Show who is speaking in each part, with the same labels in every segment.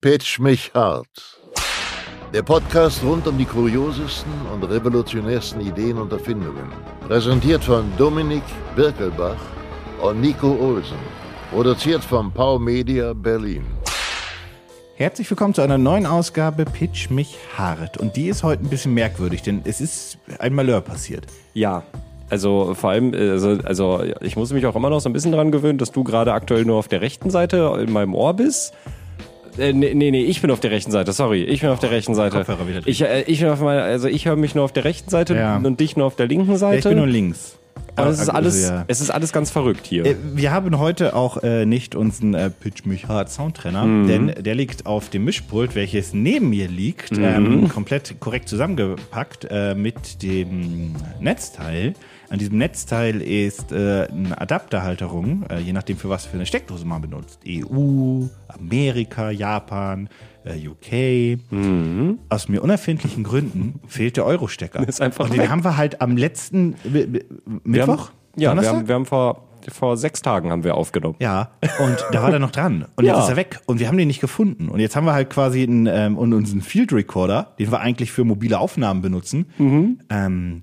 Speaker 1: Pitch mich hart. Der Podcast rund um die kuriosesten und revolutionärsten Ideen und Erfindungen. Präsentiert von Dominik Birkelbach und Nico Olsen. Produziert von Pau Media Berlin.
Speaker 2: Herzlich willkommen zu einer neuen Ausgabe Pitch mich hart. Und die ist heute ein bisschen merkwürdig, denn es ist ein Malheur passiert.
Speaker 3: Ja. Also vor allem, also, also ich muss mich auch immer noch so ein bisschen dran gewöhnen, dass du gerade aktuell nur auf der rechten Seite in meinem Ohr bist. Äh, nee, nee, nee, ich bin auf der rechten Seite, sorry. Ich bin auf der rechten Seite.
Speaker 2: Kopfhörer wieder drin.
Speaker 3: Ich, äh, ich bin auf meiner, also ich höre mich nur auf der rechten Seite
Speaker 2: Ja.
Speaker 3: und dich nur auf der linken Seite.
Speaker 2: Ich bin nur links.
Speaker 3: aber es ist
Speaker 2: Also,
Speaker 3: alles,
Speaker 2: ja.
Speaker 3: es ist alles ganz verrückt hier.
Speaker 2: Äh, Wir haben heute auch äh, nicht unseren äh, Pitch mich hart Soundtrainer,
Speaker 3: Mhm.
Speaker 2: denn der liegt auf dem Mischpult, welches neben mir liegt,
Speaker 3: Mhm.
Speaker 2: ähm, komplett korrekt zusammengepackt äh, mit dem Netzteil. An diesem Netzteil ist äh, eine Adapterhalterung, äh, je nachdem für was für eine Steckdose man benutzt. EU, Amerika, Japan, äh, UK. Aus mir unerfindlichen Gründen fehlt der Euro-Stecker.
Speaker 3: Mhm. Ist einfach
Speaker 2: Und den
Speaker 3: weg.
Speaker 2: haben wir halt am letzten äh, äh,
Speaker 3: Wir haben-
Speaker 2: Mittwoch?
Speaker 3: Ja, wir
Speaker 2: Donnerstag?
Speaker 3: haben, wir haben vor, vor sechs Tagen haben wir aufgenommen.
Speaker 2: Ja, und da war er noch dran. Und
Speaker 3: Ja.
Speaker 2: jetzt ist er weg. Und wir haben den nicht gefunden. Und jetzt haben wir halt quasi einen, ähm, und unseren Field Recorder, den wir eigentlich für mobile Aufnahmen benutzen.
Speaker 3: Mhm.
Speaker 2: Ähm,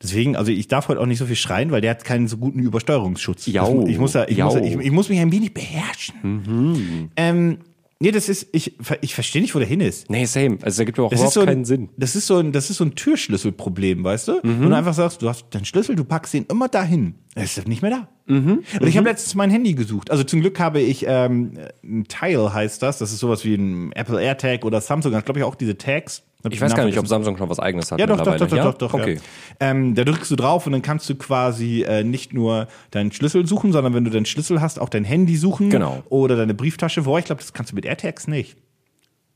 Speaker 2: deswegen, also ich darf heute auch nicht so viel schreien, weil der hat keinen so guten Übersteuerungsschutz.
Speaker 3: Jau.
Speaker 2: Ich, ich, muss, da, ich,
Speaker 3: Jau. Mhm.
Speaker 2: muss, da- ich, ich muss mich ein wenig beherrschen. Ähm, nee, das ist, ich, ich verstehe nicht, wo der hin ist.
Speaker 3: Nee, same. Also da gibt auch
Speaker 2: Das
Speaker 3: überhaupt
Speaker 2: ist, so ein,
Speaker 3: keinen Sinn. Mhm.
Speaker 2: das ist so ein, das ist so ein Türschlüsselproblem, weißt du? Und du einfach sagst, du hast deinen Schlüssel, du packst ihn immer dahin. Er ist nicht mehr da.
Speaker 3: Mhm.
Speaker 2: Und ich habe letztens mein Handy gesucht. Also zum Glück habe ich ähm, ein Tile heißt das. Das ist sowas wie ein Apple AirTag oder Samsung. Das glaube ich auch diese Tags. Hab
Speaker 3: Ich weiß gar
Speaker 2: den
Speaker 3: nicht, ob
Speaker 2: Namen
Speaker 3: Samsung schon was eigenes hat
Speaker 2: ja, doch, doch,
Speaker 3: mittlerweile.
Speaker 2: doch, doch,
Speaker 3: ja?
Speaker 2: doch, doch.
Speaker 3: Okay.
Speaker 2: Ja. Ähm, da drückst du drauf und dann kannst du quasi äh, nicht nur deinen Schlüssel suchen, sondern wenn du deinen Schlüssel hast, auch dein Handy suchen
Speaker 3: Genau.
Speaker 2: oder deine Brieftasche. Boah, ich glaube, das kannst du mit AirTags nicht.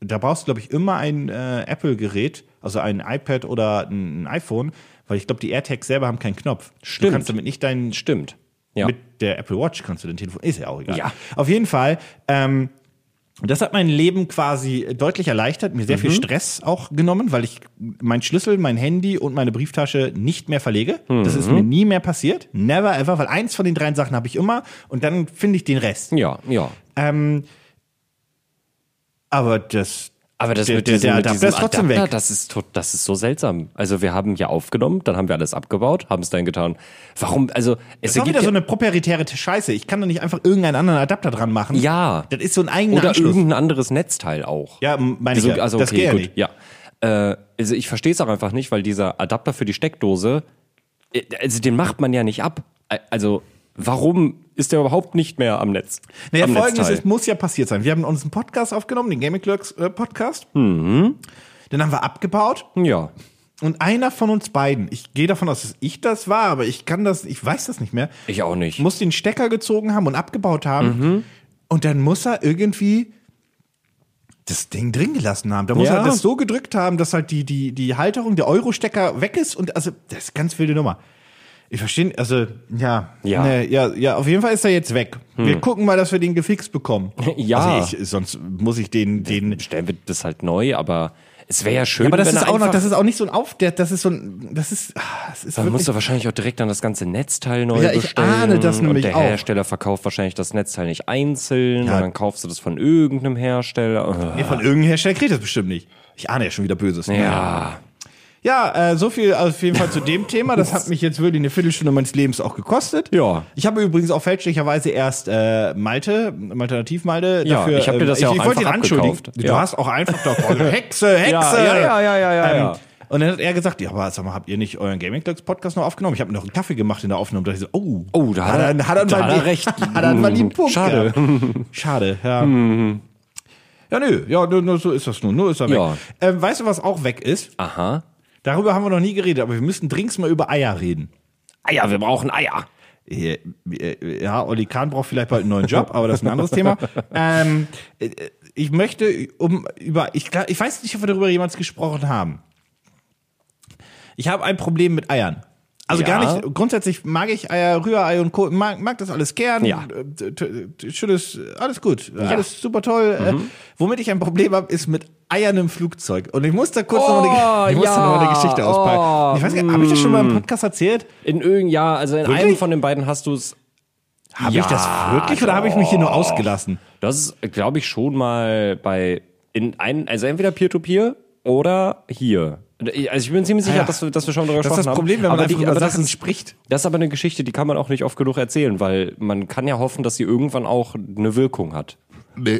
Speaker 2: Da brauchst du, glaube ich, immer ein äh, Apple-Gerät, also ein iPad oder ein iPhone, weil ich glaube, die AirTags selber haben keinen Knopf.
Speaker 3: Stimmt.
Speaker 2: Du kannst damit nicht deinen
Speaker 3: Stimmt. Ja.
Speaker 2: mit der Apple Watch kannst du den Telefon. Ist ja auch egal.
Speaker 3: Ja.
Speaker 2: Auf jeden Fall. Ähm, das hat mein Leben quasi deutlich erleichtert, mir sehr
Speaker 3: Mhm.
Speaker 2: viel Stress auch genommen, weil ich meinen Schlüssel, mein Handy und meine Brieftasche nicht mehr verlege. Das ist mir
Speaker 3: Mhm.
Speaker 2: nie mehr passiert. Never ever, weil eins von den drei Sachen habe ich immer und dann finde ich den Rest.
Speaker 3: ja, ja.
Speaker 2: Ähm, aber das.
Speaker 3: Aber das
Speaker 2: der,
Speaker 3: mit
Speaker 2: der,
Speaker 3: diesem,
Speaker 2: der
Speaker 3: mit
Speaker 2: Adapter
Speaker 3: diesem
Speaker 2: ist trotzdem
Speaker 3: Adapter,
Speaker 2: weg.
Speaker 3: Das ist, tot- das ist so seltsam. Also wir haben ja aufgenommen, dann haben wir alles abgebaut, haben es dann getan. Warum? Also es
Speaker 2: Das ist auch
Speaker 3: ergibt
Speaker 2: wieder so
Speaker 3: ja,
Speaker 2: eine proprietäre Scheiße. Ich kann doch nicht einfach irgendeinen anderen Adapter dran machen.
Speaker 3: Ja.
Speaker 2: Das ist so ein eigener
Speaker 3: oder
Speaker 2: Anschluss.
Speaker 3: irgendein anderes Netzteil auch.
Speaker 2: Ja, meine ich
Speaker 3: also,
Speaker 2: ja.
Speaker 3: also
Speaker 2: Das geht
Speaker 3: okay,
Speaker 2: ja
Speaker 3: gut,
Speaker 2: nicht.
Speaker 3: ja. Äh, also ich verstehe es auch einfach nicht, weil dieser Adapter für die Steckdose, äh, also den macht man ja nicht ab. Äh, Also warum ist der überhaupt nicht mehr am Netz?
Speaker 2: Naja,
Speaker 3: am
Speaker 2: folgendes
Speaker 3: Netzteil?
Speaker 2: ist, muss ja passiert sein. Wir haben uns einen Podcast aufgenommen, den Gaming Clerks äh, Podcast. Mhm. Den haben wir abgebaut
Speaker 3: ja.
Speaker 2: und einer von uns beiden, ich gehe davon aus, dass ich das war, aber ich kann das, ich weiß das nicht mehr,
Speaker 3: Ich auch nicht.
Speaker 2: muss den Stecker gezogen haben und abgebaut haben
Speaker 3: Mhm.
Speaker 2: und dann muss er irgendwie das Ding drin gelassen haben. Da muss
Speaker 3: Ja.
Speaker 2: er das so gedrückt haben, dass halt die, die, die Halterung, der Euro-Stecker weg ist und also, das ist ganz wilde Nummer. Ich verstehe, also, ja.
Speaker 3: Ja. Hm.
Speaker 2: Nee, ja, ja, auf jeden Fall ist er jetzt weg. Wir gucken mal, dass wir den gefixt bekommen.
Speaker 3: Ja.
Speaker 2: Also ich, sonst muss ich den, den.
Speaker 3: Stellen wir das halt neu, aber es wäre ja schön,
Speaker 2: Aber das
Speaker 3: wenn
Speaker 2: ist
Speaker 3: er
Speaker 2: auch noch,
Speaker 3: einfach-
Speaker 2: das ist auch nicht so ein Auf, der, das ist so ein, das ist, ah, das ist
Speaker 3: Dann
Speaker 2: wirklich,
Speaker 3: musst du wahrscheinlich auch direkt dann das ganze Netzteil neu
Speaker 2: Ja, ich
Speaker 3: bestellen.
Speaker 2: ahne das nämlich
Speaker 3: und der
Speaker 2: auch.
Speaker 3: Hersteller verkauft wahrscheinlich das Netzteil nicht einzeln
Speaker 2: Ja.
Speaker 3: und dann kaufst du das von irgendeinem Hersteller. Äh,
Speaker 2: nee, von irgendeinem Hersteller kriegt das bestimmt nicht. Ich ahne ja schon wieder Böses.
Speaker 3: Ja,
Speaker 2: Ja, äh, so viel auf jeden Fall zu dem Thema. Das hat mich jetzt wirklich eine Viertelstunde meines Lebens auch gekostet.
Speaker 3: Ja.
Speaker 2: Ich habe übrigens auch fälschlicherweise erst äh, Malte, Alternativ Malte,
Speaker 3: Ja, ich hab dir das ja auch
Speaker 2: wollte ihn
Speaker 3: einfach
Speaker 2: anschuldigen.
Speaker 3: abgekauft.
Speaker 2: Du
Speaker 3: Ja.
Speaker 2: hast auch einfach da, oh, Hexe, Hexe. Ähm,
Speaker 3: ja, ja, ja, ja, ja, ja.
Speaker 2: Und dann hat er gesagt, ja, aber sag mal, habt ihr nicht euren Gaming Clubs Podcast noch aufgenommen? Ich habe mir noch einen Kaffee gemacht in der Aufnahme. Da dachte ich so, oh,
Speaker 3: Oh, da hat er- da
Speaker 2: mal
Speaker 3: hat er
Speaker 2: die-
Speaker 3: recht.
Speaker 2: hat er einen validen Punkt.
Speaker 3: Schade. Mhm.
Speaker 2: gehabt. Schade, ja. Ja, nö, ja, nur, nur so ist das nun. Nur ist er weg.
Speaker 3: Ja.
Speaker 2: Ähm, weißt du, was auch weg ist?
Speaker 3: aha.
Speaker 2: Darüber haben wir noch nie geredet, aber wir müssen dringend mal über Eier reden.
Speaker 3: Eier, wir brauchen Eier.
Speaker 2: Äh, äh, Ja, Olli Kahn braucht vielleicht bald einen neuen Job, aber das ist ein anderes Thema. Ähm, äh, ich möchte um über ich, glaub- ich weiß nicht, ob wir darüber jemals gesprochen haben. Ich habe ein Problem mit Eiern. Also
Speaker 3: Ja.
Speaker 2: gar nicht. Grundsätzlich mag ich Eier, Rührei und Co. Mag, mag das alles gern.
Speaker 3: Ja.
Speaker 2: Äh, t- t- Schönes, alles gut, alles super toll. Äh,
Speaker 3: Mhm.
Speaker 2: womit ich ein Problem habe, ist mit Eiern im Flugzeug. Und ich muss da kurz noch mal eine, ich muss da
Speaker 3: Oh, ja. Mm.
Speaker 2: noch mal eine Geschichte auspacken. ich weiß gar nicht, habe ich das schon mal im Podcast erzählt?
Speaker 3: In irgendeinem, ja, also in
Speaker 2: Wirklich?
Speaker 3: einem von den beiden hast du es
Speaker 2: Habe ich das wirklich oder habe ich mich hier nur ausgelassen?
Speaker 3: Das ist, glaube ich, schon mal bei in ein, also entweder Peer-to-Peer oder hier. Also ich bin ziemlich sicher,
Speaker 2: Ah Ja.
Speaker 3: dass, wir, dass wir schon darüber
Speaker 2: Das ist
Speaker 3: gesprochen
Speaker 2: das Problem, wenn
Speaker 3: haben.
Speaker 2: man
Speaker 3: aber
Speaker 2: einfach
Speaker 3: die,
Speaker 2: über
Speaker 3: aber das,
Speaker 2: Sachen
Speaker 3: ist,
Speaker 2: spricht.
Speaker 3: das ist aber eine Geschichte, die kann man auch nicht oft genug erzählen, weil man kann ja hoffen, dass sie irgendwann auch eine Wirkung hat.
Speaker 1: Nee,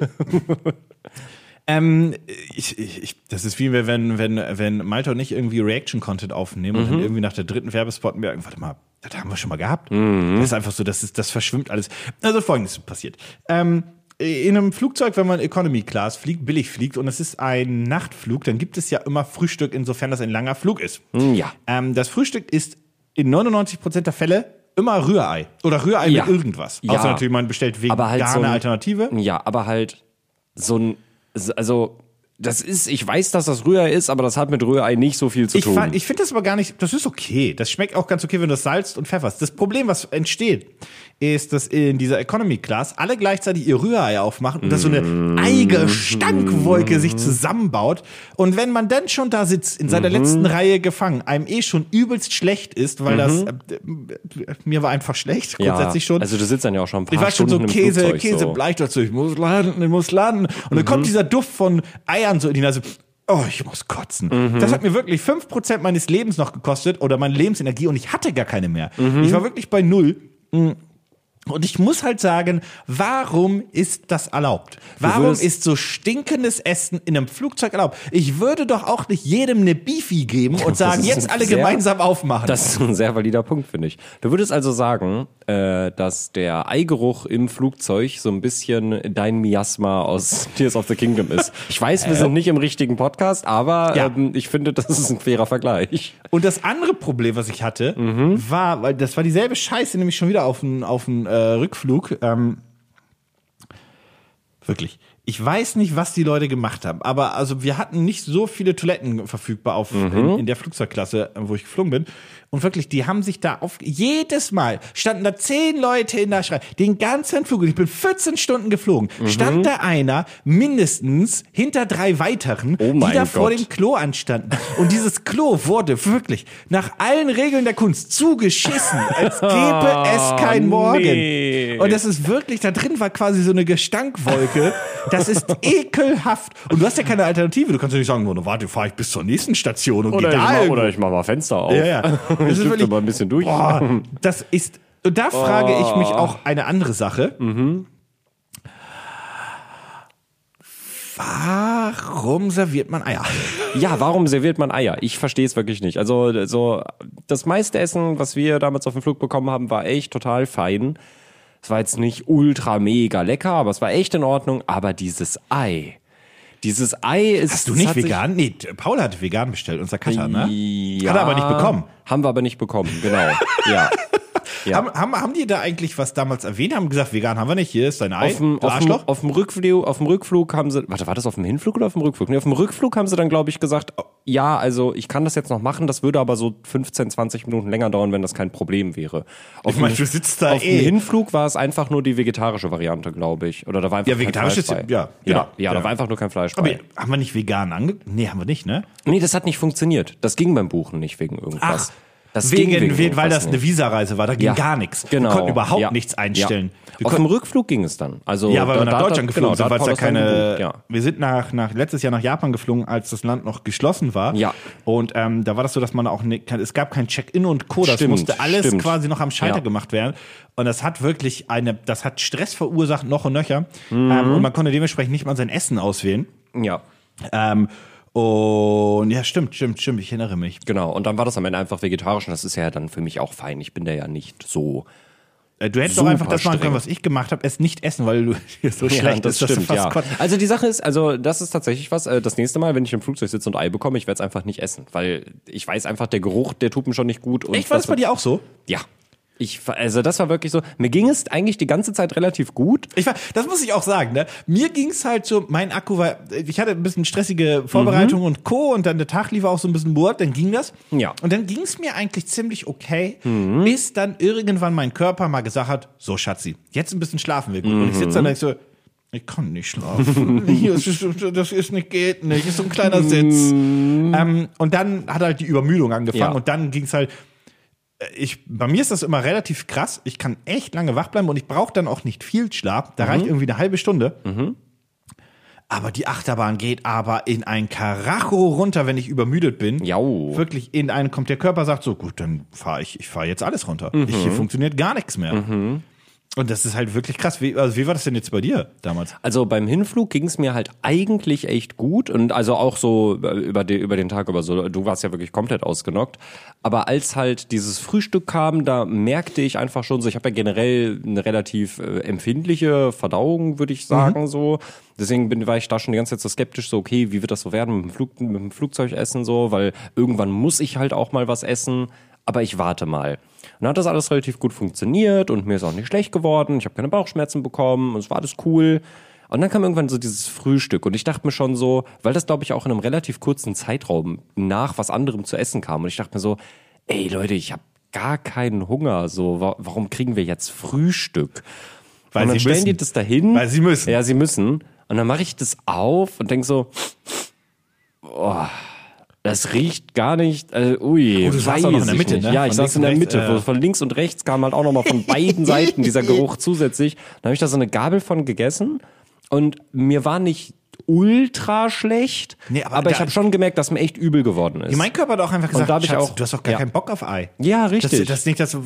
Speaker 2: Ähm, ich, ich, ich, das ist wie wir, wenn, wenn, wenn Malte und ich irgendwie Reaction-Content aufnehmen und dann irgendwie nach der dritten Werbespot merken, warte mal, das haben wir schon mal gehabt. Das ist einfach so, das, ist, das verschwimmt alles. Also folgendes ist passiert. Ähm, in einem Flugzeug, wenn man Economy Class fliegt, billig fliegt und es ist ein Nachtflug, dann gibt es ja immer Frühstück, insofern das ein langer Flug ist.
Speaker 3: Hm, Ja.
Speaker 2: Ähm, das Frühstück ist in 99% der Fälle immer Rührei oder Rührei
Speaker 3: Ja.
Speaker 2: mit irgendwas.
Speaker 3: Ja.
Speaker 2: Außer natürlich, man bestellt vegane
Speaker 3: Aber halt so ein-
Speaker 2: Alternative.
Speaker 3: Ja, aber halt so ein, also das ist, ich weiß, dass das Rührei ist, aber das hat mit Rührei nicht so viel zu
Speaker 2: Ich,
Speaker 3: tun.
Speaker 2: fa- ich finde das aber gar nicht, das ist okay. Das schmeckt auch ganz okay, wenn du das salzt und pfefferst. Das Problem, was entsteht, ist, dass in dieser Economy Class alle gleichzeitig ihr Rührei aufmachen und dass so
Speaker 3: Mhm.
Speaker 2: eine eige Stankwolke sich zusammenbaut. Und wenn man dann schon da sitzt, in
Speaker 3: Mhm.
Speaker 2: seiner letzten Reihe gefangen, einem eh schon übelst schlecht ist, weil das, äh, äh, mir war einfach schlecht,
Speaker 3: Mhm. ja,
Speaker 2: grundsätzlich schon.
Speaker 3: Also du sitzt dann ja auch schon ein paar
Speaker 2: Ich war schon so
Speaker 3: Stunden im
Speaker 2: Käse,
Speaker 3: Flugzeug,
Speaker 2: Käse
Speaker 3: so. Mhm.
Speaker 2: bleich dazu. Ich muss laden, ich muss laden. Und dann kommt dieser Duft von Eiern so in die Nase. Oh, ich muss kotzen.
Speaker 3: Mhm.
Speaker 2: Das hat mir wirklich 5% meines Lebens noch gekostet oder meine Lebensenergie und ich hatte gar keine mehr.
Speaker 3: Mhm.
Speaker 2: Ich war wirklich bei null. Mhm. Und ich muss halt sagen, warum ist das erlaubt? Warum
Speaker 3: würdest-
Speaker 2: ist so stinkendes Essen in einem Flugzeug erlaubt? Ich würde doch auch nicht jedem eine Beefy geben und sagen,
Speaker 3: ist
Speaker 2: jetzt
Speaker 3: ein
Speaker 2: alle
Speaker 3: sehr-
Speaker 2: gemeinsam aufmachen.
Speaker 3: Das ist ein sehr valider Punkt, finde ich. Du würdest also sagen, äh, dass der Eigeruch im Flugzeug so ein bisschen dein Miasma aus Tears of the Kingdom ist. Ich weiß, wir sind nicht im richtigen Podcast, aber
Speaker 2: Äh. Ja.
Speaker 3: ähm, ich finde, das ist ein fairer Vergleich.
Speaker 2: Und das andere Problem, was ich hatte, war, weil das war dieselbe Scheiße, nämlich schon wieder auf den auf den, äh, Rückflug. Ähm, wirklich. Ich weiß nicht, was die Leute gemacht haben, aber also wir hatten nicht so viele Toiletten verfügbar auf,
Speaker 3: Mhm.
Speaker 2: in, in der Flugzeugklasse, äh, wo ich geflogen bin. Und wirklich, die haben sich da auf jedes Mal standen da zehn Leute in der Schreie, den ganzen Flug. Und ich bin 14 Stunden geflogen.
Speaker 3: Mhm.
Speaker 2: Stand da einer mindestens hinter drei weiteren,
Speaker 3: Oh mein
Speaker 2: die da vor
Speaker 3: Gott.
Speaker 2: dem Klo anstanden. Und dieses Klo wurde wirklich nach allen Regeln der Kunst zugeschissen, als gäbe es kein Morgen.
Speaker 3: Oh, nee.
Speaker 2: Und das ist wirklich, da drin war quasi so eine Gestankwolke. Das ist ekelhaft. Und du hast ja keine Alternative. Du kannst ja nicht sagen, nur, warte, fahr ich bis zur nächsten Station und geh da irgendwo
Speaker 3: ich mache mal Fenster auf.
Speaker 2: ja, ja.
Speaker 3: Ich
Speaker 2: ist
Speaker 3: lüfte
Speaker 2: wirklich-
Speaker 3: mal ein bisschen durch.
Speaker 2: Boah, das ist. Und da frage ich mich auch eine andere Sache.
Speaker 3: Mhm.
Speaker 2: Warum serviert man Eier?
Speaker 3: Ja, warum serviert man Eier? Ich verstehe es wirklich nicht. Also so das meiste Essen, was wir damals auf dem Flug bekommen haben, war echt total fein. Es war jetzt nicht ultra mega lecker, aber es war echt in Ordnung. Aber dieses Ei, dieses Ei ist
Speaker 2: Hast du
Speaker 3: das
Speaker 2: nicht
Speaker 3: hat sich-
Speaker 2: vegan? Nee, Paul hat vegan bestellt, unser Cutter, ne?
Speaker 3: Ja,
Speaker 2: Hat er aber nicht bekommen.
Speaker 3: Ah, Haben wir aber nicht bekommen, genau. ja. Ja.
Speaker 2: Haben, haben, haben die da eigentlich was damals erwähnt? Haben gesagt, vegan haben wir nicht, hier ist dein Ei.
Speaker 3: Auf dem,
Speaker 2: du
Speaker 3: Hm, auf, dem,
Speaker 2: Arschloch.
Speaker 3: auf, dem Rückflug, auf dem Rückflug haben sie, warte, war das auf dem Hinflug oder auf dem Rückflug? Nee, auf dem Rückflug haben sie dann, glaube ich, gesagt, ja, also ich kann das jetzt noch machen, das würde aber so 15, 20 Minuten länger dauern, wenn das kein Problem wäre. Auf
Speaker 2: Ich meine,
Speaker 3: dem-
Speaker 2: du sitzt da
Speaker 3: Auf dem
Speaker 2: eh.
Speaker 3: Hinflug war es einfach nur die vegetarische Variante, glaube ich. Oder da war einfach
Speaker 2: Ja, vegetarisch
Speaker 3: kein Fleisch
Speaker 2: ist-
Speaker 3: bei.
Speaker 2: ja,
Speaker 3: ja,
Speaker 2: genau.
Speaker 3: ja, da
Speaker 2: Ja.
Speaker 3: war einfach nur kein Fleisch
Speaker 2: Aber
Speaker 3: bei.
Speaker 2: haben wir nicht vegan ange... Nee, haben wir nicht, ne?
Speaker 3: Nee, das hat nicht funktioniert. Das ging beim Buchen nicht wegen irgendwas.
Speaker 2: Ach,
Speaker 3: das
Speaker 2: wegen,
Speaker 3: ging wegen
Speaker 2: weil
Speaker 3: irgendwas
Speaker 2: das eine
Speaker 3: nicht.
Speaker 2: Visareise war, da ging
Speaker 3: Ja,
Speaker 2: gar nichts.
Speaker 3: Genau.
Speaker 2: Wir konnten überhaupt
Speaker 3: ja,
Speaker 2: nichts
Speaker 3: ja.
Speaker 2: einstellen. Wir
Speaker 3: Auf
Speaker 2: konnten-
Speaker 3: dem Rückflug ging es dann. Also,
Speaker 2: Ja, weil
Speaker 3: da-
Speaker 2: wir nach
Speaker 3: da- da-
Speaker 2: Deutschland geflogen
Speaker 3: genau, da
Speaker 2: sind,
Speaker 3: hat
Speaker 2: weil es ja
Speaker 3: Paulus dann
Speaker 2: keine.
Speaker 3: gebucht, Ja.
Speaker 2: Wir sind nach, nach letztes Jahr nach Japan geflogen, als das Land noch geschlossen war.
Speaker 3: Ja.
Speaker 2: Und ähm, da war das so, dass man auch ne, kein- es gab kein Check-in und Co. Das
Speaker 3: Stimmt,
Speaker 2: musste alles
Speaker 3: stimmt.
Speaker 2: quasi noch am Schalter
Speaker 3: Ja.
Speaker 2: gemacht werden. Und das hat wirklich eine, das hat Stress verursacht noch und nöcher.
Speaker 3: Mhm.
Speaker 2: Ähm, und man konnte dementsprechend nicht mal sein Essen auswählen.
Speaker 3: Ja,
Speaker 2: Ähm, und ja, stimmt, stimmt, stimmt. Ich erinnere mich.
Speaker 3: genau. Und dann war das am Ende einfach vegetarisch und das ist ja dann für mich auch fein. Ich bin da ja nicht so.
Speaker 2: Äh, Du hättest doch
Speaker 3: Super
Speaker 2: einfach das machen können,
Speaker 3: streng.
Speaker 2: was ich gemacht habe, es nicht essen, weil du dir so
Speaker 3: Ja,
Speaker 2: schlecht ist, dass du fast kotzt.
Speaker 3: Also die Sache ist, also das ist tatsächlich was. äh, Das nächste Mal, wenn ich im Flugzeug sitze und Ei bekomme, ich werde es einfach nicht essen, weil ich weiß einfach, der Geruch, der tut mir schon nicht gut. Und
Speaker 2: Echt, war das bei dir auch so?
Speaker 3: Ja. Ich, war- also das war wirklich so. Mir ging es eigentlich die ganze Zeit relativ gut.
Speaker 2: Ich war, das muss ich auch sagen, ne? Mir ging's halt so, mein Akku war, ich hatte ein bisschen stressige Vorbereitung und Co. und dann der Tag lief auch so ein bisschen Bord, dann ging das.
Speaker 3: Ja.
Speaker 2: Und dann ging's mir eigentlich ziemlich okay, bis dann irgendwann mein Körper mal gesagt hat, so Schatzi, jetzt ein bisschen schlafen wir gut. Und ich sitze dann und denk so, ich kann nicht schlafen. Hier ist es- das ist nicht, geht nicht. Ist so ein kleiner Sitz. Ähm, und dann hat halt die Übermüdung angefangen
Speaker 3: Mhm. Ja.
Speaker 2: und dann ging's halt, ich, bei mir ist das immer relativ krass. Ich kann echt lange wach bleiben und ich brauche dann auch nicht viel Schlaf.
Speaker 3: Mhm.
Speaker 2: Da reicht irgendwie eine halbe Stunde. Aber die Achterbahn geht aber in ein Karacho runter, wenn ich übermüdet bin.
Speaker 3: Jau.
Speaker 2: Wirklich in einen kommt der Körper, sagt so, gut, dann fahre ich, ich fahre jetzt alles runter. Ich,
Speaker 3: Mhm.
Speaker 2: hier funktioniert gar nichts mehr. Und das ist halt wirklich krass. Wie, also wie war das denn jetzt bei dir damals?
Speaker 3: Also beim Hinflug ging es mir halt eigentlich echt gut und also auch so über, de, über den Tag über so, du warst ja wirklich komplett ausgenockt. Aber als halt dieses Frühstück kam, da merkte ich einfach schon so, ich habe ja generell eine relativ äh, empfindliche Verdauung, würde ich sagen, so. Deswegen bin, war ich da schon die ganze Zeit so skeptisch, so okay, wie wird das so werden mit dem, Flug, mit dem Flugzeugessen so, weil irgendwann muss ich halt auch mal was essen, aber ich warte mal. Und dann hat das alles relativ gut funktioniert und mir ist auch nicht schlecht geworden. Ich habe keine Bauchschmerzen bekommen und es war alles cool. Und dann kam irgendwann so dieses Frühstück und ich dachte mir schon so, weil das glaube ich auch in einem relativ kurzen Zeitraum nach was anderem zu essen kam und ich dachte mir so, ey Leute, ich habe gar keinen Hunger, so wa warum kriegen wir jetzt Frühstück?
Speaker 2: Weil
Speaker 3: und dann
Speaker 2: sie
Speaker 3: stellen die
Speaker 2: müssen.
Speaker 3: das dahin.
Speaker 2: Weil sie müssen.
Speaker 3: Ja, sie müssen. Und dann mache ich das auf und denk so, das riecht gar nicht. Äh, ui,
Speaker 2: Oh, du saßt
Speaker 3: weiß
Speaker 2: auch noch in der
Speaker 3: ich
Speaker 2: Mitte,
Speaker 3: nicht.
Speaker 2: ne?
Speaker 3: Ja, ich
Speaker 2: Von links
Speaker 3: saß in der
Speaker 2: und
Speaker 3: Mitte.
Speaker 2: rechts,
Speaker 3: wo- Von links und rechts kam halt auch nochmal von beiden Seiten dieser Geruch zusätzlich. Dann habe ich da so eine Gabel von gegessen und mir war nicht ultra schlecht,
Speaker 2: Nee, aber
Speaker 3: aber, ich
Speaker 2: da-
Speaker 3: habe schon gemerkt, dass mir echt übel geworden ist.
Speaker 2: Ja, mein Körper hat auch einfach gesagt,
Speaker 3: da hab ich
Speaker 2: Schatz,
Speaker 3: auch-
Speaker 2: du hast doch gar
Speaker 3: ja.
Speaker 2: keinen Bock auf Ei.
Speaker 3: Ja, richtig.
Speaker 2: Das, das ist nicht das,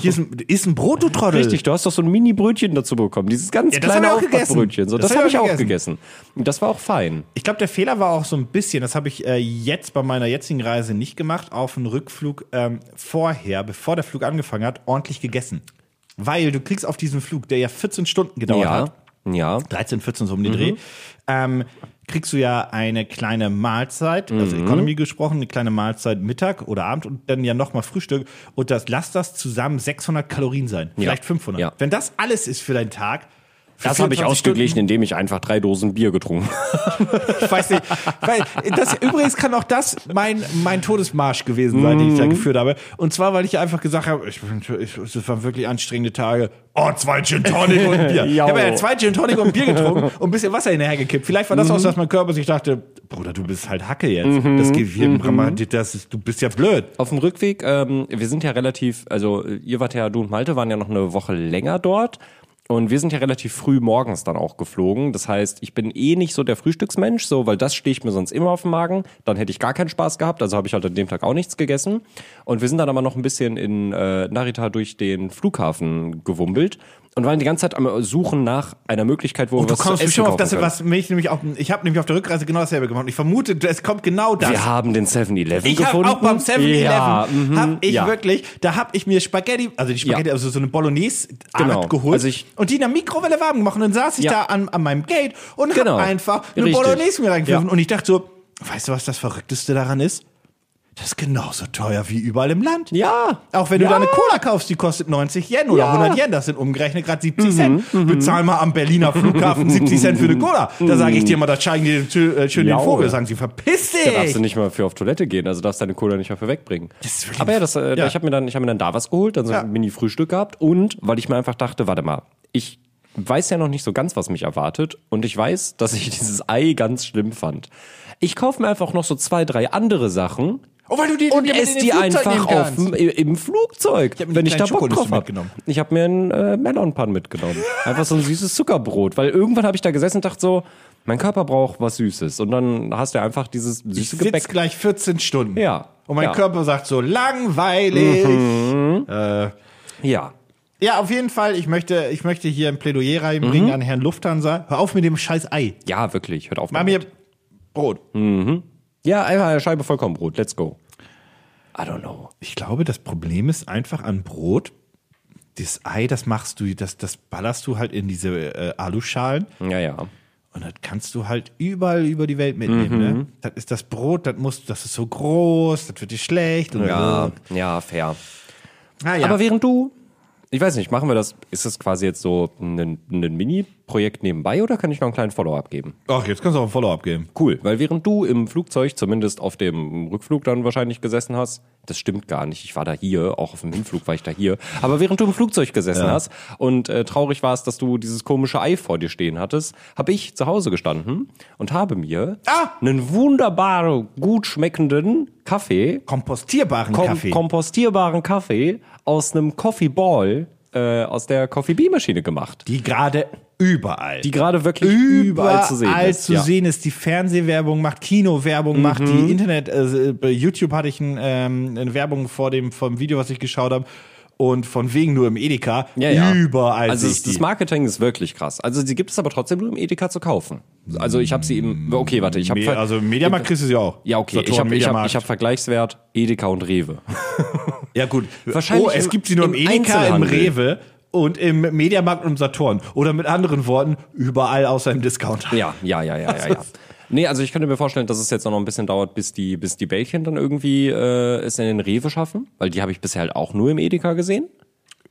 Speaker 2: hier ist ein, ist ein Brot, du Trottel.
Speaker 3: Richtig, du hast doch so ein Mini-Brötchen dazu bekommen. Dieses ganz
Speaker 2: Ja, das
Speaker 3: kleine
Speaker 2: hab ich auch gegessen.
Speaker 3: Aufbackbrötchen. So,
Speaker 2: Das
Speaker 3: das
Speaker 2: hab
Speaker 3: habe
Speaker 2: ich
Speaker 3: ich auch
Speaker 2: gegessen.
Speaker 3: gegessen. Und das war auch fein.
Speaker 2: Ich glaube, der Fehler war auch so ein bisschen, das habe ich äh, jetzt bei meiner jetzigen Reise nicht gemacht, auf dem Rückflug ähm, vorher, bevor der Flug angefangen hat, ordentlich gegessen. Weil du kriegst auf diesem Flug, der ja 14 Stunden gedauert
Speaker 3: Ja,
Speaker 2: hat,
Speaker 3: ja.
Speaker 2: 13, 14 so um
Speaker 3: Mhm.
Speaker 2: den Dreh, ähm, kriegst du ja eine kleine Mahlzeit, also
Speaker 3: Mhm.
Speaker 2: Economy gesprochen, eine kleine Mahlzeit Mittag oder Abend und dann ja nochmal Frühstück und das lass das zusammen 600 Kalorien sein, vielleicht 500.
Speaker 3: Ja.
Speaker 2: Wenn das alles ist für deinen Tag, für
Speaker 3: Das habe ich
Speaker 2: 24 Stunden-
Speaker 3: ausgeglichen, indem ich einfach drei Dosen Bier getrunken habe.
Speaker 2: Ich weiß nicht. Weil das, übrigens kann auch das mein, mein Todesmarsch gewesen sein,
Speaker 3: Mhm.
Speaker 2: den ich da geführt habe. Und zwar, weil ich einfach gesagt habe, ich, bin- ich, es waren wirklich anstrengende Tage. Oh, zwei Gin Tonic und Bier. ich
Speaker 3: Jau.
Speaker 2: habe ja zwei Gin Tonic und Bier getrunken und ein bisschen Wasser hinterhergekippt. Vielleicht war das
Speaker 3: Mhm.
Speaker 2: auch so, dass mein Körper sich dachte, Bruder, du bist halt Hacke jetzt. Das Gehirn,
Speaker 3: Mhm.
Speaker 2: das ist, du bist ja blöd.
Speaker 3: Auf dem Rückweg, ähm, wir sind ja relativ, also äh, ihr wart ja, du und Malte waren ja noch eine Woche länger dort. Und wir sind ja relativ früh morgens dann auch geflogen. Das heißt, ich bin eh nicht so der Frühstücksmensch, so, weil das stehe ich mir sonst immer auf dem Magen. Dann hätte ich gar keinen Spaß gehabt, also habe ich halt an dem Tag auch nichts gegessen. Und wir sind dann aber noch ein bisschen in äh, Narita durch den Flughafen gewummelt und waren die ganze Zeit am Suchen nach einer Möglichkeit, wo wir
Speaker 2: Du
Speaker 3: was zu
Speaker 2: kommst
Speaker 3: essen
Speaker 2: bestimmt auf
Speaker 3: kaufen
Speaker 2: das,
Speaker 3: können.
Speaker 2: was mich nämlich auf, ich habe nämlich auf der Rückreise genau dasselbe gemacht. Und ich vermute, es kommt genau das.
Speaker 3: Wir haben den 7-Eleven
Speaker 2: Ich habe
Speaker 3: gefunden.
Speaker 2: auch beim 7-Eleven,
Speaker 3: Ja, mhm,
Speaker 2: hab ich
Speaker 3: ja.
Speaker 2: wirklich, da habe ich mir Spaghetti, also die Spaghetti,
Speaker 3: Ja.
Speaker 2: also so eine Bolognese
Speaker 3: Genau.
Speaker 2: geholt
Speaker 3: Also ich-
Speaker 2: und die in der Mikrowelle warm gemacht und dann saß ich
Speaker 3: Ja.
Speaker 2: da an, an meinem Gate und
Speaker 3: Genau.
Speaker 2: hab einfach eine
Speaker 3: Richtig.
Speaker 2: Bolognese mir reingepfiffen
Speaker 3: Ja.
Speaker 2: und ich dachte so, weißt du, was das Verrückteste daran ist? Das ist genauso teuer wie überall im Land.
Speaker 3: Ja.
Speaker 2: Auch wenn du
Speaker 3: Ja.
Speaker 2: da eine Cola kaufst, die kostet 90 Yen oder
Speaker 3: Ja. Mhm,
Speaker 2: 100 Yen, das sind umgerechnet gerade 70 Cent. Bezahl mal am Berliner Flughafen 70 Cent für eine Cola. Da sage ich dir mal, da zeigen die dir äh, schön den
Speaker 3: Ja.
Speaker 2: Vogel, sagen sie, verpiss dich.
Speaker 3: Mhm. Da darfst du nicht mal für auf Toilette gehen, also darfst deine Cola nicht mal für wegbringen.
Speaker 2: ist wirklich-
Speaker 3: Aber ja, das, äh,
Speaker 2: Ja.
Speaker 3: ich habe mir, dann- ich hab mir dann da was geholt, dann so
Speaker 2: Ja.
Speaker 3: ein Mini-Frühstück gehabt und weil ich mir einfach dachte, warte mal, ich weiß ja noch nicht so ganz, was mich erwartet und ich weiß, dass ich dieses Ei ganz schlimm fand. Ich kaufe mir einfach noch so zwei, drei andere Sachen
Speaker 2: Oh, weil du die
Speaker 3: und
Speaker 2: mit in
Speaker 3: esse
Speaker 2: den
Speaker 3: die
Speaker 2: Flugzeug nehmen
Speaker 3: einfach auf,
Speaker 2: kannst.
Speaker 3: dem- i- im Flugzeug,
Speaker 2: hab mir
Speaker 3: wenn
Speaker 2: die
Speaker 3: ich da
Speaker 2: kleinen
Speaker 3: Bock drauf
Speaker 2: Schokonüsse
Speaker 3: habe.
Speaker 2: mitgenommen.
Speaker 3: Ich habe mir einen äh, Melon-Pan mitgenommen. Einfach so ein süßes Zuckerbrot, weil irgendwann habe ich da gesessen und dachte so, mein Körper braucht was Süßes. Und dann hast du einfach dieses süße
Speaker 2: Ich
Speaker 3: Gebäck
Speaker 2: sitz gleich 14 Stunden.
Speaker 3: Ja.
Speaker 2: Und mein
Speaker 3: Ja. Mhm.
Speaker 2: Körper sagt so, langweilig. Äh,
Speaker 3: Ja.
Speaker 2: ja, auf jeden Fall, ich möchte, ich möchte hier ein Plädoyer reinbringen
Speaker 3: Mhm.
Speaker 2: an Herrn Lufthansa. Hör auf mit dem scheiß Ei.
Speaker 3: Ja, wirklich. Hört auf.
Speaker 2: Mach mir Brot.
Speaker 3: Ja, einfach eine Scheibe Vollkornbrot. Let's go. I don't know.
Speaker 2: Ich glaube, das Problem ist einfach an Brot. Das Ei, das machst du, das, das ballerst du halt in diese äh, Aluschalen
Speaker 3: Ja, ja.
Speaker 2: und das kannst du halt überall über die Welt mitnehmen. Ne?
Speaker 3: Mhm.
Speaker 2: Das ist das Brot, das musst, das ist so groß, das wird dir schlecht. Und
Speaker 3: Ja, ja, fair.
Speaker 2: Ah, ja.
Speaker 3: Aber während du, ich weiß nicht, machen wir das, ist das quasi jetzt so ein, ein Mini- Projekt nebenbei oder kann ich noch einen kleinen Follow-up geben?
Speaker 2: Ach, jetzt kannst du auch ein Follow-up geben.
Speaker 3: Cool, weil während du im Flugzeug, zumindest auf dem Rückflug dann wahrscheinlich gesessen hast, das stimmt gar nicht, ich war da hier, auch auf dem Hinflug war ich da hier, aber während du im Flugzeug gesessen hast und äh, traurig warst, dass du dieses komische Ei vor dir stehen hattest, habe ich zu Hause gestanden und habe mir einen wunderbar gut schmeckenden Kaffee,
Speaker 2: Kompostierbaren
Speaker 3: kom
Speaker 2: Kaffee.
Speaker 3: kompostierbaren Kaffee aus einem Coffee Ball äh, aus der Coffee Bee Maschine gemacht.
Speaker 2: die gerade überall.
Speaker 3: Die gerade wirklich überall, zu sehen
Speaker 2: überall
Speaker 3: ist.
Speaker 2: zu
Speaker 3: ja. Mhm.
Speaker 2: sehen ist. Die Fernsehwerbung macht, Kinowerbung macht, die Internet, äh, bei YouTube hatte ich ein, ähm, eine Werbung vor dem vom Video, was ich geschaut habe. Und von wegen nur im Edeka.
Speaker 3: Ja, ja.
Speaker 2: Überall
Speaker 3: Also
Speaker 2: sehe
Speaker 3: das,
Speaker 2: ich die.
Speaker 3: das Marketing ist wirklich krass. Also die gibt es aber trotzdem nur im Edeka zu kaufen. Also ich habe sie eben. Okay, warte, ich
Speaker 2: Mm, Me-
Speaker 3: habe.
Speaker 2: also Mediamarkt kriegst du sie auch.
Speaker 3: ja, okay,
Speaker 2: Saturn,
Speaker 3: ich habe ich hab,
Speaker 2: Mediamarkt.
Speaker 3: ich hab Vergleichswert Edeka und Rewe.
Speaker 2: Ja, gut.
Speaker 3: Wahrscheinlich
Speaker 2: oh, es
Speaker 3: im-
Speaker 2: gibt sie nur im,
Speaker 3: im
Speaker 2: Edeka, im
Speaker 3: Einzelhandel.
Speaker 2: Rewe und im Mediamarkt und im Saturn. Oder mit anderen Worten, überall außer im Discounter.
Speaker 3: Ja, ja, ja, ja, ja, ja. Nee, also ich könnte mir vorstellen, dass es jetzt noch ein bisschen dauert, bis die, bis die Bällchen dann irgendwie äh, es in den Rewe schaffen, weil die habe ich bisher halt auch nur im Edeka gesehen.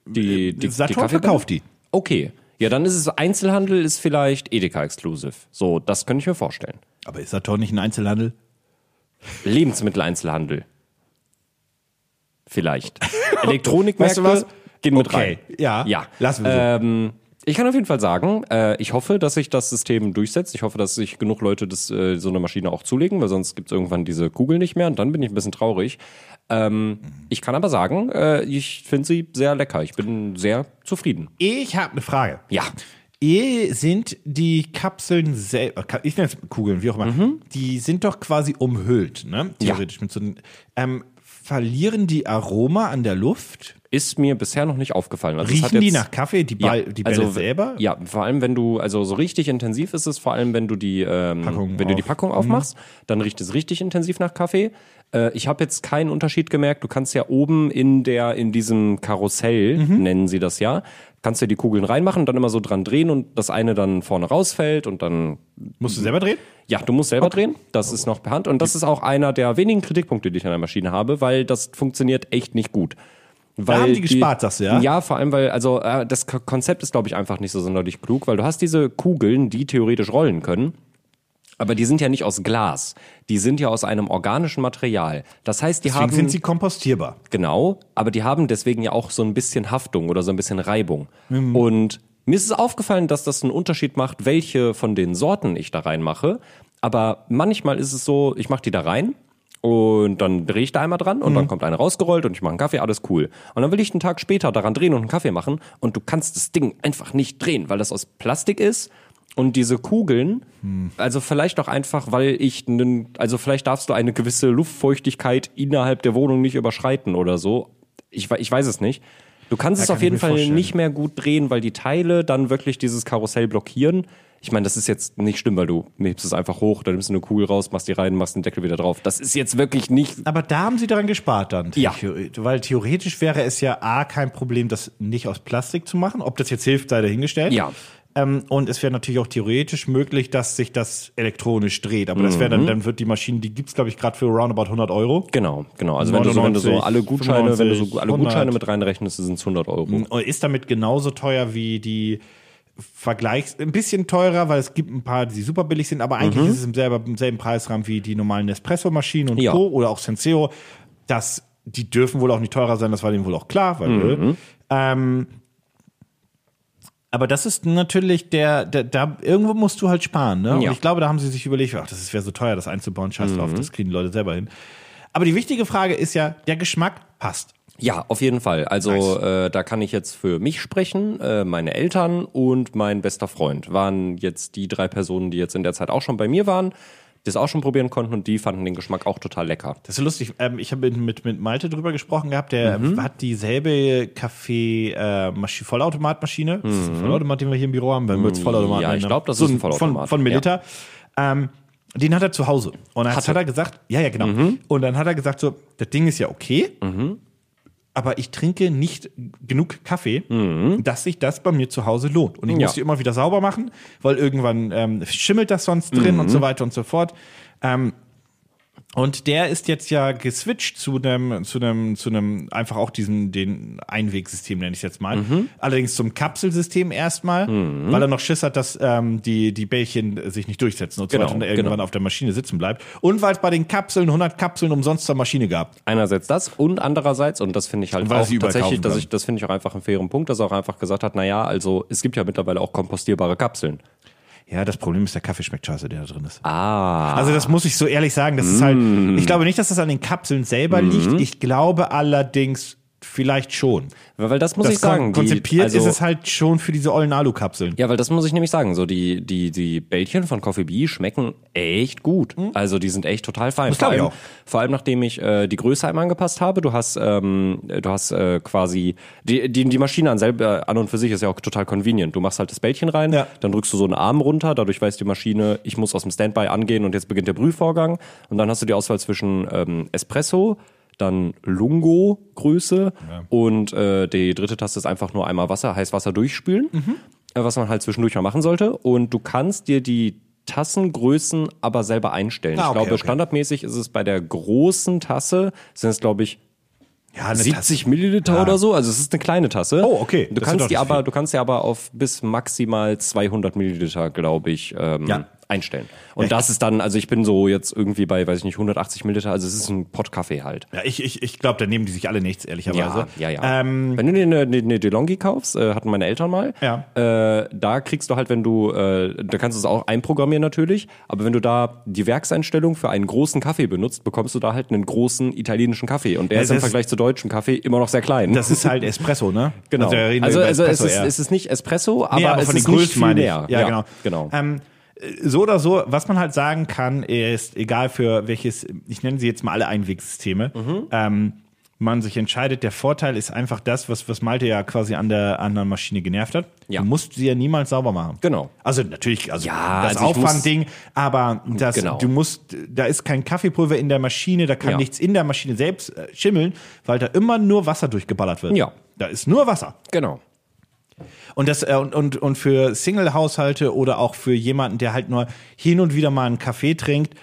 Speaker 3: Die, die, die
Speaker 2: Äh, Saturn
Speaker 3: Kaffeebälle.
Speaker 2: verkauft die.
Speaker 3: Okay. Ja, dann ist es Einzelhandel, ist vielleicht Edeka-exklusiv. So, das könnte ich mir vorstellen.
Speaker 2: Aber ist Saturn nicht ein Einzelhandel?
Speaker 3: Lebensmitteleinzelhandel. Vielleicht. Elektronikmärkte
Speaker 2: Weißt du was?
Speaker 3: gehen mit
Speaker 2: Okay,
Speaker 3: rein.
Speaker 2: ja.
Speaker 3: ja.
Speaker 2: Lassen wir so.
Speaker 3: ähm, ich kann auf jeden Fall sagen, äh, ich hoffe, dass sich das System durchsetzt. Ich hoffe, dass sich genug Leute das, äh, so eine Maschine auch zulegen, weil sonst gibt es irgendwann diese Kugel nicht mehr und dann bin ich ein bisschen traurig. Ähm,
Speaker 2: Mhm.
Speaker 3: ich kann aber sagen, äh, ich finde sie sehr lecker. Ich bin sehr zufrieden.
Speaker 2: Ich habe eine Frage.
Speaker 3: Ja.
Speaker 2: Eh sind die Kapseln selber, ich nenne es Kugeln, wie auch immer,
Speaker 3: Mhm.
Speaker 2: die sind doch quasi umhüllt, ne? Theoretisch mit so einem- ähm, Verlieren die Aroma an der Luft?
Speaker 3: Ist mir bisher noch nicht aufgefallen. Also es hat
Speaker 2: Riechen die
Speaker 3: jetzt-
Speaker 2: nach Kaffee, die, Ball, die Bälle
Speaker 3: also,
Speaker 2: selber?
Speaker 3: Ja, vor allem wenn du, also so richtig intensiv ist es, vor allem wenn du die, ähm,
Speaker 2: Packung
Speaker 3: wenn du die
Speaker 2: auf- Mhm.
Speaker 3: Packung aufmachst, dann riecht es richtig intensiv nach Kaffee. Äh, ich habe jetzt keinen Unterschied gemerkt. Du kannst ja oben in der, in diesem Karussell,
Speaker 2: Mhm.
Speaker 3: nennen sie das ja, kannst du die Kugeln reinmachen, dann immer so dran drehen und das eine dann vorne rausfällt und dann
Speaker 2: Musst du selber drehen?
Speaker 3: ja, du musst selber drehen. Das ist noch per Hand. Und das ist auch einer der wenigen Kritikpunkte, die ich an der Maschine habe, weil das funktioniert echt nicht gut. Weil
Speaker 2: haben die gespart, sagst du, ja?
Speaker 3: Ja, vor allem, weil, also äh, das Ko- Konzept ist, glaube ich, einfach nicht so sonderlich klug, weil du hast diese Kugeln, die theoretisch rollen können. Aber die sind ja nicht aus Glas. Die sind ja aus einem organischen Material. Das heißt, die
Speaker 2: Deswegen
Speaker 3: haben.
Speaker 2: sind sie kompostierbar.
Speaker 3: Genau, aber die haben deswegen ja auch so ein bisschen Haftung oder so ein bisschen Reibung. Und mir ist es aufgefallen, dass das einen Unterschied macht, welche von den Sorten ich da reinmache. Aber manchmal ist es so, ich mache die da rein und dann drehe ich da einmal dran und dann kommt eine rausgerollt und ich mache einen Kaffee, alles cool. Und dann will ich einen Tag später daran drehen und einen Kaffee machen und du kannst das Ding einfach nicht drehen, weil das aus Plastik ist. Und diese Kugeln,
Speaker 2: Hm.
Speaker 3: also vielleicht auch einfach, weil ich, nen, also vielleicht darfst du eine gewisse Luftfeuchtigkeit innerhalb der Wohnung nicht überschreiten oder so. Ich, wei- ich weiß es nicht. Du kannst es
Speaker 2: kann
Speaker 3: auf
Speaker 2: ich
Speaker 3: jeden
Speaker 2: mir
Speaker 3: Fall
Speaker 2: vorstellen.
Speaker 3: nicht mehr gut drehen, weil die Teile dann wirklich dieses Karussell blockieren. Ich meine, das ist jetzt nicht schlimm, weil du hebst es einfach hoch, dann nimmst du eine Kugel raus, machst die rein, machst den Deckel wieder drauf. Das ist jetzt wirklich nicht
Speaker 2: Aber da haben sie daran gespart dann.
Speaker 3: Ja.
Speaker 2: Theoret- Weil theoretisch wäre es ja A, kein Problem, das nicht aus Plastik zu machen. Ob das jetzt hilft, sei dahingestellt.
Speaker 3: Ja.
Speaker 2: Ähm, und es wäre natürlich auch theoretisch möglich, dass sich das elektronisch dreht. Aber das wäre
Speaker 3: Mhm.
Speaker 2: dann, dann wird die Maschine, die gibt's glaube ich, gerade für roundabout 100 Euro.
Speaker 3: Genau, genau. Also wenn du so, wenn du so
Speaker 2: 99,
Speaker 3: alle Gutscheine, wenn du so
Speaker 2: 95,
Speaker 3: alle Gutscheine
Speaker 2: 100.
Speaker 3: mit reinrechnest, sind es 100 Euro.
Speaker 2: Und äh, ist damit genauso teuer wie die Vergleichs... Ein bisschen teurer, weil es gibt ein paar, die super billig sind, aber
Speaker 3: Mhm.
Speaker 2: eigentlich ist es im selber- im selben Preisrahmen wie die normalen Nespresso-Maschinen und
Speaker 3: Ja.
Speaker 2: Co. oder auch Senseo. Das, die dürfen wohl auch nicht teurer sein, das war denen wohl auch klar, weil
Speaker 3: Mhm.
Speaker 2: äh, ähm, aber das ist natürlich der, der, da irgendwo musst du halt sparen, ne? Und
Speaker 3: Ja. Mhm.
Speaker 2: ich glaube, da haben sie sich überlegt, ach, das ist- wäre so teuer, das einzubauen, scheiß drauf, das kriegen die Leute selber hin. Aber die wichtige Frage ist ja, der Geschmack passt.
Speaker 3: Ja, auf jeden Fall. Also äh, da kann ich jetzt für mich sprechen. Äh, meine Eltern und mein bester Freund waren jetzt die drei Personen, die jetzt in der Zeit auch schon bei mir waren, die es auch schon probieren konnten und die fanden den Geschmack auch total lecker.
Speaker 2: Das ist lustig. Ähm, ich habe mit, mit Malte drüber gesprochen gehabt. Der
Speaker 3: Mhm.
Speaker 2: hat dieselbe Kaffee-Vollautomatmaschine. Das ist ein Vollautomat, den wir hier im Büro haben. Wenn wir jetzt Vollautomat
Speaker 3: Mhm. Ja,
Speaker 2: nennen,
Speaker 3: ich
Speaker 2: ne?
Speaker 3: glaub, das ist ein Vollautomat.
Speaker 2: Von, von Melitta. Ähm, den hat er zu Hause. Und dann hat,
Speaker 3: Hatte.
Speaker 2: hat er gesagt, ja, ja, genau.
Speaker 3: Mhm.
Speaker 2: Und dann hat er gesagt, so, das Ding ist ja okay. Aber ich trinke nicht genug Kaffee, dass sich das bei mir zu Hause lohnt. Und ich
Speaker 3: Mhm. Ja.
Speaker 2: muss die immer wieder sauber machen,
Speaker 3: Mhm.
Speaker 2: weil irgendwann ähm, schimmelt das sonst drin und so weiter und so fort. Ähm, Und der ist jetzt ja geswitcht zu einem, zu einem, zu einem, einfach auch diesem, den Einwegsystem nenne ich es jetzt mal.
Speaker 3: Mhm.
Speaker 2: Allerdings zum Kapselsystem erstmal, weil er noch Schiss hat, dass ähm, die, die Bällchen sich nicht durchsetzen und so
Speaker 3: Genau,
Speaker 2: weiter und er irgendwann
Speaker 3: genau.
Speaker 2: auf der Maschine sitzen bleibt. Und weil es bei den Kapseln 100 Kapseln umsonst zur Maschine gab.
Speaker 3: Einerseits das und andererseits, und das finde ich halt
Speaker 2: weil
Speaker 3: auch
Speaker 2: sie überkaufen
Speaker 3: tatsächlich, dass
Speaker 2: können.
Speaker 3: ich, das finde ich auch einfach einen fairen Punkt, dass er auch einfach gesagt hat, naja, also es gibt ja mittlerweile auch kompostierbare Kapseln.
Speaker 2: Ja, das Problem ist, der Kaffee schmeckt scheiße, der da drin ist.
Speaker 3: Ah. Mhm.
Speaker 2: Also das muss ich so ehrlich sagen, das ist halt, ich glaube nicht, dass das an den Kapseln selber liegt. Ich glaube allerdings vielleicht schon.
Speaker 3: Weil das muss
Speaker 2: das
Speaker 3: ich sagen.
Speaker 2: kon- konzipiert
Speaker 3: die, also,
Speaker 2: ist es halt schon für diese ollen Alukapseln.
Speaker 3: Ja, weil das muss ich nämlich sagen. So, die, die, die Bällchen von Coffee Bee schmecken echt gut. Also, die sind echt total fein. vor,
Speaker 2: Hm? glaub ich
Speaker 3: allem,
Speaker 2: auch.
Speaker 3: Genau. vor allem, nachdem ich äh, die Größe einmal angepasst habe. Du hast, ähm, du hast äh, quasi, die, die, die Maschine an, selber, an und für sich ist ja auch total convenient. Du machst halt das Bällchen rein,
Speaker 2: Ja.
Speaker 3: dann drückst du so einen Arm runter. Dadurch weiß die Maschine, ich muss aus dem Standby angehen und jetzt beginnt der Brühvorgang. Und dann hast du die Auswahl zwischen ähm, Espresso, dann Lungo-Größe und äh, die dritte Taste ist einfach nur einmal Wasser, heiß Wasser durchspülen, äh, was man halt zwischendurch mal machen sollte. Und du kannst dir die Tassengrößen aber selber einstellen.
Speaker 2: Ah,
Speaker 3: ich
Speaker 2: okay,
Speaker 3: glaube,
Speaker 2: okay.
Speaker 3: standardmäßig ist es bei der großen Tasse, sind es glaube ich
Speaker 2: Ja, eine Ah.
Speaker 3: 70 Milliliter oder so, also es ist eine kleine Tasse.
Speaker 2: Oh, okay.
Speaker 3: Du
Speaker 2: Das ist doch
Speaker 3: kannst die
Speaker 2: nicht
Speaker 3: aber,
Speaker 2: viel.
Speaker 3: du kannst die aber auf bis maximal 200 Milliliter, glaube ich, ähm,
Speaker 2: Ja.
Speaker 3: einstellen. Und das ist dann, also ich bin so jetzt irgendwie bei, weiß ich nicht, 180 Milliliter, also es ist ein Pott Kaffee halt.
Speaker 2: Ja, ich, ich, ich glaube, da nehmen die sich alle nichts, ehrlicherweise.
Speaker 3: ja, ja.
Speaker 2: Ähm,
Speaker 3: wenn du dir eine, eine, eine DeLonghi kaufst, äh, hatten meine Eltern mal,
Speaker 2: Ja.
Speaker 3: äh, da kriegst du halt, wenn du, äh, da kannst du es auch einprogrammieren natürlich, aber wenn du da die Werkseinstellung für einen großen Kaffee benutzt, bekommst du da halt einen großen italienischen Kaffee. Und der
Speaker 2: Ja,
Speaker 3: ist im
Speaker 2: das-
Speaker 3: Vergleich zu deutschen Kaffee immer noch sehr klein.
Speaker 2: das ist halt Espresso, ne?
Speaker 3: Genau.
Speaker 2: Also, da reden wir
Speaker 3: Also,
Speaker 2: über
Speaker 3: also es,
Speaker 2: Espresso
Speaker 3: ist,
Speaker 2: eher.
Speaker 3: es ist nicht Espresso, aber,
Speaker 2: Nee, aber
Speaker 3: es
Speaker 2: von den
Speaker 3: ist nicht
Speaker 2: Größen
Speaker 3: viel
Speaker 2: meine ich.
Speaker 3: mehr.
Speaker 2: Ja, genau.
Speaker 3: genau.
Speaker 2: Ähm, so oder so, was man halt sagen kann, ist, egal für welches, ich nenne sie jetzt mal alle Einwegsysteme, ähm, man sich entscheidet, der Vorteil ist einfach das, was, was Malte ja quasi an der anderen Maschine genervt hat.
Speaker 3: Ja.
Speaker 2: Du musst sie ja niemals sauber machen.
Speaker 3: Genau.
Speaker 2: Also natürlich, also
Speaker 3: Ja,
Speaker 2: das
Speaker 3: also ich muss-
Speaker 2: Aufwandding, aber das,
Speaker 3: Genau.
Speaker 2: du musst, da ist kein Kaffeepulver in der Maschine, da kann
Speaker 3: Ja.
Speaker 2: nichts in der Maschine selbst äh, schimmeln, weil da immer nur Wasser durchgeballert wird.
Speaker 3: Ja.
Speaker 2: Da ist nur Wasser.
Speaker 3: genau.
Speaker 2: Und das äh, und, und, und für Single-Haushalte oder auch für jemanden, der halt nur hin und wieder mal einen Kaffee trinkt,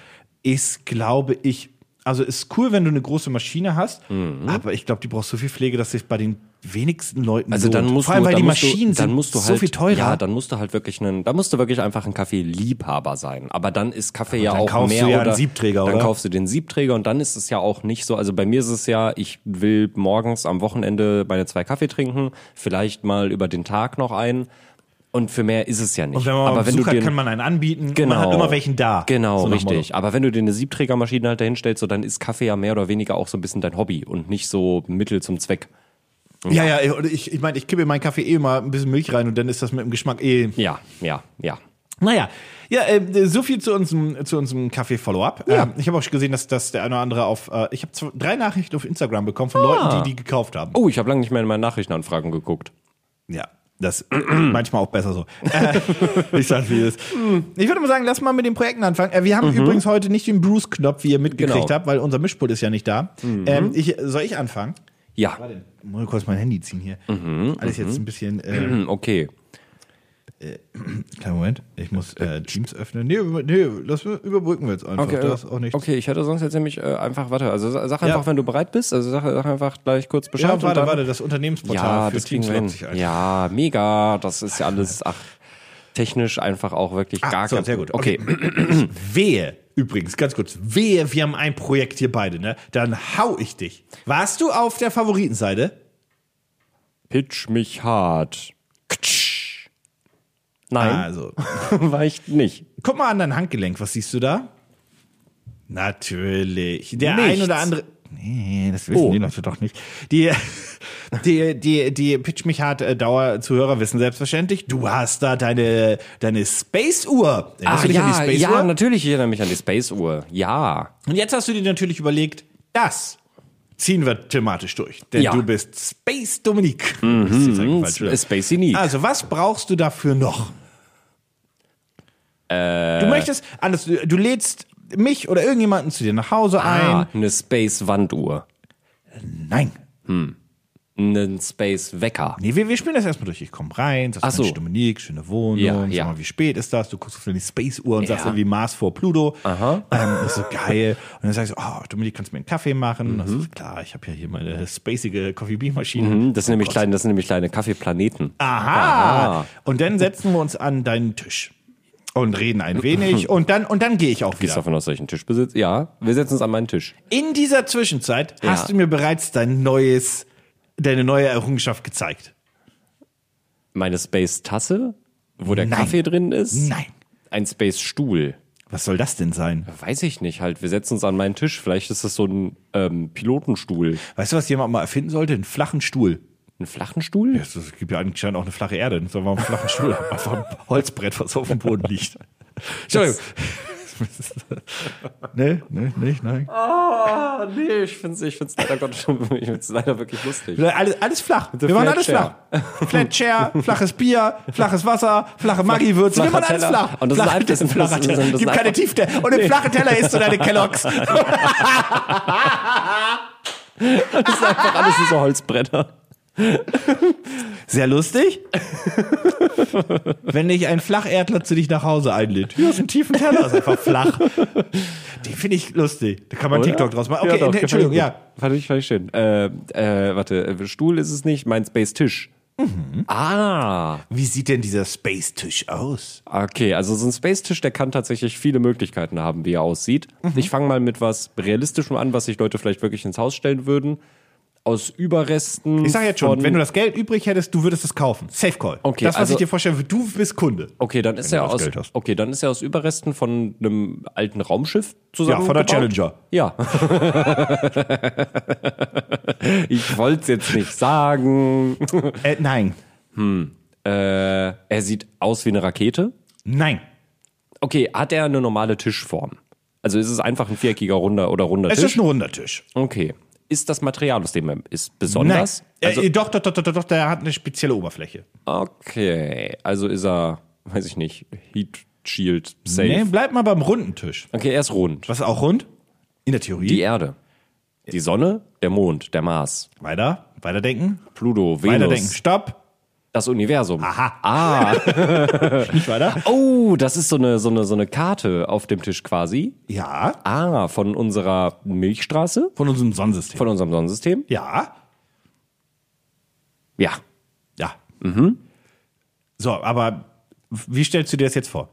Speaker 2: ist, glaube ich, also ist cool, wenn du eine große Maschine hast,
Speaker 3: Mhm.
Speaker 2: aber ich glaube, die braucht so viel Pflege, dass sich bei den wenigsten Leuten
Speaker 3: Also dann
Speaker 2: lohnt.
Speaker 3: musst
Speaker 2: Vor allem,
Speaker 3: du,
Speaker 2: weil
Speaker 3: dann
Speaker 2: die
Speaker 3: musst
Speaker 2: Maschinen
Speaker 3: du, dann
Speaker 2: sind
Speaker 3: musst du halt,
Speaker 2: so viel teurer.
Speaker 3: Ja, dann musst du halt wirklich einen, da musst du wirklich einfach ein Kaffeeliebhaber sein. Aber dann ist Kaffee ja
Speaker 2: dann
Speaker 3: auch
Speaker 2: kaufst
Speaker 3: mehr
Speaker 2: du ja
Speaker 3: oder
Speaker 2: einen Siebträger,
Speaker 3: dann
Speaker 2: oder?
Speaker 3: kaufst du den Siebträger und dann ist es ja auch nicht so. Also bei mir ist es ja, ich will morgens am Wochenende meine zwei Kaffee trinken, vielleicht mal über den Tag noch einen. Und für mehr ist es ja nicht.
Speaker 2: und wenn man
Speaker 3: aber
Speaker 2: aber
Speaker 3: wenn
Speaker 2: Besuch
Speaker 3: du dir,
Speaker 2: hat, kann man einen anbieten
Speaker 3: Genau.
Speaker 2: und man hat immer welchen da.
Speaker 3: Genau,
Speaker 2: So nach dem
Speaker 3: richtig. Aber wenn du dir eine Siebträgermaschine halt dahinstellst, so, dann ist Kaffee ja mehr oder weniger auch so ein bisschen dein Hobby und nicht so Mittel zum Zweck.
Speaker 2: Motto. Ja, ja, und ich, ich meine, ich kippe in meinen Kaffee eh immer ein bisschen Milch rein und dann ist das mit dem Geschmack eh
Speaker 3: Ja, ja, ja.
Speaker 2: Naja, ja, äh, so viel zu unserem, zu unserem Kaffee-Follow-up. Ähm, ich habe auch gesehen, dass, dass der eine oder andere auf. Äh, ich habe zwei- drei Nachrichten auf Instagram bekommen von Leuten, die die gekauft haben.
Speaker 3: Oh, ich habe lange nicht mehr in meine Nachrichtenanfragen geguckt.
Speaker 2: Ja, das manchmal auch besser so. Äh, ich sag wie es ist. Hm. Ich würde mal sagen, lass mal mit den Projekten anfangen. Äh, wir haben übrigens heute nicht den Bruce-Knopf, wie ihr mitgekriegt
Speaker 3: Genau.
Speaker 2: habt, weil unser Mischpult ist ja nicht da. Ähm, ich, soll ich anfangen?
Speaker 3: Ja,
Speaker 2: Warte, ich muss kurz mein Handy ziehen hier. Alles jetzt ein bisschen. Äh,
Speaker 3: hm, okay.
Speaker 2: kleinen Moment, ich muss äh, Teams öffnen. Nee, nee, lass, überbrücken wir jetzt einfach.
Speaker 3: Okay,
Speaker 2: das ist auch nicht.
Speaker 3: okay, ich hätte sonst jetzt nämlich äh, einfach, warte, also sa- sag
Speaker 2: Ja.
Speaker 3: einfach, wenn du bereit bist, also sag, sag einfach gleich kurz Bescheid.
Speaker 2: Ja,
Speaker 3: und
Speaker 2: warte,
Speaker 3: dann,
Speaker 2: warte, das Unternehmensportal
Speaker 3: Ja,
Speaker 2: für
Speaker 3: das kriegen
Speaker 2: Teams
Speaker 3: wir
Speaker 2: lockt sich
Speaker 3: hin.
Speaker 2: ein.
Speaker 3: Ja, mega, das ist ja alles, ach, technisch einfach auch wirklich
Speaker 2: Ah,
Speaker 3: gar
Speaker 2: so,
Speaker 3: kein-
Speaker 2: sehr gut.
Speaker 3: Okay,
Speaker 2: Wehe, übrigens, ganz kurz, wehe, wir haben ein Projekt hier beide, ne? Dann hau ich dich. Warst du auf der Favoritenseite?
Speaker 3: pitch mich hart. Ktsch. Nein,
Speaker 2: Also,
Speaker 3: war ich nicht.
Speaker 2: guck mal an dein Handgelenk, was siehst du da? Natürlich. Der
Speaker 3: Nichts.
Speaker 2: ein oder andere. Nee, das wissen
Speaker 3: Oh.
Speaker 2: die Leute doch nicht. Die, die, die, die Pitch mich hart äh, Dauerzuhörer wissen selbstverständlich, du hast da deine, deine Space-Uhr. Erinnerst du dich an die
Speaker 3: Ah, ja,
Speaker 2: Space-Uhr?
Speaker 3: natürlich, ich erinnere mich an die Space-Uhr. Ja.
Speaker 2: Und jetzt hast du dir natürlich überlegt, das ziehen wir thematisch durch. Denn
Speaker 3: Ja. Mhm,
Speaker 2: du bist Space Dominik. Das ist jetzt eigentlich falsch, oder?
Speaker 3: Space Unique.
Speaker 2: Also, was brauchst du dafür noch?
Speaker 3: Äh.
Speaker 2: du möchtest, anders, du, du lädst mich oder irgendjemanden zu dir nach Hause
Speaker 3: ah, eine Space-Wanduhr.
Speaker 2: ein. Nein.
Speaker 3: einen Space-Wecker.
Speaker 2: Nee, wir, wir spielen das erstmal durch. Ich komme rein,
Speaker 3: Ach
Speaker 2: sagst
Speaker 3: so.
Speaker 2: so. Dominik, schöne Wohnung,
Speaker 3: Ja,
Speaker 2: sag
Speaker 3: ja.
Speaker 2: mal, wie spät ist das? Du guckst auf deine Space-Uhr und sagst
Speaker 3: Ja.
Speaker 2: irgendwie Mars vor Pluto. Aha. Ähm, ist so geil. Und dann sagst du, oh, Dominik, kannst du mir einen Kaffee machen? Und
Speaker 3: Mhm.
Speaker 2: dann sagst du, klar, ich habe ja hier meine spacige Coffee Bean Maschine.
Speaker 3: Hm, Das sind, nämlich kleine, das sind nämlich kleine Kaffeeplaneten.
Speaker 2: Ah, Aha. Und dann setzen wir uns an deinen Tisch und reden ein wenig und dann und dann gehe ich auch
Speaker 3: Gehst
Speaker 2: wieder.
Speaker 3: davon aus, dass ich einen Tisch besitze? Ja, wir setzen uns an meinen Tisch.
Speaker 2: In dieser Zwischenzeit hast du mir bereits dein neues deine neue Errungenschaft gezeigt.
Speaker 3: Meine Space-Tasse, wo der
Speaker 2: Nein.
Speaker 3: Kaffee drin ist.
Speaker 2: Nein.
Speaker 3: Ein Space-Stuhl.
Speaker 2: Was soll das denn sein?
Speaker 3: Weiß ich nicht, halt. Wir setzen uns an meinen Tisch. Vielleicht ist das so ein ähm, Pilotenstuhl.
Speaker 2: Weißt du, was jemand mal erfinden sollte? Einen flachen Stuhl.
Speaker 3: Einen flachen Stuhl?
Speaker 2: Es es gibt ja anscheinend auch eine flache Erde. Dann sollen wir einen flachen Stuhl haben. Einfach ein Holzbrett, was auf dem Boden liegt. Entschuldigung. ne, ne, nicht, nein.
Speaker 3: Ah, nee, ich find's, ich find's leider Gott schon, ich find's leider wirklich lustig.
Speaker 2: Alles, alles flach. Wir machen
Speaker 3: Flat
Speaker 2: alles flach.
Speaker 3: Chair.
Speaker 2: Flat Chair, flaches Bier, flaches Wasser, flache Maggi-Würze. Wir
Speaker 3: Flacher
Speaker 2: machen alles
Speaker 3: Teller.
Speaker 2: flach.
Speaker 3: Und das ist
Speaker 2: flacher
Speaker 3: ein- das ist ein-
Speaker 2: flacher
Speaker 3: das ist ein-
Speaker 2: Teller.
Speaker 3: das ist
Speaker 2: Gibt
Speaker 3: ein-
Speaker 2: keine Tiefte. Und im flachen Teller isst du deine Kelloggs.
Speaker 3: Das ist einfach alles diese Holzbretter.
Speaker 2: Sehr lustig. Wenn dich ein Flacherdler zu dich nach Hause einlädt. Hier ist ein tiefen Teller, ist einfach flach. Den finde ich lustig. Da kann man TikTok draus machen. Okay,
Speaker 3: doch,
Speaker 2: nee, Entschuldigung,
Speaker 3: gefällt
Speaker 2: ja.
Speaker 3: mir. Fand ich, fand ich schön. Äh, äh, warte, äh, Stuhl ist es nicht, mein Space-Tisch.
Speaker 2: Mhm.
Speaker 3: Ah,
Speaker 2: Wie sieht denn dieser Space-Tisch aus?
Speaker 3: okay. Also so ein Space-Tisch, der kann tatsächlich viele Möglichkeiten haben, wie er aussieht.
Speaker 2: Mhm.
Speaker 3: Ich fange mal mit was Realistischem an, was sich Leute vielleicht wirklich ins Haus stellen würden. Aus Überresten.
Speaker 2: Ich sage jetzt schon,
Speaker 3: von-
Speaker 2: wenn du das Geld übrig hättest, du würdest es kaufen. Safe Call.
Speaker 3: Okay,
Speaker 2: das, was
Speaker 3: also-
Speaker 2: ich dir vorstelle, du bist Kunde.
Speaker 3: Okay, dann ist
Speaker 2: Wenn
Speaker 3: er
Speaker 2: du das
Speaker 3: aus.
Speaker 2: Geld hast.
Speaker 3: Okay, dann ist er aus Überresten von einem alten Raumschiff zusammen.
Speaker 2: von der Challenger.
Speaker 3: Ja. ich wollte es jetzt nicht sagen.
Speaker 2: Äh, nein.
Speaker 3: Äh, er sieht aus wie eine Rakete.
Speaker 2: Nein.
Speaker 3: Okay, hat er eine normale Tischform? Also ist es einfach ein viereckiger runder oder runder
Speaker 2: Es
Speaker 3: Tisch?
Speaker 2: ist ein runder Tisch.
Speaker 3: okay. Ist das Material, aus dem er ist, besonders?
Speaker 2: Nein.
Speaker 3: Also,
Speaker 2: äh, doch, doch, doch, doch, doch, der hat eine spezielle Oberfläche.
Speaker 3: okay. Also ist er, weiß ich nicht, Heat Shield Safe.
Speaker 2: Nee, bleib mal beim runden Tisch.
Speaker 3: Okay, er ist rund.
Speaker 2: Was ist auch rund? In der Theorie.
Speaker 3: Die Erde. Die Sonne, der Mond, der Mars.
Speaker 2: Weiter, weiterdenken,
Speaker 3: Pluto,
Speaker 2: weiterdenken.
Speaker 3: Venus,
Speaker 2: Stopp.
Speaker 3: das Universum.
Speaker 2: Aha.
Speaker 3: Ah.
Speaker 2: Nicht weiter?
Speaker 3: Oh, das ist so eine, so, eine, so eine Karte auf dem Tisch quasi.
Speaker 2: Ja.
Speaker 3: Ah, von unserer Milchstraße,
Speaker 2: Von unserem Sonnensystem.
Speaker 3: von unserem Sonnensystem.
Speaker 2: ja.
Speaker 3: Ja.
Speaker 2: Ja.
Speaker 3: Mhm.
Speaker 2: So, aber wie stellst du dir das jetzt vor?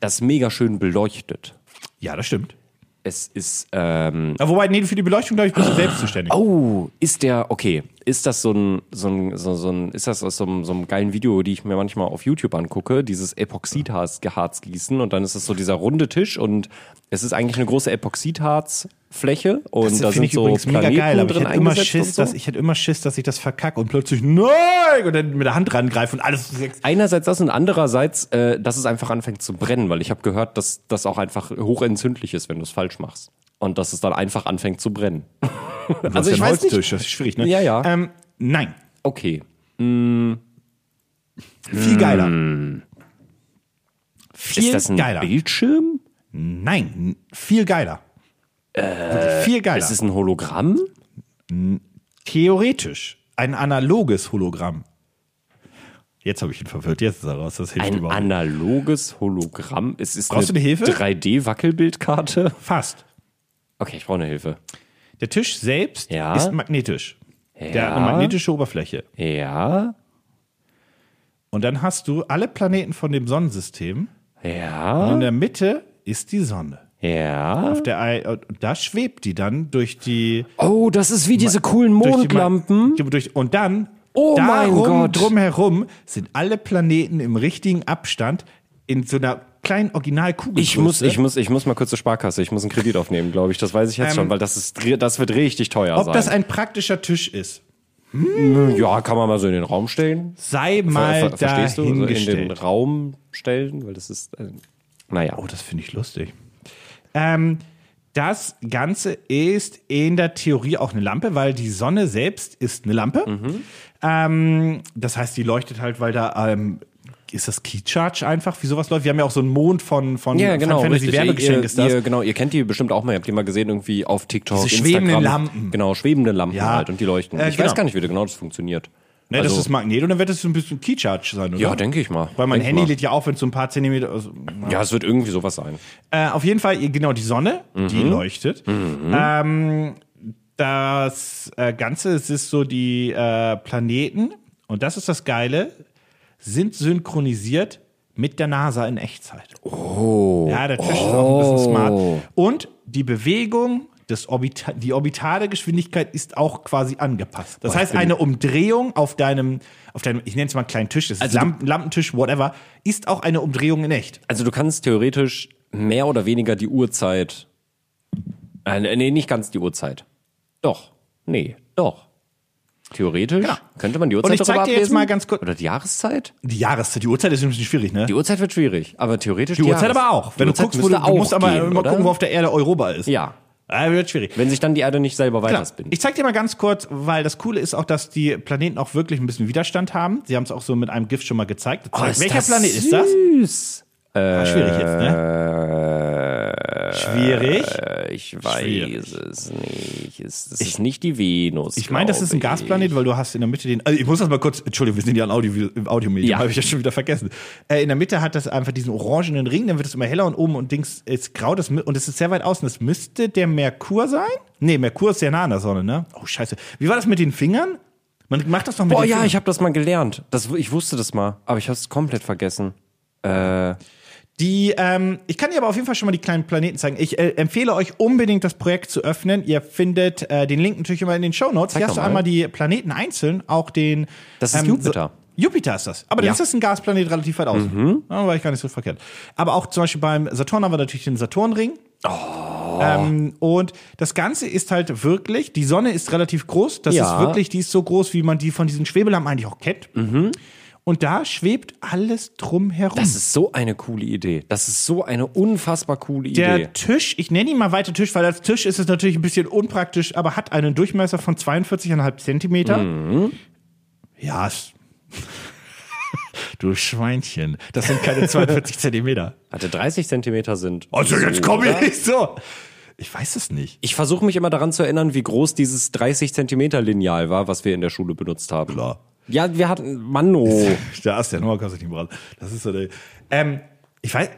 Speaker 3: Das ist mega schön beleuchtet.
Speaker 2: Ja, das stimmt.
Speaker 3: Es ist, ähm,
Speaker 2: Ja, wobei, nee, für die Beleuchtung, glaube ich, bist du selbst zuständig.
Speaker 3: oh, ist der, okay, ist das so ein, so ein, so, so ein ist das aus so einem, so einem geilen Video, die ich mir manchmal auf YouTube angucke, dieses Epoxidharz gießen und dann ist es so dieser runde Tisch und es ist eigentlich eine große Epoxidharzfläche und da sind so Planeten
Speaker 2: aber ich
Speaker 3: drin
Speaker 2: hätte, immer
Speaker 3: eingesetzt und
Speaker 2: Schiss,
Speaker 3: so.
Speaker 2: dass, ich hätte immer Schiss, dass ich das verkacke und plötzlich nein und dann mit der Hand rangreife und alles.
Speaker 3: Einerseits das und andererseits, äh, dass es einfach anfängt zu brennen, weil ich habe gehört, dass das auch einfach hochentzündlich ist, wenn du es falsch machst. Und dass es dann einfach anfängt zu brennen. also ich weiß nicht.
Speaker 2: Holztisch, das ist schwierig, ne?
Speaker 3: Ja, ja.
Speaker 2: Ähm, nein,
Speaker 3: Okay.
Speaker 2: viel geiler. Viel
Speaker 3: Hm. Ist das ein
Speaker 2: geiler.
Speaker 3: Bildschirm?
Speaker 2: Nein, viel geiler. Wirklich viel geiler.
Speaker 3: Ist Äh, es ein Hologramm?
Speaker 2: theoretisch ein analoges Hologramm. Jetzt habe ich ihn verwirrt, jetzt ist er raus, das hilft
Speaker 3: Ein
Speaker 2: überhaupt nicht.
Speaker 3: analoges Hologramm? Es ist
Speaker 2: Brauchst
Speaker 3: eine,
Speaker 2: du eine Hilfe?
Speaker 3: 3D-Wackelbildkarte?
Speaker 2: Fast.
Speaker 3: Okay, ich brauche eine Hilfe.
Speaker 2: Der Tisch selbst
Speaker 3: Ja.
Speaker 2: ist magnetisch. Der hat eine
Speaker 3: Ja.
Speaker 2: magnetische Oberfläche.
Speaker 3: Ja,
Speaker 2: Und dann hast du alle Planeten von dem Sonnensystem. Und
Speaker 3: ja,
Speaker 2: in der Mitte ist die Sonne.
Speaker 3: ja.
Speaker 2: Auf der Ei- und da schwebt die dann durch die.
Speaker 3: Oh, das ist wie diese coolen
Speaker 2: Durch die Ma-
Speaker 3: Mondlampen.
Speaker 2: Durch, und dann
Speaker 3: Oh mein
Speaker 2: darum
Speaker 3: Gott.
Speaker 2: drumherum sind alle Planeten im richtigen Abstand in so einer kleinen Originalkugel.
Speaker 3: Ich muss, ich muss, ich muss mal kurz zur Sparkasse. Ich muss einen Kredit aufnehmen, glaube ich. Das weiß ich jetzt schon, weil das ist, das wird richtig teuer
Speaker 2: Ähm, Ob
Speaker 3: sein.
Speaker 2: das ein praktischer Tisch ist,
Speaker 3: ja, kann man mal so in den Raum stellen.
Speaker 2: sei
Speaker 3: Ver-
Speaker 2: mal
Speaker 3: ver- verstehst du? So in den
Speaker 2: dahingestellt.
Speaker 3: Raum stellen, weil das ist, äh, naja.
Speaker 2: oh, das finde ich lustig. Ähm, das Ganze ist in der Theorie auch eine Lampe, weil die Sonne
Speaker 3: Mhm.
Speaker 2: selbst ist eine Lampe. Ähm, das heißt, die leuchtet halt, weil da ähm, ist das Keycharge einfach, wie sowas läuft? Wir haben ja auch so einen Mond von, von
Speaker 3: Ja, genau.
Speaker 2: Final Fantasy
Speaker 3: richtig.
Speaker 2: Werbegeschenk
Speaker 3: ihr,
Speaker 2: ist das.
Speaker 3: Ihr, genau, ihr kennt die bestimmt auch mal. Ihr habt die mal gesehen irgendwie auf TikTok,
Speaker 2: Diese
Speaker 3: Instagram.
Speaker 2: schwebenden Lampen.
Speaker 3: Genau, schwebende Lampen
Speaker 2: Ja.
Speaker 3: halt und die leuchten.
Speaker 2: Äh,
Speaker 3: ich
Speaker 2: genau.
Speaker 3: weiß gar nicht, wie genau das funktioniert.
Speaker 2: ne, das ist Magnet und dann wird das so ein bisschen Keycharge sein, oder?
Speaker 3: also ja, denke ich mal.
Speaker 2: Weil mein
Speaker 3: Denk
Speaker 2: Handy
Speaker 3: mal.
Speaker 2: lädt ja auf, wenn es so ein paar Zentimeter. Also,
Speaker 3: Ja, es wird irgendwie sowas sein.
Speaker 2: äh, auf jeden Fall, ihr- genau, die Sonne, die leuchtet. Ähm, das äh, Ganze, es ist so die äh, Planeten, und das ist das Geile, sind synchronisiert mit der NASA in Echtzeit. Oh. Ja, der Tisch ist auch ein bisschen smart. Und die Bewegung. des Orbita die orbitale Geschwindigkeit ist auch quasi angepasst. Das heißt, eine Umdrehung auf deinem, auf deinem, ich nenne es mal kleinen Tisch, das ist Lamp Lampentisch, whatever, ist auch eine Umdrehung in echt.
Speaker 3: Also du kannst theoretisch mehr oder weniger die Uhrzeit. Äh, nee, nicht ganz die Uhrzeit. Doch. Nee, doch. Theoretisch
Speaker 2: Genau.
Speaker 3: könnte man die Uhrzeit
Speaker 2: Und ich zeig
Speaker 3: darüber
Speaker 2: dir jetzt
Speaker 3: ablesen.
Speaker 2: mal ganz kurz-
Speaker 3: Oder die Jahreszeit?
Speaker 2: Die Jahreszeit, die Uhrzeit ist ein bisschen schwierig, ne?
Speaker 3: Die Uhrzeit wird schwierig, aber theoretisch
Speaker 2: Die Uhrzeit
Speaker 3: Jahres-
Speaker 2: aber auch.
Speaker 3: Die
Speaker 2: Wenn du
Speaker 3: Uhrzeit
Speaker 2: guckst, wo du,
Speaker 3: müsste
Speaker 2: du
Speaker 3: auch
Speaker 2: musst aber
Speaker 3: gehen,
Speaker 2: immer
Speaker 3: oder?
Speaker 2: gucken, wo auf der Erde Europa ist.
Speaker 3: Ja.
Speaker 2: Ah, wird schwierig.
Speaker 3: Wenn sich dann die Erde nicht selber
Speaker 2: Genau.
Speaker 3: weiterspinnt.
Speaker 2: Ich zeig dir mal ganz kurz, weil das Coole ist auch, dass die Planeten auch wirklich ein bisschen Widerstand haben. Sie haben es auch so mit einem Gift schon mal gezeigt. Das zeigt, welcher Planet ist das?
Speaker 3: Oh, Süß.
Speaker 2: Ah, schwierig jetzt, ne? Schwierig.
Speaker 3: Äh, ich weiß
Speaker 2: Schwierig.
Speaker 3: es nicht. Es, es ist nicht die Venus.
Speaker 2: Ich meine, das
Speaker 3: glaub
Speaker 2: ist ein
Speaker 3: ich.
Speaker 2: Gasplanet, weil du hast in der Mitte den. Also ich muss das mal kurz. Entschuldigung, wir sind ja ein Audio, im Audiomedium,
Speaker 3: Ja.
Speaker 2: habe ich ja schon wieder vergessen. Äh, in der Mitte hat das einfach diesen orangenen Ring, dann wird es immer heller und oben und Dings ist grau. Das, mü- und es ist sehr weit außen. Das müsste der Merkur sein? Nee, Merkur ist sehr nah an der Sonne, ne? Oh, scheiße. Wie war das mit den Fingern? Man macht das doch mit
Speaker 3: Boah,
Speaker 2: den
Speaker 3: Oh ja,
Speaker 2: Fingern.
Speaker 3: ich habe das mal gelernt. Das, ich wusste das mal, aber ich habe es komplett vergessen.
Speaker 2: Die, ähm, ich kann dir aber auf jeden Fall schon mal die kleinen Planeten zeigen. Ich äh, empfehle euch unbedingt, das Projekt zu öffnen. Ihr findet äh, den Link natürlich immer in den Show Notes. Hier
Speaker 3: Zeig
Speaker 2: hast du
Speaker 3: doch mal.
Speaker 2: einmal die Planeten einzeln, auch den. ähm,
Speaker 3: Das ist Jupiter.
Speaker 2: So, Jupiter ist das. Aber dann
Speaker 3: Ja. Mhm.
Speaker 2: ist das ein Gasplanet relativ weit außen. Da war ich gar nicht so verkehrt. Aber auch zum Beispiel beim Saturn haben wir natürlich den Saturnring.
Speaker 3: Oh.
Speaker 2: Ähm, und das Ganze ist halt wirklich, die Sonne ist relativ groß. Das
Speaker 3: Ja.
Speaker 2: ist wirklich, die ist so groß, wie man die von diesen Schwebelampen eigentlich auch kennt. Und da schwebt alles drumherum.
Speaker 3: Mhm. Das ist so eine coole Idee. Das ist so eine unfassbar coole
Speaker 2: Der
Speaker 3: Idee.
Speaker 2: Tisch, ich nenne ihn mal weiter Tisch, weil als Tisch ist es natürlich ein bisschen unpraktisch, aber hat einen Durchmesser von 42,5 Zentimeter.
Speaker 3: Mhm.
Speaker 2: Ja, es- du Schweinchen, das sind keine 42 Zentimeter.
Speaker 3: Hatte 30 Zentimeter sind.
Speaker 2: Also jetzt
Speaker 3: So,
Speaker 2: komm ich
Speaker 3: oder?
Speaker 2: nicht so. Ich weiß es nicht.
Speaker 3: Ich versuche mich immer daran zu erinnern, wie groß dieses 30 Zentimeter Lineal war, was wir in der Schule benutzt haben.
Speaker 2: Klar.
Speaker 3: Ja, wir hatten Manno.
Speaker 2: Da ist der Nummer, kannst du nicht mehr ran. Das ist so der. Ähm, ich weiß,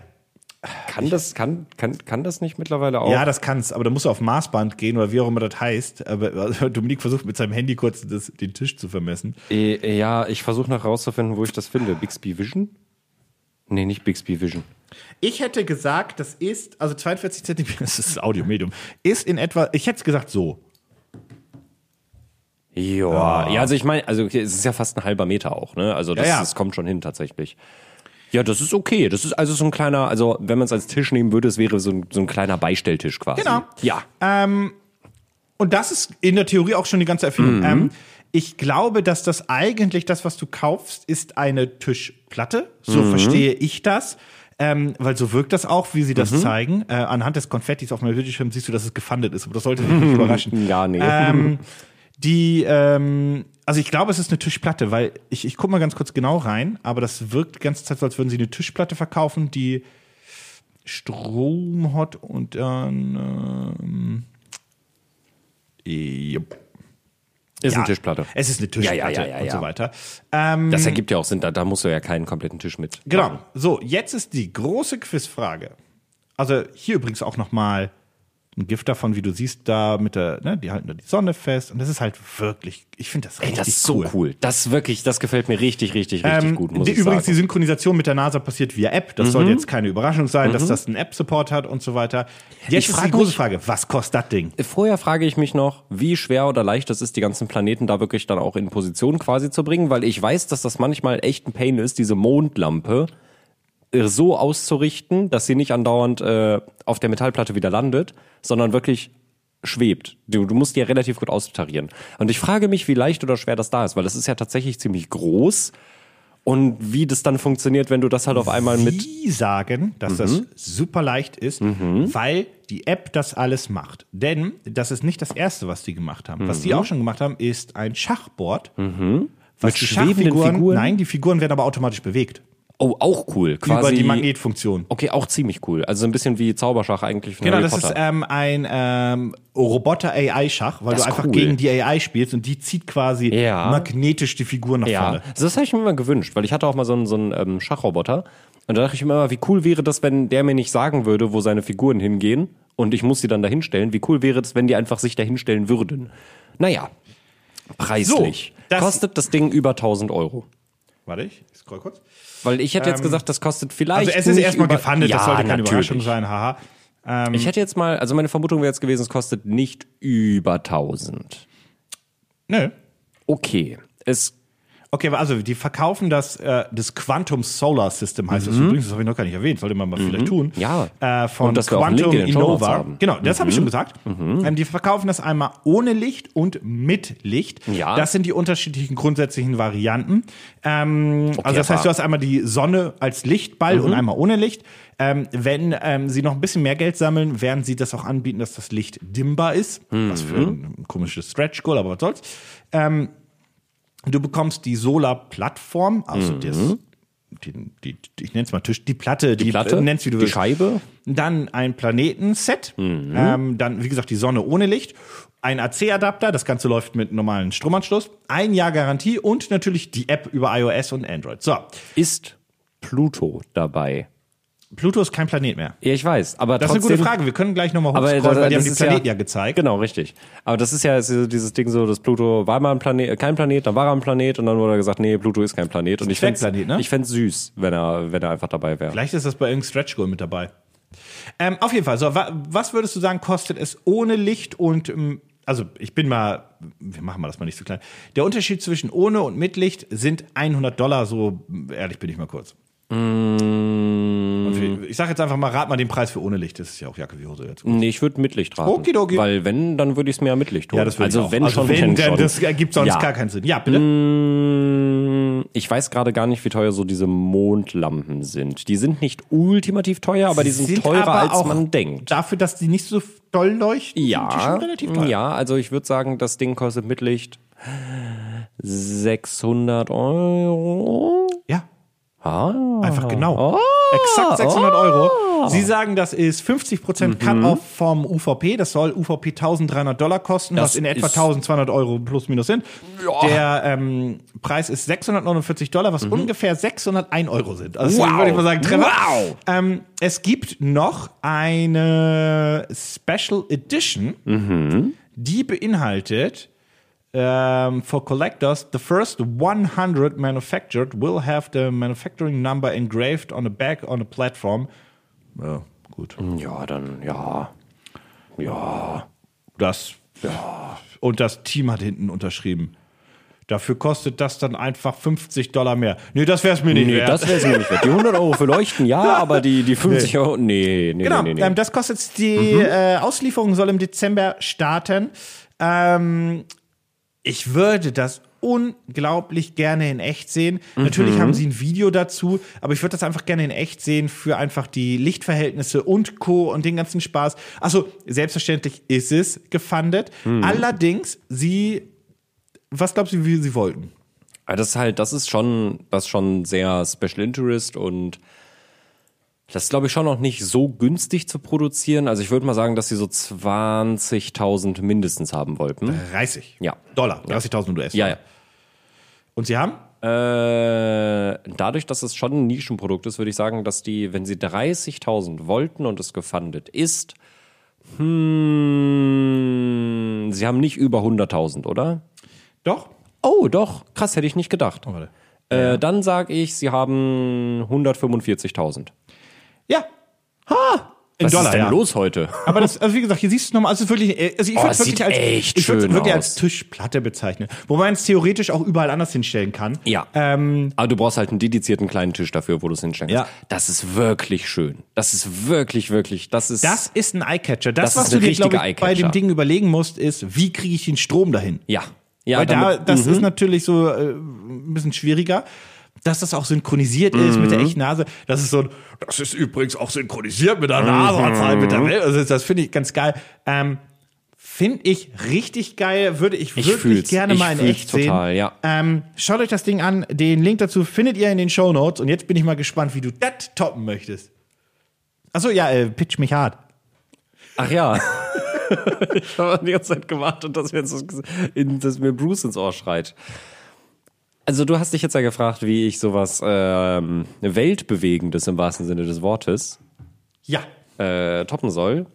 Speaker 3: Kann das kann kann kann das nicht mittlerweile auch?
Speaker 2: ja, das kannst, aber da musst du auf Maßband gehen oder wie auch immer das heißt. Aber also, Dominik versucht mit seinem Handy kurz das, den Tisch zu vermessen.
Speaker 3: Äh, ja, ich versuche noch rauszufinden, wo ich das finde. Bixby Vision? Nee, nicht Bixby Vision.
Speaker 2: Ich hätte gesagt, das ist, also 42 Zentimeter, das ist das Audiomedium, ist in etwa, ich hätte es gesagt so.
Speaker 3: Joa. Ja, also ich meine, also okay, es ist ja fast ein halber Meter auch, ne? Also das,
Speaker 2: Ja, ja.
Speaker 3: das kommt schon hin tatsächlich. Ja, das ist okay. Das ist also so ein kleiner, also wenn man es als Tisch nehmen würde, es wäre so ein, so ein kleiner Beistelltisch quasi.
Speaker 2: Genau.
Speaker 3: Ja.
Speaker 2: Und das ist in der Theorie auch schon die ganze Erfindung. Ähm, ich glaube, dass das eigentlich das, was du kaufst, ist eine Tischplatte. So verstehe ich das. Ähm, weil so wirkt das auch, wie sie das zeigen. Äh, anhand des Konfettis auf meinem Bildschirm siehst du, dass es gefundet ist. Aber das sollte dich nicht überraschen.
Speaker 3: Hm, Ja, nee.
Speaker 2: Ähm, die, ähm, also ich glaube, es ist eine Tischplatte, weil ich, ich gucke mal ganz kurz genau rein, aber das wirkt die ganze Zeit so, als würden sie eine Tischplatte verkaufen, die Strom hat und dann. Ähm, jupp.
Speaker 3: ist
Speaker 2: Ja,
Speaker 3: eine Tischplatte.
Speaker 2: Es ist eine
Speaker 3: Ja,
Speaker 2: Tischplatte
Speaker 3: ja, ja, ja,
Speaker 2: und
Speaker 3: ja.
Speaker 2: so weiter. Ähm,
Speaker 3: Das ergibt ja auch Sinn, da, da musst du ja keinen kompletten Tisch mit.
Speaker 2: genau. So, jetzt ist die große Quizfrage. Also hier übrigens auch nochmal ein Gift davon, wie du siehst, da mit der, ne, die halten da die Sonne fest und das ist halt wirklich, ich finde das richtig
Speaker 3: Das ist so cool. Das wirklich, das gefällt mir richtig, richtig, richtig
Speaker 2: Ähm,
Speaker 3: gut, muss
Speaker 2: die,
Speaker 3: ich
Speaker 2: übrigens, die
Speaker 3: sagen. Mhm.
Speaker 2: Synchronisation mit der NASA passiert via App. Das sollte jetzt keine Überraschung sein, dass das einen App-Support hat und so weiter. Jetzt
Speaker 3: Ich
Speaker 2: ist
Speaker 3: frag
Speaker 2: die große
Speaker 3: mich-
Speaker 2: Frage, was kostet das Ding?
Speaker 3: Vorher frage ich mich noch, wie schwer oder leicht es ist, die ganzen Planeten da wirklich dann auch in Position quasi zu bringen, weil ich weiß, dass das manchmal echt ein Pain ist, diese Mondlampe äh, so auszurichten, dass sie nicht andauernd äh, auf der Metallplatte wieder landet, sondern wirklich schwebt. Du, du musst die ja relativ gut austarieren. Und ich frage mich, wie leicht oder schwer das da ist, weil das ist ja tatsächlich ziemlich groß. Und wie das dann funktioniert, wenn du das halt auf einmal mit Mhm.
Speaker 2: Die sagen, dass das super leicht ist, weil die App das alles macht. Denn das ist nicht das Erste, was die gemacht haben. Was
Speaker 3: Mhm.
Speaker 2: die auch schon gemacht haben, ist ein Schachboard. Was
Speaker 3: Mit schwebenden
Speaker 2: Schachfiguren-
Speaker 3: Figuren?
Speaker 2: Nein, die Figuren werden aber automatisch bewegt.
Speaker 3: Oh, auch cool. Quasi,
Speaker 2: über die Magnetfunktion.
Speaker 3: Okay, auch ziemlich cool. Also so ein bisschen wie Zauberschach eigentlich von
Speaker 2: Genau,
Speaker 3: Harry
Speaker 2: das
Speaker 3: Potter.
Speaker 2: ist ähm, ein ähm, Roboter-AI-Schach, weil
Speaker 3: Das
Speaker 2: du
Speaker 3: ist
Speaker 2: einfach
Speaker 3: cool.
Speaker 2: gegen die AI spielst und die zieht quasi
Speaker 3: Ja.
Speaker 2: magnetisch die Figur nach
Speaker 3: Ja,
Speaker 2: vorne.
Speaker 3: also das habe ich mir immer gewünscht, weil ich hatte auch mal so einen, so einen ähm, Schachroboter. Und da dachte ich mir immer, wie cool wäre das, wenn der mir nicht sagen würde, wo seine Figuren hingehen und ich muss sie dann dahin stellen. Wie cool wäre es, wenn die einfach sich dahin stellen würden. Naja, preislich.
Speaker 2: So, das-
Speaker 3: kostet das Ding über 1000 Euro.
Speaker 2: Warte, ich scroll kurz.
Speaker 3: Weil ich hätte jetzt gesagt, das kostet vielleicht.
Speaker 2: Ähm, Also es ist
Speaker 3: nicht
Speaker 2: erstmal
Speaker 3: über-
Speaker 2: gefundet,
Speaker 3: ja,
Speaker 2: das sollte keine
Speaker 3: natürlich.
Speaker 2: Überraschung sein, haha.
Speaker 3: Ich hätte jetzt mal, also meine Vermutung wäre jetzt gewesen, es kostet nicht über 1000.
Speaker 2: Nö.
Speaker 3: Okay. Es
Speaker 2: Okay, aber also die verkaufen das, äh, das Quantum Solar System heißt das übrigens, das habe ich noch gar nicht erwähnt, sollte man mal vielleicht tun.
Speaker 3: Mhm. Ja.
Speaker 2: Äh, von
Speaker 3: Und dass wir auch einen
Speaker 2: Quantum
Speaker 3: Link in den Show Notes
Speaker 2: Innova.
Speaker 3: haben. Mhm.
Speaker 2: Genau, das habe ich schon gesagt. Ähm, die verkaufen das einmal ohne Licht und mit Licht.
Speaker 3: Ja.
Speaker 2: Das sind die unterschiedlichen grundsätzlichen Varianten. Ähm, also das
Speaker 3: aber- Mhm.
Speaker 2: heißt, du hast einmal die Sonne als Lichtball und einmal ohne Licht. Ähm, wenn ähm, sie noch ein bisschen mehr Geld sammeln, werden sie das auch anbieten, dass das Licht dimmbar ist.
Speaker 3: Mhm.
Speaker 2: Was für ein komisches Stretch Goal, aber was soll's. Du bekommst die Solar-Plattform, also
Speaker 3: Mhm.
Speaker 2: das, die, die, die, ich nenne es mal Tisch, die Platte, die,
Speaker 3: Platte,
Speaker 2: äh, nenn's, wie du
Speaker 3: die
Speaker 2: willst.
Speaker 3: Scheibe. Mhm.
Speaker 2: Dann ein Planetenset, ähm, dann wie gesagt die Sonne ohne Licht, ein AC-Adapter, das Ganze läuft mit normalen Stromanschluss, ein Jahr Garantie und natürlich die App über iOS und Android. So,
Speaker 3: ist Pluto dabei.
Speaker 2: Pluto ist kein Planet mehr.
Speaker 3: Ja, ich weiß, aber
Speaker 2: Das
Speaker 3: trotzdem,
Speaker 2: ist eine gute Frage. Wir können gleich nochmal
Speaker 3: Aber
Speaker 2: hochscrollen,
Speaker 3: das-
Speaker 2: weil die
Speaker 3: das
Speaker 2: haben die
Speaker 3: ist
Speaker 2: Planeten ja,
Speaker 3: ja-
Speaker 2: gezeigt.
Speaker 3: Genau, richtig. Aber das ist ja es ist dieses Ding so, dass Pluto war mal ein Planet, äh, kein Planet, dann war er ein Planet und dann wurde gesagt, nee, Pluto ist kein Planet. Und ich fände
Speaker 2: Zwergplanet, ne?
Speaker 3: ich fänd's süß, wenn er, wenn er einfach dabei wäre.
Speaker 2: Vielleicht ist das bei irgendeinem Stretch Goal mit dabei. Ähm, auf jeden Fall. So, wa was würdest du sagen, kostet es ohne Licht und ähm, also ich bin mal, wir machen mal das mal nicht so klein. Der Unterschied zwischen ohne und mit Licht sind 100 Dollar. So ehrlich bin ich mal kurz.
Speaker 3: Mm.
Speaker 2: Und wie- Ich sage jetzt einfach mal, rat mal den Preis für ohne Licht. Das ist ja auch Jacke wie Hose jetzt.
Speaker 3: Nee, ich würde Mitlicht raten.
Speaker 2: Okidoki.
Speaker 3: Weil wenn, dann würde ich es mir ja Mitlicht holen.
Speaker 2: Ja, das würde
Speaker 3: also
Speaker 2: ich auch.
Speaker 3: wenn
Speaker 2: also
Speaker 3: schon,
Speaker 2: wenn,
Speaker 3: wenn
Speaker 2: denn
Speaker 3: schon.
Speaker 2: das ergibt sonst
Speaker 3: Ja.
Speaker 2: gar keinen Sinn. Ja, bitte.
Speaker 3: Mm, Ich weiß gerade gar nicht, wie teuer so diese Mondlampen sind. Die sind nicht ultimativ teuer, aber die sind, teurer,
Speaker 2: aber
Speaker 3: als
Speaker 2: auch
Speaker 3: man denkt.
Speaker 2: Dafür, dass die nicht so doll leuchten, sind die
Speaker 3: Ja,
Speaker 2: schon relativ teuer.
Speaker 3: ja, also ich würde sagen, das Ding kostet mit Licht 600 Euro.
Speaker 2: ja.
Speaker 3: Ah,
Speaker 2: Einfach genau.
Speaker 3: Oh.
Speaker 2: Exakt 600 Euro. Sie sagen, das ist 50%
Speaker 3: Mhm.
Speaker 2: Cut-Off vom UVP. Das soll UVP 1300 Dollar kosten, was
Speaker 3: Das
Speaker 2: in etwa
Speaker 3: ist-
Speaker 2: 1200 Euro plus minus sind. Der ähm, Preis ist 649 Dollar,
Speaker 3: Mhm.
Speaker 2: was ungefähr 601 Euro sind. Also deswegen
Speaker 3: Wow.
Speaker 2: würde ich mal sagen, Treffer.
Speaker 3: Wow.
Speaker 2: Ähm, es gibt noch eine Special Edition, die beinhaltet um, for collectors, the first 100 manufactured will have the manufacturing number engraved on the back on a platform. Ja, gut.
Speaker 3: Ah. ja, dann, ja. Ja.
Speaker 2: Das. Ja. Und das Team hat hinten unterschrieben. Dafür kostet das dann einfach 50 Dollar mehr. Nee, das wär's mir nicht
Speaker 3: Nee,
Speaker 2: wert.
Speaker 3: das wäre es mir nicht wert. Die 100 Euro für Leuchten, ja, aber die, die 50 Euro, nee, nee,
Speaker 2: genau,
Speaker 3: nee, Mhm. nee. nee.
Speaker 2: Ähm, das kostet die äh, Auslieferung soll im Dezember starten. Ähm, ich würde das unglaublich gerne in echt sehen.
Speaker 3: Mhm.
Speaker 2: Natürlich haben sie ein Video dazu, aber ich würde das einfach gerne in echt sehen für einfach die Lichtverhältnisse und Co. und den ganzen Spaß. Achso, selbstverständlich ist es gefundet.
Speaker 3: Mhm.
Speaker 2: Allerdings, sie, was glaubst du, wie sie wollten?
Speaker 3: Aber das ist halt, das ist schon, das ist schon sehr Special Interest und das ist, glaube ich, schon noch nicht so günstig zu produzieren. Also ich würde mal sagen, dass sie so 20.000 mindestens haben wollten.
Speaker 2: Äh, 30
Speaker 3: Ja.
Speaker 2: Dollar, 30.000 US.
Speaker 3: Ja, ja.
Speaker 2: Und sie haben?
Speaker 3: Äh, dadurch, dass es schon ein Nischenprodukt ist, würde ich sagen, dass die, wenn sie 30.000 wollten und es gefundet ist, hm, sie haben nicht über 100.000, oder?
Speaker 2: Doch.
Speaker 3: Oh, doch. Krass, hätte ich nicht gedacht.
Speaker 2: Oh, warte.
Speaker 3: Äh, dann sage ich, sie haben 145.000.
Speaker 2: Ja. Ha! In
Speaker 3: Was
Speaker 2: Dollar,
Speaker 3: ist denn
Speaker 2: ja.
Speaker 3: los heute?
Speaker 2: Aber das, also wie gesagt, hier siehst du es nochmal, also es ist wirklich, äh, also ich
Speaker 3: Oh,
Speaker 2: würde
Speaker 3: es
Speaker 2: es wirklich
Speaker 3: sieht
Speaker 2: als,
Speaker 3: echt
Speaker 2: ich würde es
Speaker 3: schön
Speaker 2: wirklich
Speaker 3: aus.
Speaker 2: als Tischplatte bezeichnen. Wo man es theoretisch auch überall anders hinstellen kann.
Speaker 3: Ja.
Speaker 2: Ähm,
Speaker 3: Aber du brauchst halt einen dedizierten kleinen Tisch dafür, wo du es hinstellen kannst.
Speaker 2: Ja.
Speaker 3: Das ist wirklich schön. Das ist wirklich, wirklich, das ist...
Speaker 2: das ist ein Eyecatcher. Das,
Speaker 3: Das
Speaker 2: was
Speaker 3: ist
Speaker 2: du
Speaker 3: ein
Speaker 2: dir, glaube
Speaker 3: richtiger
Speaker 2: ich, bei dem
Speaker 3: Eyecatcher.
Speaker 2: Ding überlegen musst, ist, wie kriege ich den Strom dahin?
Speaker 3: Ja. Ja,
Speaker 2: Weil da,
Speaker 3: damit- Mhm.
Speaker 2: das ist natürlich so äh, ein bisschen schwieriger. Dass das auch synchronisiert ist mit der
Speaker 3: Mhm.
Speaker 2: echten Nase. Das ist so ein, das ist übrigens auch synchronisiert mit der Nase, mhm. mit der Welt. Also das finde ich ganz geil. Ähm, Finde ich richtig geil, würde ich,
Speaker 3: Ich
Speaker 2: wirklich
Speaker 3: fühl's.
Speaker 2: gerne
Speaker 3: Ich
Speaker 2: mal in
Speaker 3: fühl's
Speaker 2: echt
Speaker 3: total,
Speaker 2: sehen.
Speaker 3: ja.
Speaker 2: Ähm, schaut euch das Ding an, den Link dazu findet ihr in den Show Notes und jetzt bin ich mal gespannt, wie du das toppen möchtest. Achso, ja, äh, pitch mich hart.
Speaker 3: Ach ja. ich habe die ganze Zeit gewartet, dass mir, jetzt das, in, dass mir Bruce ins Ohr schreit. Also du hast dich jetzt ja gefragt, wie ich sowas ähm, Weltbewegendes im wahrsten Sinne des Wortes
Speaker 2: Ja.
Speaker 3: äh, toppen soll.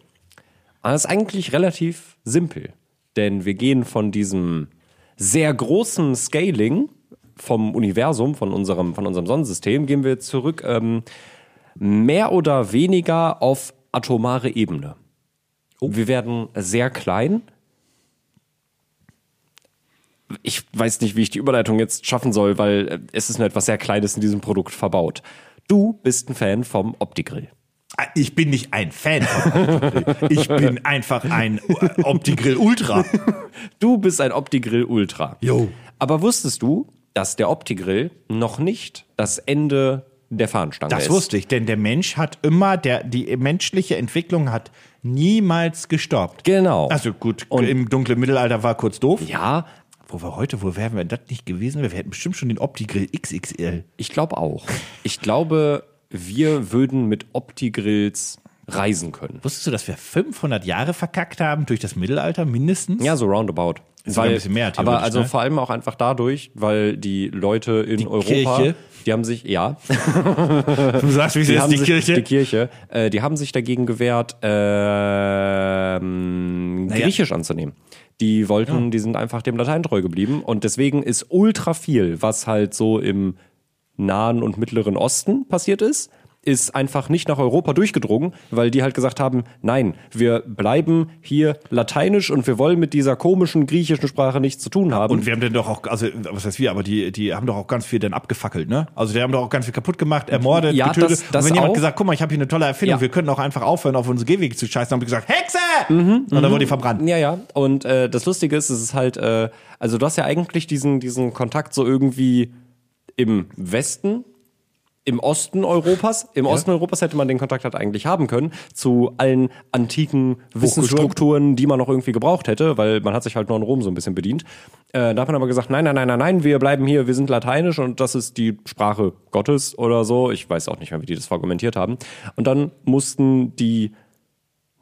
Speaker 3: Aber das ist eigentlich relativ simpel. Denn wir gehen von diesem sehr großen Scaling vom Universum, von unserem, von unserem Sonnensystem, gehen wir zurück ähm, mehr oder weniger auf atomare Ebene. Wir werden sehr klein. Ich weiß nicht, wie ich die Überleitung jetzt schaffen soll, weil äh, es ist nur etwas sehr Kleines in diesem Produkt verbaut. Du bist ein Fan vom Optigrill.
Speaker 2: Ich bin nicht ein Fan von Opti-Grill. Ich bin einfach ein Opti-Grill Ultra.
Speaker 3: Du bist ein Opti-Grill Ultra.
Speaker 2: Jo.
Speaker 3: Aber wusstest du, dass der Opti-Grill noch nicht das Ende der Fahnenstange ist?
Speaker 2: Das wusste ich, denn der Mensch hat immer, der, die menschliche Entwicklung hat niemals gestoppt.
Speaker 3: Genau.
Speaker 2: Also gut,
Speaker 3: Und-
Speaker 2: im dunklen Mittelalter war kurz doof.
Speaker 3: Ja,
Speaker 2: Wo wir heute, wo wären wir das nicht gewesen? Wir hätten bestimmt schon den Opti-Grill XXL.
Speaker 3: ich glaube auch. Ich glaube, wir würden mit Opti-Grills reisen können.
Speaker 2: Wusstest du, dass wir 500 Jahre verkackt haben durch das Mittelalter mindestens?
Speaker 3: Ja, so roundabout.
Speaker 2: sogar ein bisschen mehr, theoretisch,
Speaker 3: aber also
Speaker 2: ne?
Speaker 3: vor allem auch einfach dadurch, weil die Leute in Europa,
Speaker 2: Kirche?
Speaker 3: die haben sich, ja,
Speaker 2: Du sagst, wie
Speaker 3: die
Speaker 2: ist
Speaker 3: haben
Speaker 2: die
Speaker 3: sich,
Speaker 2: Kirche?
Speaker 3: Die Kirche, äh, die haben sich dagegen gewehrt, ähm, Griechisch anzunehmen. Die wollten, die sind einfach dem Latein treu geblieben und deswegen ist ultra viel, was halt so im Nahen und Mittleren Osten passiert ist, ist einfach nicht nach Europa durchgedrungen, weil die halt gesagt haben, nein, wir bleiben hier lateinisch und wir wollen mit dieser komischen griechischen Sprache nichts zu tun haben.
Speaker 2: Und wir haben denn doch auch, also was heißt wir, aber die, die haben doch auch ganz viel dann abgefackelt, ne? Also die haben doch auch ganz viel kaputt gemacht, ermordet,
Speaker 3: Ja,
Speaker 2: getötet.
Speaker 3: das- das
Speaker 2: und wenn jemand
Speaker 3: auch.
Speaker 2: gesagt, guck mal, ich habe hier eine tolle Erfindung,
Speaker 3: Ja. Mhm,
Speaker 2: wir könnten auch einfach aufhören, auf unsere Gehwege zu scheißen, haben die gesagt, Hexe! und dann wurde die verbrannt.
Speaker 3: Ja, ja. Und äh, das Lustige ist, es ist halt, äh, also du hast ja eigentlich diesen, diesen Kontakt so irgendwie im Westen, im Osten Europas. Im Osten Europas hätte man den Kontakt halt eigentlich haben können zu allen antiken Wissensstrukturen, die man noch irgendwie gebraucht hätte, weil man hat sich halt nur in Rom so ein bisschen bedient. Äh, da hat man aber gesagt, nein, nein, nein, nein, nein, wir bleiben hier, wir sind lateinisch und das ist die Sprache Gottes oder so. Ich weiß auch nicht mehr, wie die das argumentiert haben. Und dann mussten die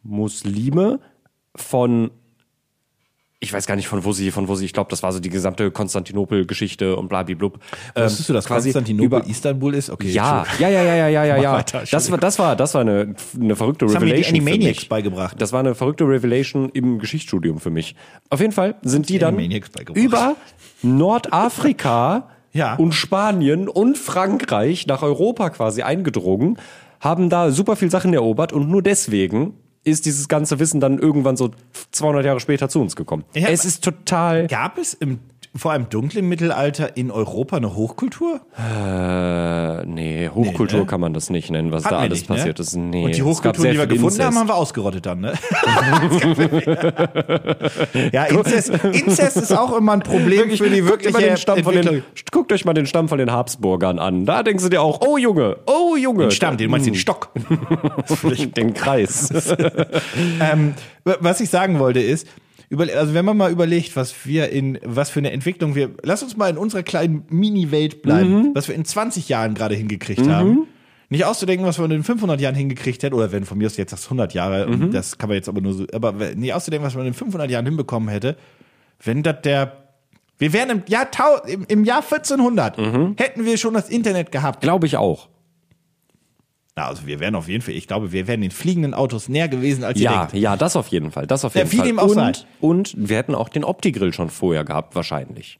Speaker 3: Muslime von ich weiß gar nicht von wo sie, von wo sie, ich glaube, das war so die gesamte Konstantinopel-Geschichte und Ähm, blablablub.
Speaker 2: Wusstest du, dass Konstantinopel Istanbul ist? Okay,
Speaker 3: Ja, ja, ja, ja, ja, ja, ja,
Speaker 2: Mach
Speaker 3: ja.
Speaker 2: weiter,
Speaker 3: Das war, das war, das war eine, eine verrückte
Speaker 2: haben mir die
Speaker 3: Revelation. für
Speaker 2: Animaniacs
Speaker 3: mich.
Speaker 2: beigebracht.
Speaker 3: Das war eine verrückte Revelation im Geschichtsstudium für mich. Auf jeden Fall sind die dann
Speaker 2: Animaniacs beigebracht.
Speaker 3: über Nordafrika
Speaker 2: Ja.
Speaker 3: und Spanien und Frankreich nach Europa quasi eingedrungen, haben da super viel Sachen erobert und nur deswegen ist dieses ganze Wissen dann irgendwann so 200 Jahre später zu uns gekommen.
Speaker 2: Ja,
Speaker 3: es
Speaker 2: aber-
Speaker 3: ist total
Speaker 2: Gab es im vor allem dunklen Mittelalter in Europa eine Hochkultur?
Speaker 3: Äh, nee, Hochkultur
Speaker 2: Nee, ne?
Speaker 3: kann man das nicht nennen, was
Speaker 2: Hatten
Speaker 3: da
Speaker 2: wir
Speaker 3: alles
Speaker 2: nicht, ne?
Speaker 3: passiert ist. Nee,
Speaker 2: Und die
Speaker 3: es gab
Speaker 2: Hochkulturen,
Speaker 3: sehr
Speaker 2: die wir
Speaker 3: viel
Speaker 2: gefunden
Speaker 3: Inzest.
Speaker 2: haben, haben wir ausgerottet dann, ne? ja, Inzest, Inzest ist auch immer ein Problem für die
Speaker 3: Guckt,
Speaker 2: wirkliche
Speaker 3: immer den Stamm von
Speaker 2: Entwicklung.
Speaker 3: den, guckt euch mal den Stamm von den Habsburgern an. Da denkst du dir auch, oh Junge, oh Junge. Den
Speaker 2: Stamm, den meinst du den Stock.
Speaker 3: den Kreis.
Speaker 2: ähm, wa- was ich sagen wollte ist, überle- also wenn man mal überlegt, was wir in, was für eine Entwicklung wir, lass uns mal in unserer kleinen Mini-Welt bleiben, was wir in 20 Jahren gerade hingekriegt haben. Nicht auszudenken, was man in 500 Jahren hingekriegt hätte, oder wenn von mir aus jetzt das 100 Jahre, das kann man jetzt aber nur so, aber nicht auszudenken, was man in 500 Jahren hinbekommen hätte, wenn das der, wir wären im Jahr, tau- im, im Jahr 1400, hätten wir schon das Internet gehabt.
Speaker 3: Glaube ich auch.
Speaker 2: Na, also wir wären auf jeden Fall, ich glaube, wir wären den fliegenden Autos näher gewesen, als ihr
Speaker 3: Ja,
Speaker 2: denkt.
Speaker 3: ja, das auf jeden Fall. Das auf
Speaker 2: Ja,
Speaker 3: jeden
Speaker 2: wie
Speaker 3: Fall.
Speaker 2: dem auch sei.
Speaker 3: und, und wir hätten auch den Opti-Grill schon vorher gehabt, wahrscheinlich.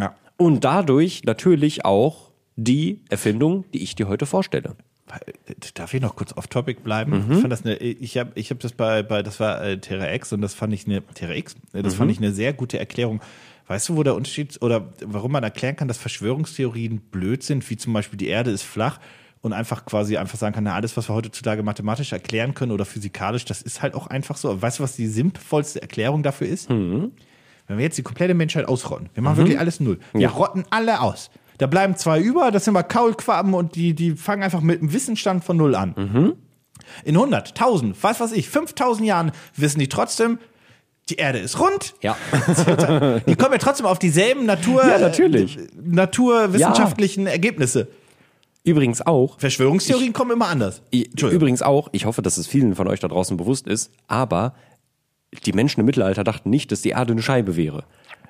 Speaker 2: Ja.
Speaker 3: Und dadurch natürlich auch die Erfindung, die ich dir heute vorstelle.
Speaker 2: äh, Darf ich noch kurz off Topic bleiben? Ich fand das eine, ich habe, ich habe das bei, bei, das war äh, Terra X und das fand ich eine Terra X. äh, Das fand ich eine sehr gute Erklärung. Weißt du, wo der Unterschied oder warum man erklären kann, dass Verschwörungstheorien blöd sind, wie zum Beispiel die Erde ist flach und einfach quasi einfach sagen kann, na alles, was wir heutzutage mathematisch erklären können oder physikalisch, das ist halt auch einfach so. Aber Weißt du, was die sinnvollste Erklärung dafür ist? Wenn wir jetzt die komplette Menschheit ausrotten, wir
Speaker 3: Mhm.
Speaker 2: machen wirklich alles null. Wir rotten alle aus. Da bleiben zwei über, das sind mal Kaulquappen und die, die fangen einfach mit einem Wissensstand von null
Speaker 3: Mhm.
Speaker 2: an. In 100, 1000, was weiß ich, 5000 Jahren wissen die trotzdem, die Erde ist rund.
Speaker 3: Ja.
Speaker 2: Die kommen ja trotzdem auf dieselben Natur,
Speaker 3: Ja, natürlich.
Speaker 2: äh, naturwissenschaftlichen Ergebnisse.
Speaker 3: Übrigens auch,
Speaker 2: Verschwörungstheorien kommen immer anders.
Speaker 3: I-
Speaker 2: Entschuldigung.
Speaker 3: Übrigens auch, ich hoffe, dass es vielen von euch da draußen bewusst ist, aber die Menschen im Mittelalter dachten nicht, dass die Erde eine Scheibe wäre.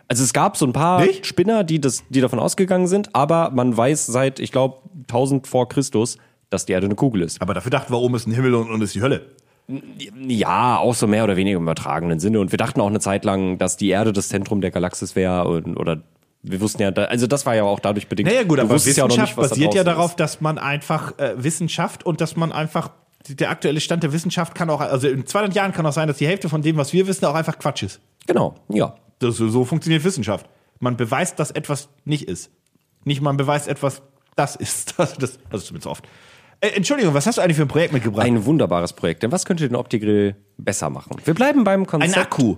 Speaker 3: Also es gab so ein paar
Speaker 2: Nicht?
Speaker 3: Spinner, die, das, die davon ausgegangen sind, aber man weiß seit, ich glaube, 1000 vor Christus, dass die Erde eine Kugel ist.
Speaker 2: Aber dafür dachten wir, oben ist ein Himmel und unten ist die Hölle.
Speaker 3: Ja, auch so mehr oder weniger im übertragenen Sinne. Und wir dachten auch eine Zeit lang, dass die Erde das Zentrum der Galaxis wäre und, oder wir wussten ja, da, also das war ja auch dadurch bedingt.
Speaker 2: Naja gut,
Speaker 3: Du
Speaker 2: aber
Speaker 3: wusstest ja auch noch
Speaker 2: Wissenschaft
Speaker 3: nicht, was da
Speaker 2: basiert ja
Speaker 3: draußen
Speaker 2: darauf, dass man einfach äh, Wissenschaft und dass man einfach der aktuelle Stand der Wissenschaft kann auch, also in 200 Jahren kann auch sein, dass die Hälfte von dem, was wir wissen, auch einfach Quatsch ist.
Speaker 3: ist. Genau, ja.
Speaker 2: Das, so funktioniert Wissenschaft. Man beweist, dass etwas nicht ist. Nicht man beweist etwas, das ist. Das, das, also zumindest oft. Äh, Entschuldigung, was hast du eigentlich für ein Projekt mitgebracht?
Speaker 3: Ein wunderbares Projekt. Denn was könnte den Optigrill besser machen? Wir bleiben beim Konzept.
Speaker 2: Akku.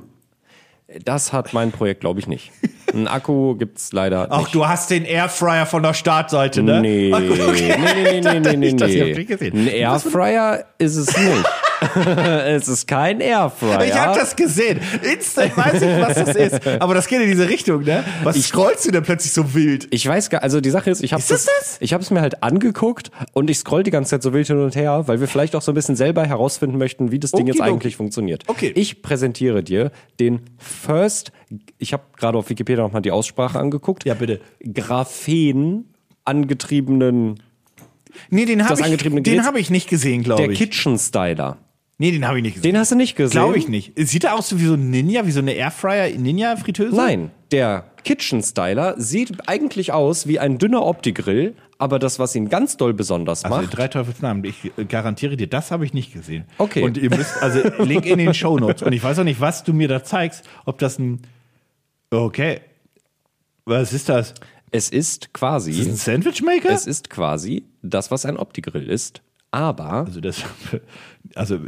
Speaker 3: Das hat mein Projekt, glaube ich, nicht. Ein Akku gibt's leider
Speaker 2: Ach,
Speaker 3: nicht.
Speaker 2: du hast den Airfryer von der Startseite, ne?
Speaker 3: Nee,
Speaker 2: Ach, okay.
Speaker 3: nee, nee,
Speaker 2: Dachte
Speaker 3: nee, nee, nee,
Speaker 2: ich, das hab
Speaker 3: nee,
Speaker 2: ich nicht
Speaker 3: nee.
Speaker 2: gesehen.
Speaker 3: Ein Airfryer ist es nicht. es ist kein Airfryer.
Speaker 2: Ich hab das gesehen. Instant weiß ich, was das ist. Aber das geht in diese Richtung, ne? Was scrollst du denn plötzlich so wild?
Speaker 3: Ich weiß gar, also die Sache ist, ich habe
Speaker 2: Ist das das?
Speaker 3: ich habe es mir halt angeguckt und ich scroll die ganze Zeit so wild hin und her, weil wir vielleicht auch so ein bisschen selber herausfinden möchten, wie das Ding jetzt
Speaker 2: Okidoki.
Speaker 3: eigentlich funktioniert.
Speaker 2: Okay.
Speaker 3: Ich präsentiere dir den First, ich habe gerade auf Wikipedia nochmal die Aussprache angeguckt.
Speaker 2: Ja, bitte.
Speaker 3: Graphen angetriebenen
Speaker 2: Nee, den habe
Speaker 3: Das
Speaker 2: ich,
Speaker 3: angetriebene
Speaker 2: den
Speaker 3: Gerät-
Speaker 2: hab ich nicht gesehen,
Speaker 3: der
Speaker 2: glaube ich.
Speaker 3: Kitchen Styler.
Speaker 2: Nee, den habe ich nicht gesehen.
Speaker 3: Den hast du nicht gesehen?
Speaker 2: Glaube ich nicht. Sieht er aus wie so ein Ninja, wie so eine Airfryer-Ninja-Fritteuse?
Speaker 3: Nein, der Kitchen Styler sieht eigentlich aus wie ein dünner Opti-Grill, aber das, was ihn ganz doll besonders
Speaker 2: Also in
Speaker 3: macht,
Speaker 2: drei Teufelsnamen. Ich äh, garantiere dir, das habe ich nicht gesehen.
Speaker 3: Okay.
Speaker 2: Und ihr müsst, also Link in den Show Notes. Und ich weiß auch nicht, was du mir da zeigst. Ob das ein. Okay. Was ist das?
Speaker 3: es ist quasi.
Speaker 2: Ist das ein Sandwichmaker?
Speaker 3: Es ist quasi das, was ein Opti-Grill ist, aber
Speaker 2: also das, also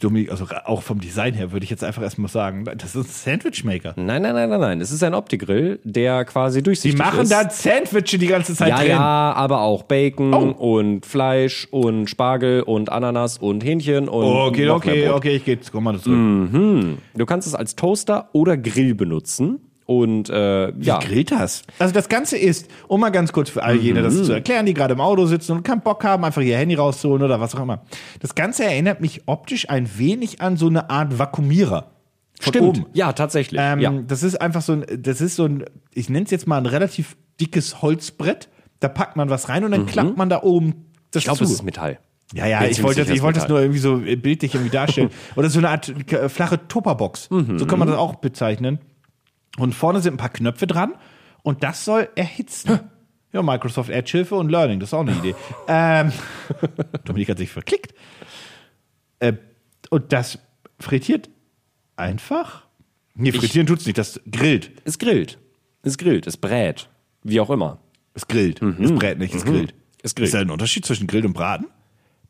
Speaker 2: Dominik, also auch vom Design her würde ich jetzt einfach erstmal sagen, das ist ein Sandwichmaker.
Speaker 3: nein, nein, nein, nein, nein. Es ist ein Opti-Grill, der quasi
Speaker 2: Die
Speaker 3: durchsichtig
Speaker 2: machen
Speaker 3: ist.
Speaker 2: da Sandwiche die ganze Zeit
Speaker 3: ja,
Speaker 2: drin. Oh.
Speaker 3: ja, aber auch Bacon und Fleisch und Spargel und Ananas und Hähnchen und
Speaker 2: Okay,
Speaker 3: noch mehr
Speaker 2: okay,
Speaker 3: Brot. Mhm.
Speaker 2: okay, ich gehe jetzt komm mal zurück.
Speaker 3: Du kannst es als Toaster oder Grill benutzen und äh, ja,
Speaker 2: grillt das? Also das Ganze ist, um mal ganz kurz für all jene
Speaker 3: Mhm.
Speaker 2: das zu erklären, die gerade im Auto sitzen und keinen Bock haben, einfach ihr Handy rauszuholen oder was auch immer. Das Ganze erinnert mich optisch ein wenig an so eine Art Vakuumierer. Von
Speaker 3: stimmt.
Speaker 2: oben.
Speaker 3: Ja, tatsächlich.
Speaker 2: Ähm,
Speaker 3: ja.
Speaker 2: Das ist einfach so ein, das ist so ein, ich nenne es jetzt mal ein relativ dickes Holzbrett. Da packt man was rein und dann klappt man da oben das
Speaker 3: Mhm. Ich glaube,
Speaker 2: zu.
Speaker 3: es ist Metall.
Speaker 2: Ja, ja,
Speaker 3: Bin
Speaker 2: ich
Speaker 3: ziemlich
Speaker 2: wollte, das,
Speaker 3: sicher,
Speaker 2: ich wollte das
Speaker 3: es
Speaker 2: nur irgendwie so äh, bildlich irgendwie darstellen. Oder so eine Art äh, flache Tupperbox. So kann man das auch bezeichnen. Und vorne sind ein paar Knöpfe dran und das soll erhitzen. Ja, Microsoft Edge Hilfe und Learning, das ist auch eine Idee. ähm, Dominik hat sich verklickt. Äh, und das frittiert einfach. Nee, frittieren tut's nicht, das grillt.
Speaker 3: Es grillt. Es grillt, es brät. Wie auch immer.
Speaker 2: Es grillt. Es brät nicht, es grillt.
Speaker 3: Mhm. Es grillt.
Speaker 2: Ist da ein Unterschied zwischen Grillen und Braten?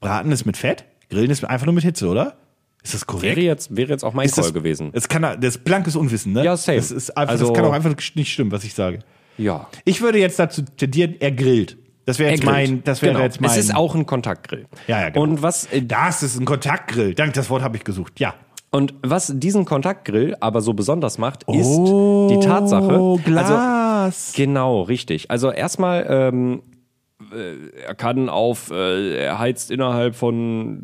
Speaker 2: Braten ist mit Fett, Grillen ist einfach nur mit Hitze, oder? Ist das korrekt?
Speaker 3: Wäre jetzt, wäre jetzt auch mein
Speaker 2: ist
Speaker 3: Call
Speaker 2: das,
Speaker 3: gewesen.
Speaker 2: Es kann, das ist blankes Unwissen, ne?
Speaker 3: Ja, safe.
Speaker 2: Das, ist einfach,
Speaker 3: Also-
Speaker 2: das kann auch einfach nicht stimmen, was ich sage.
Speaker 3: Ja.
Speaker 2: Ich würde jetzt dazu tendieren, er grillt. Das wäre jetzt
Speaker 3: Er grillt.
Speaker 2: mein, das wäre
Speaker 3: genau.
Speaker 2: jetzt mein.
Speaker 3: Es ist auch ein Kontaktgrill.
Speaker 2: Ja, ja, genau.
Speaker 3: Und was, äh,
Speaker 2: das ist ein Kontaktgrill. Dank, das Wort habe ich gesucht. Ja.
Speaker 3: und was diesen Kontaktgrill aber so besonders macht, ist
Speaker 2: Oh,
Speaker 3: die Tatsache,
Speaker 2: Glas.
Speaker 3: also genau richtig. Also erstmal ähm, äh, er kann auf, äh, er heizt innerhalb von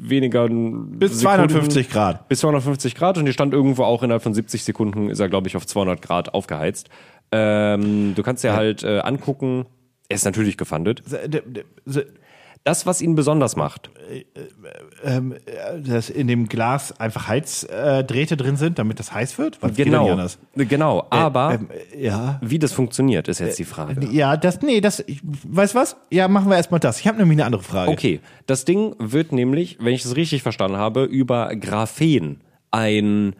Speaker 3: weniger
Speaker 2: Bis 250 Grad.
Speaker 3: bis 250 Grad und die stand irgendwo auch innerhalb von 70 Sekunden ist er glaube ich auf 200 Grad aufgeheizt. Ähm, du kannst dir halt äh, angucken. Er ist natürlich gefandet.
Speaker 2: So, d- d- so,
Speaker 3: Das, was ihn besonders macht,
Speaker 2: Ähm, äh, Dass in dem Glas einfach Heizdrähte drin sind, damit das heiß wird? Was geht denn nicht
Speaker 3: Genau,
Speaker 2: anders?
Speaker 3: genau. Aber
Speaker 2: Ähm, ja.
Speaker 3: wie das funktioniert, ist jetzt die Frage.
Speaker 2: Ja, das, nee, das, ich, weißt was? Ja, machen wir erstmal das. Ich habe nämlich eine andere Frage.
Speaker 3: Okay, das Ding wird nämlich, wenn ich es richtig verstanden habe, über Graphen ein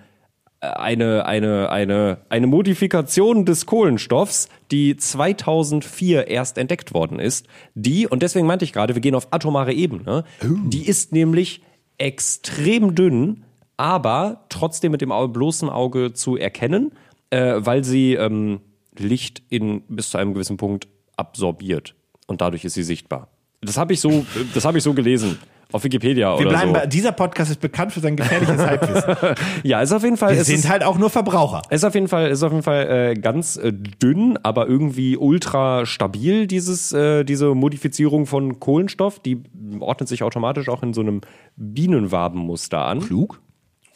Speaker 3: eine, eine, eine, eine Modifikation des Kohlenstoffs, die 2004 erst entdeckt worden ist, die, und deswegen meinte ich gerade, wir gehen auf atomare Ebene,
Speaker 2: Oh.
Speaker 3: die ist nämlich extrem dünn, aber trotzdem mit dem au- bloßen Auge zu erkennen, äh, weil sie ähm, Licht in, bis zu einem gewissen Punkt absorbiert und dadurch ist sie sichtbar. Das habe ich so, das habe ich so gelesen. Auf Wikipedia
Speaker 2: Wir
Speaker 3: oder
Speaker 2: bleiben
Speaker 3: so.
Speaker 2: bei, dieser Podcast ist bekannt für sein gefährliches Halbwissen.
Speaker 3: ja, ist auf jeden Fall.
Speaker 2: Wir
Speaker 3: es ist,
Speaker 2: sind halt auch nur Verbraucher.
Speaker 3: Ist auf jeden Fall, ist auf jeden Fall äh, ganz äh, dünn, aber irgendwie ultra stabil, dieses, äh, diese Modifizierung von Kohlenstoff. Die ordnet sich automatisch auch in so einem Bienenwabenmuster an. Klug.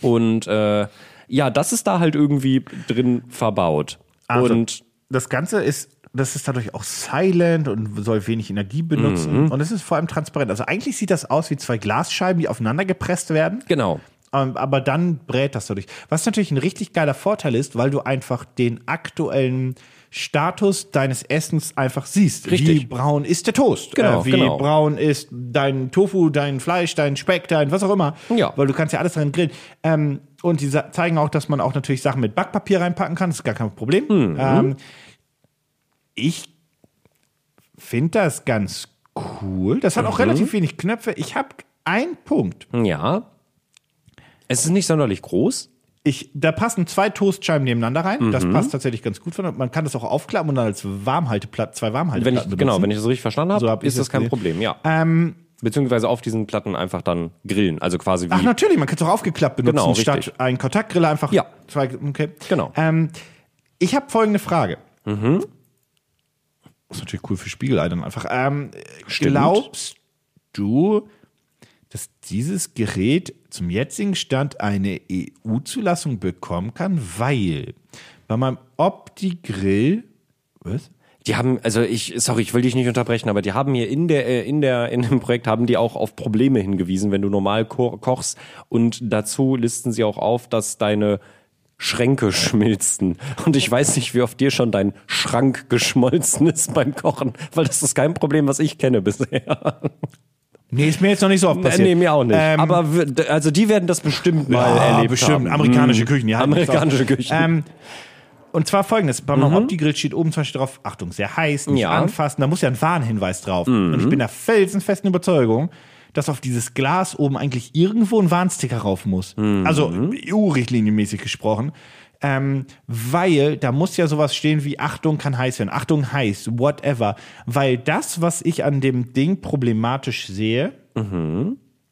Speaker 3: Und äh, ja, das ist da halt irgendwie drin verbaut.
Speaker 2: Also,
Speaker 3: Und
Speaker 2: das Ganze ist, das ist dadurch auch silent und soll wenig Energie
Speaker 3: Mhm.
Speaker 2: benutzen. Und es ist vor allem transparent. Also eigentlich sieht das aus wie zwei Glasscheiben, die aufeinander gepresst werden.
Speaker 3: genau.
Speaker 2: Ähm, aber dann brät das dadurch. Was natürlich ein richtig geiler Vorteil ist, weil du einfach den aktuellen Status deines Essens einfach siehst. Wie
Speaker 3: Richtig.
Speaker 2: braun ist der Toast? Äh,
Speaker 3: Genau,
Speaker 2: wie
Speaker 3: genau.
Speaker 2: braun ist dein Tofu, dein Fleisch, dein Speck, dein was auch immer.
Speaker 3: Ja.
Speaker 2: Weil du kannst ja alles drin grillen. Ähm, und die sa- zeigen auch, dass man auch natürlich Sachen mit Backpapier reinpacken kann. Das ist gar kein Problem.
Speaker 3: Mhm.
Speaker 2: Ähm, ich finde das ganz cool. Das hat auch
Speaker 3: Mhm.
Speaker 2: relativ wenig Knöpfe. Ich habe einen Punkt.
Speaker 3: Ja. Es ist nicht sonderlich groß.
Speaker 2: Ich, da passen zwei Toastscheiben nebeneinander rein.
Speaker 3: Mhm.
Speaker 2: Das passt tatsächlich ganz gut. Man kann das auch aufklappen und dann als Warmhalteplatte, zwei
Speaker 3: Wenn
Speaker 2: Warmhalteplatten
Speaker 3: ich, genau, wenn ich das richtig verstanden habe,
Speaker 2: So hab ich
Speaker 3: ist das
Speaker 2: das
Speaker 3: kein
Speaker 2: gesehen. Ähm.
Speaker 3: Problem, ja. Beziehungsweise auf diesen Platten einfach dann grillen. Also quasi wie.
Speaker 2: Ach, natürlich, man kann es auch aufgeklappt benutzen,
Speaker 3: Genau,
Speaker 2: statt
Speaker 3: richtig.
Speaker 2: einen Kontaktgriller einfach
Speaker 3: Ja.
Speaker 2: zwei, okay.
Speaker 3: Genau. Mhm.
Speaker 2: Ähm, ich habe folgende Frage. Das ist natürlich cool für Spiegelei dann einfach. Ähm, glaubst du, dass dieses Gerät zum jetzigen Stand eine EU-Zulassung bekommen kann? Weil bei meinem Opti-Grill. Was?
Speaker 3: Die haben, also ich, sorry, ich will dich nicht unterbrechen, aber die haben hier in der, äh, in der, in dem Projekt haben die auch auf Probleme hingewiesen, wenn du normal ko kochst. Und dazu listen sie auch auf, dass deine Schränke schmilzen. Und ich weiß nicht, wie oft dir schon dein Schrank geschmolzen ist beim Kochen, weil das ist kein Problem, was ich kenne
Speaker 2: Äh,
Speaker 3: bisher.
Speaker 2: Nee, ist mir jetzt noch nicht so oft passiert.
Speaker 3: nee, mir auch nicht.
Speaker 2: Ähm,
Speaker 3: aber wir- d- also die werden das bestimmt mal
Speaker 2: Ja,
Speaker 3: erlebt
Speaker 2: bestimmt.
Speaker 3: haben. Mhm.
Speaker 2: Amerikanische Küchen, die halten nichts aus.
Speaker 3: Amerikanische Küchen.
Speaker 2: Ähm, und zwar folgendes: Beim mhm. Opti-Grill steht oben zum Beispiel drauf, Achtung, sehr heiß, nicht
Speaker 3: Ja.
Speaker 2: anfassen, da muss ja ein Warnhinweis drauf. Und ich bin der felsenfesten Überzeugung, dass auf dieses Glas oben eigentlich irgendwo ein Warnsticker rauf muss. Also EU-Richtlinienmäßig gesprochen. Ähm, weil da muss ja sowas stehen wie Achtung kann heiß werden, Achtung heiß, whatever. Weil das, was ich an dem Ding problematisch sehe,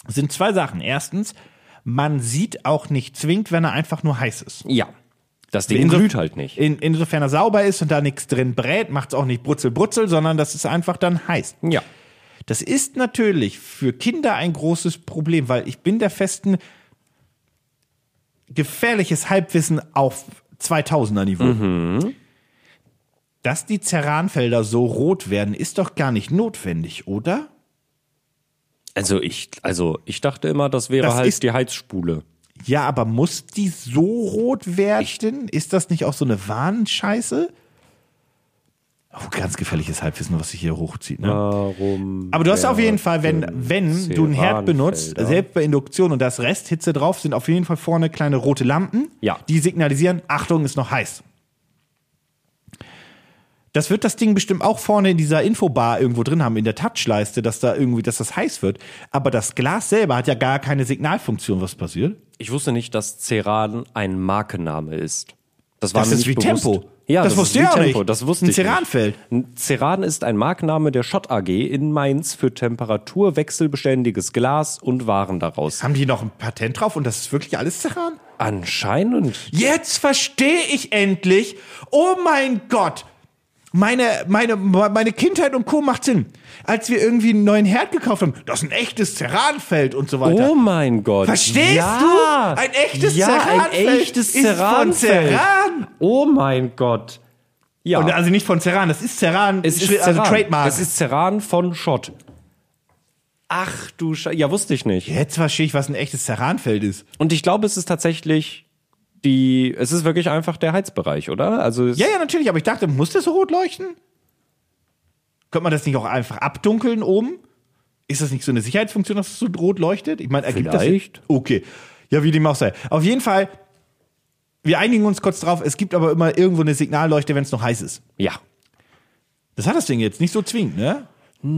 Speaker 2: sind zwei Sachen. Erstens, man sieht auch nicht zwingend, wenn er einfach nur heiß ist.
Speaker 3: ja. Das Ding
Speaker 2: Inso-
Speaker 3: glüht halt nicht.
Speaker 2: In, insofern er sauber ist und da nichts drin brät, macht es auch nicht brutzel brutzel, sondern das ist einfach dann heiß.
Speaker 3: Ja.
Speaker 2: Das ist natürlich für Kinder ein großes Problem, weil ich bin der festen gefährliches Halbwissen auf 2000er Niveau.
Speaker 3: Mhm.
Speaker 2: Dass die Ceranfelder so rot werden, ist doch gar nicht notwendig, oder?
Speaker 3: Also ich, also ich dachte immer, das wäre
Speaker 2: Das ist-
Speaker 3: halt die Heizspule.
Speaker 2: Ja, aber muss die so rot werden? Ist das nicht auch so eine Warnscheiße? Oh, ganz gefährliches Halbwissen, was sich hier hochzieht. Ne?
Speaker 3: Warum?
Speaker 2: aber du hast auf jeden Fall, wenn, wenn du einen Herd benutzt,
Speaker 3: Ceranfelder?
Speaker 2: selbst bei Induktion und da ist Resthitze drauf, sind auf jeden Fall vorne kleine rote Lampen,
Speaker 3: Ja.
Speaker 2: die signalisieren, Achtung, ist noch heiß. Das wird das Ding bestimmt auch vorne in dieser Infobar irgendwo drin haben, in der Touchleiste, dass da irgendwie, dass das heiß wird. Aber das Glas selber hat ja gar keine Signalfunktion, was passiert.
Speaker 3: Ich wusste nicht, dass Ceran ein Markenname ist. Das war
Speaker 2: Das
Speaker 3: mir
Speaker 2: ist
Speaker 3: nicht
Speaker 2: wie
Speaker 3: bewusst.
Speaker 2: Tempo.
Speaker 3: Ja,
Speaker 2: Das
Speaker 3: das,
Speaker 2: wusste
Speaker 3: ist
Speaker 2: ich auch
Speaker 3: wie Tempo.
Speaker 2: nicht.
Speaker 3: Das wusste
Speaker 2: Ein
Speaker 3: ich nicht.
Speaker 2: Ceranfeld.
Speaker 3: Ein Ceran ist ein Markenname der Schott AG in Mainz für temperaturwechselbeständiges Glas und Waren daraus.
Speaker 2: Haben die noch ein Patent drauf und das ist wirklich alles Ceran?
Speaker 3: Anscheinend.
Speaker 2: Jetzt verstehe ich endlich. Oh mein Gott. Meine, meine, meine Kindheit und Co. macht Sinn. Als wir irgendwie einen neuen Herd gekauft haben, das ist ein echtes Ceranfeld und so weiter.
Speaker 3: Oh mein Gott.
Speaker 2: Verstehst
Speaker 3: ja.
Speaker 2: du? Ein echtes
Speaker 3: ja,
Speaker 2: Ceranfeld
Speaker 3: ein echtes
Speaker 2: ist von
Speaker 3: Ceranfeld.
Speaker 2: Ceran.
Speaker 3: Oh mein Gott. Ja.
Speaker 2: Und also nicht von Ceran, das ist Ceran,
Speaker 3: Es ist
Speaker 2: also
Speaker 3: Ceran.
Speaker 2: Trademark.
Speaker 3: Es ist Ceran von Schott. Ach du Scheiße. Ja, wusste ich nicht.
Speaker 2: Jetzt verstehe ich, was ein echtes Ceranfeld ist.
Speaker 3: Und ich glaube, es ist tatsächlich die. Es ist wirklich einfach der Heizbereich, oder? Also es,
Speaker 2: Ja, ja, natürlich, aber ich dachte, muss das so rot leuchten? Könnte man das nicht auch einfach abdunkeln oben? Ist das nicht so eine Sicherheitsfunktion, dass es so rot leuchtet? Ich meine, ergibt
Speaker 3: Vielleicht.
Speaker 2: das. Okay. Ja, wie dem auch sei. Auf jeden Fall, wir einigen uns kurz drauf, es gibt aber immer irgendwo eine Signalleuchte, wenn es noch heiß ist.
Speaker 3: ja.
Speaker 2: Das hat das Ding jetzt nicht so zwingend, ne?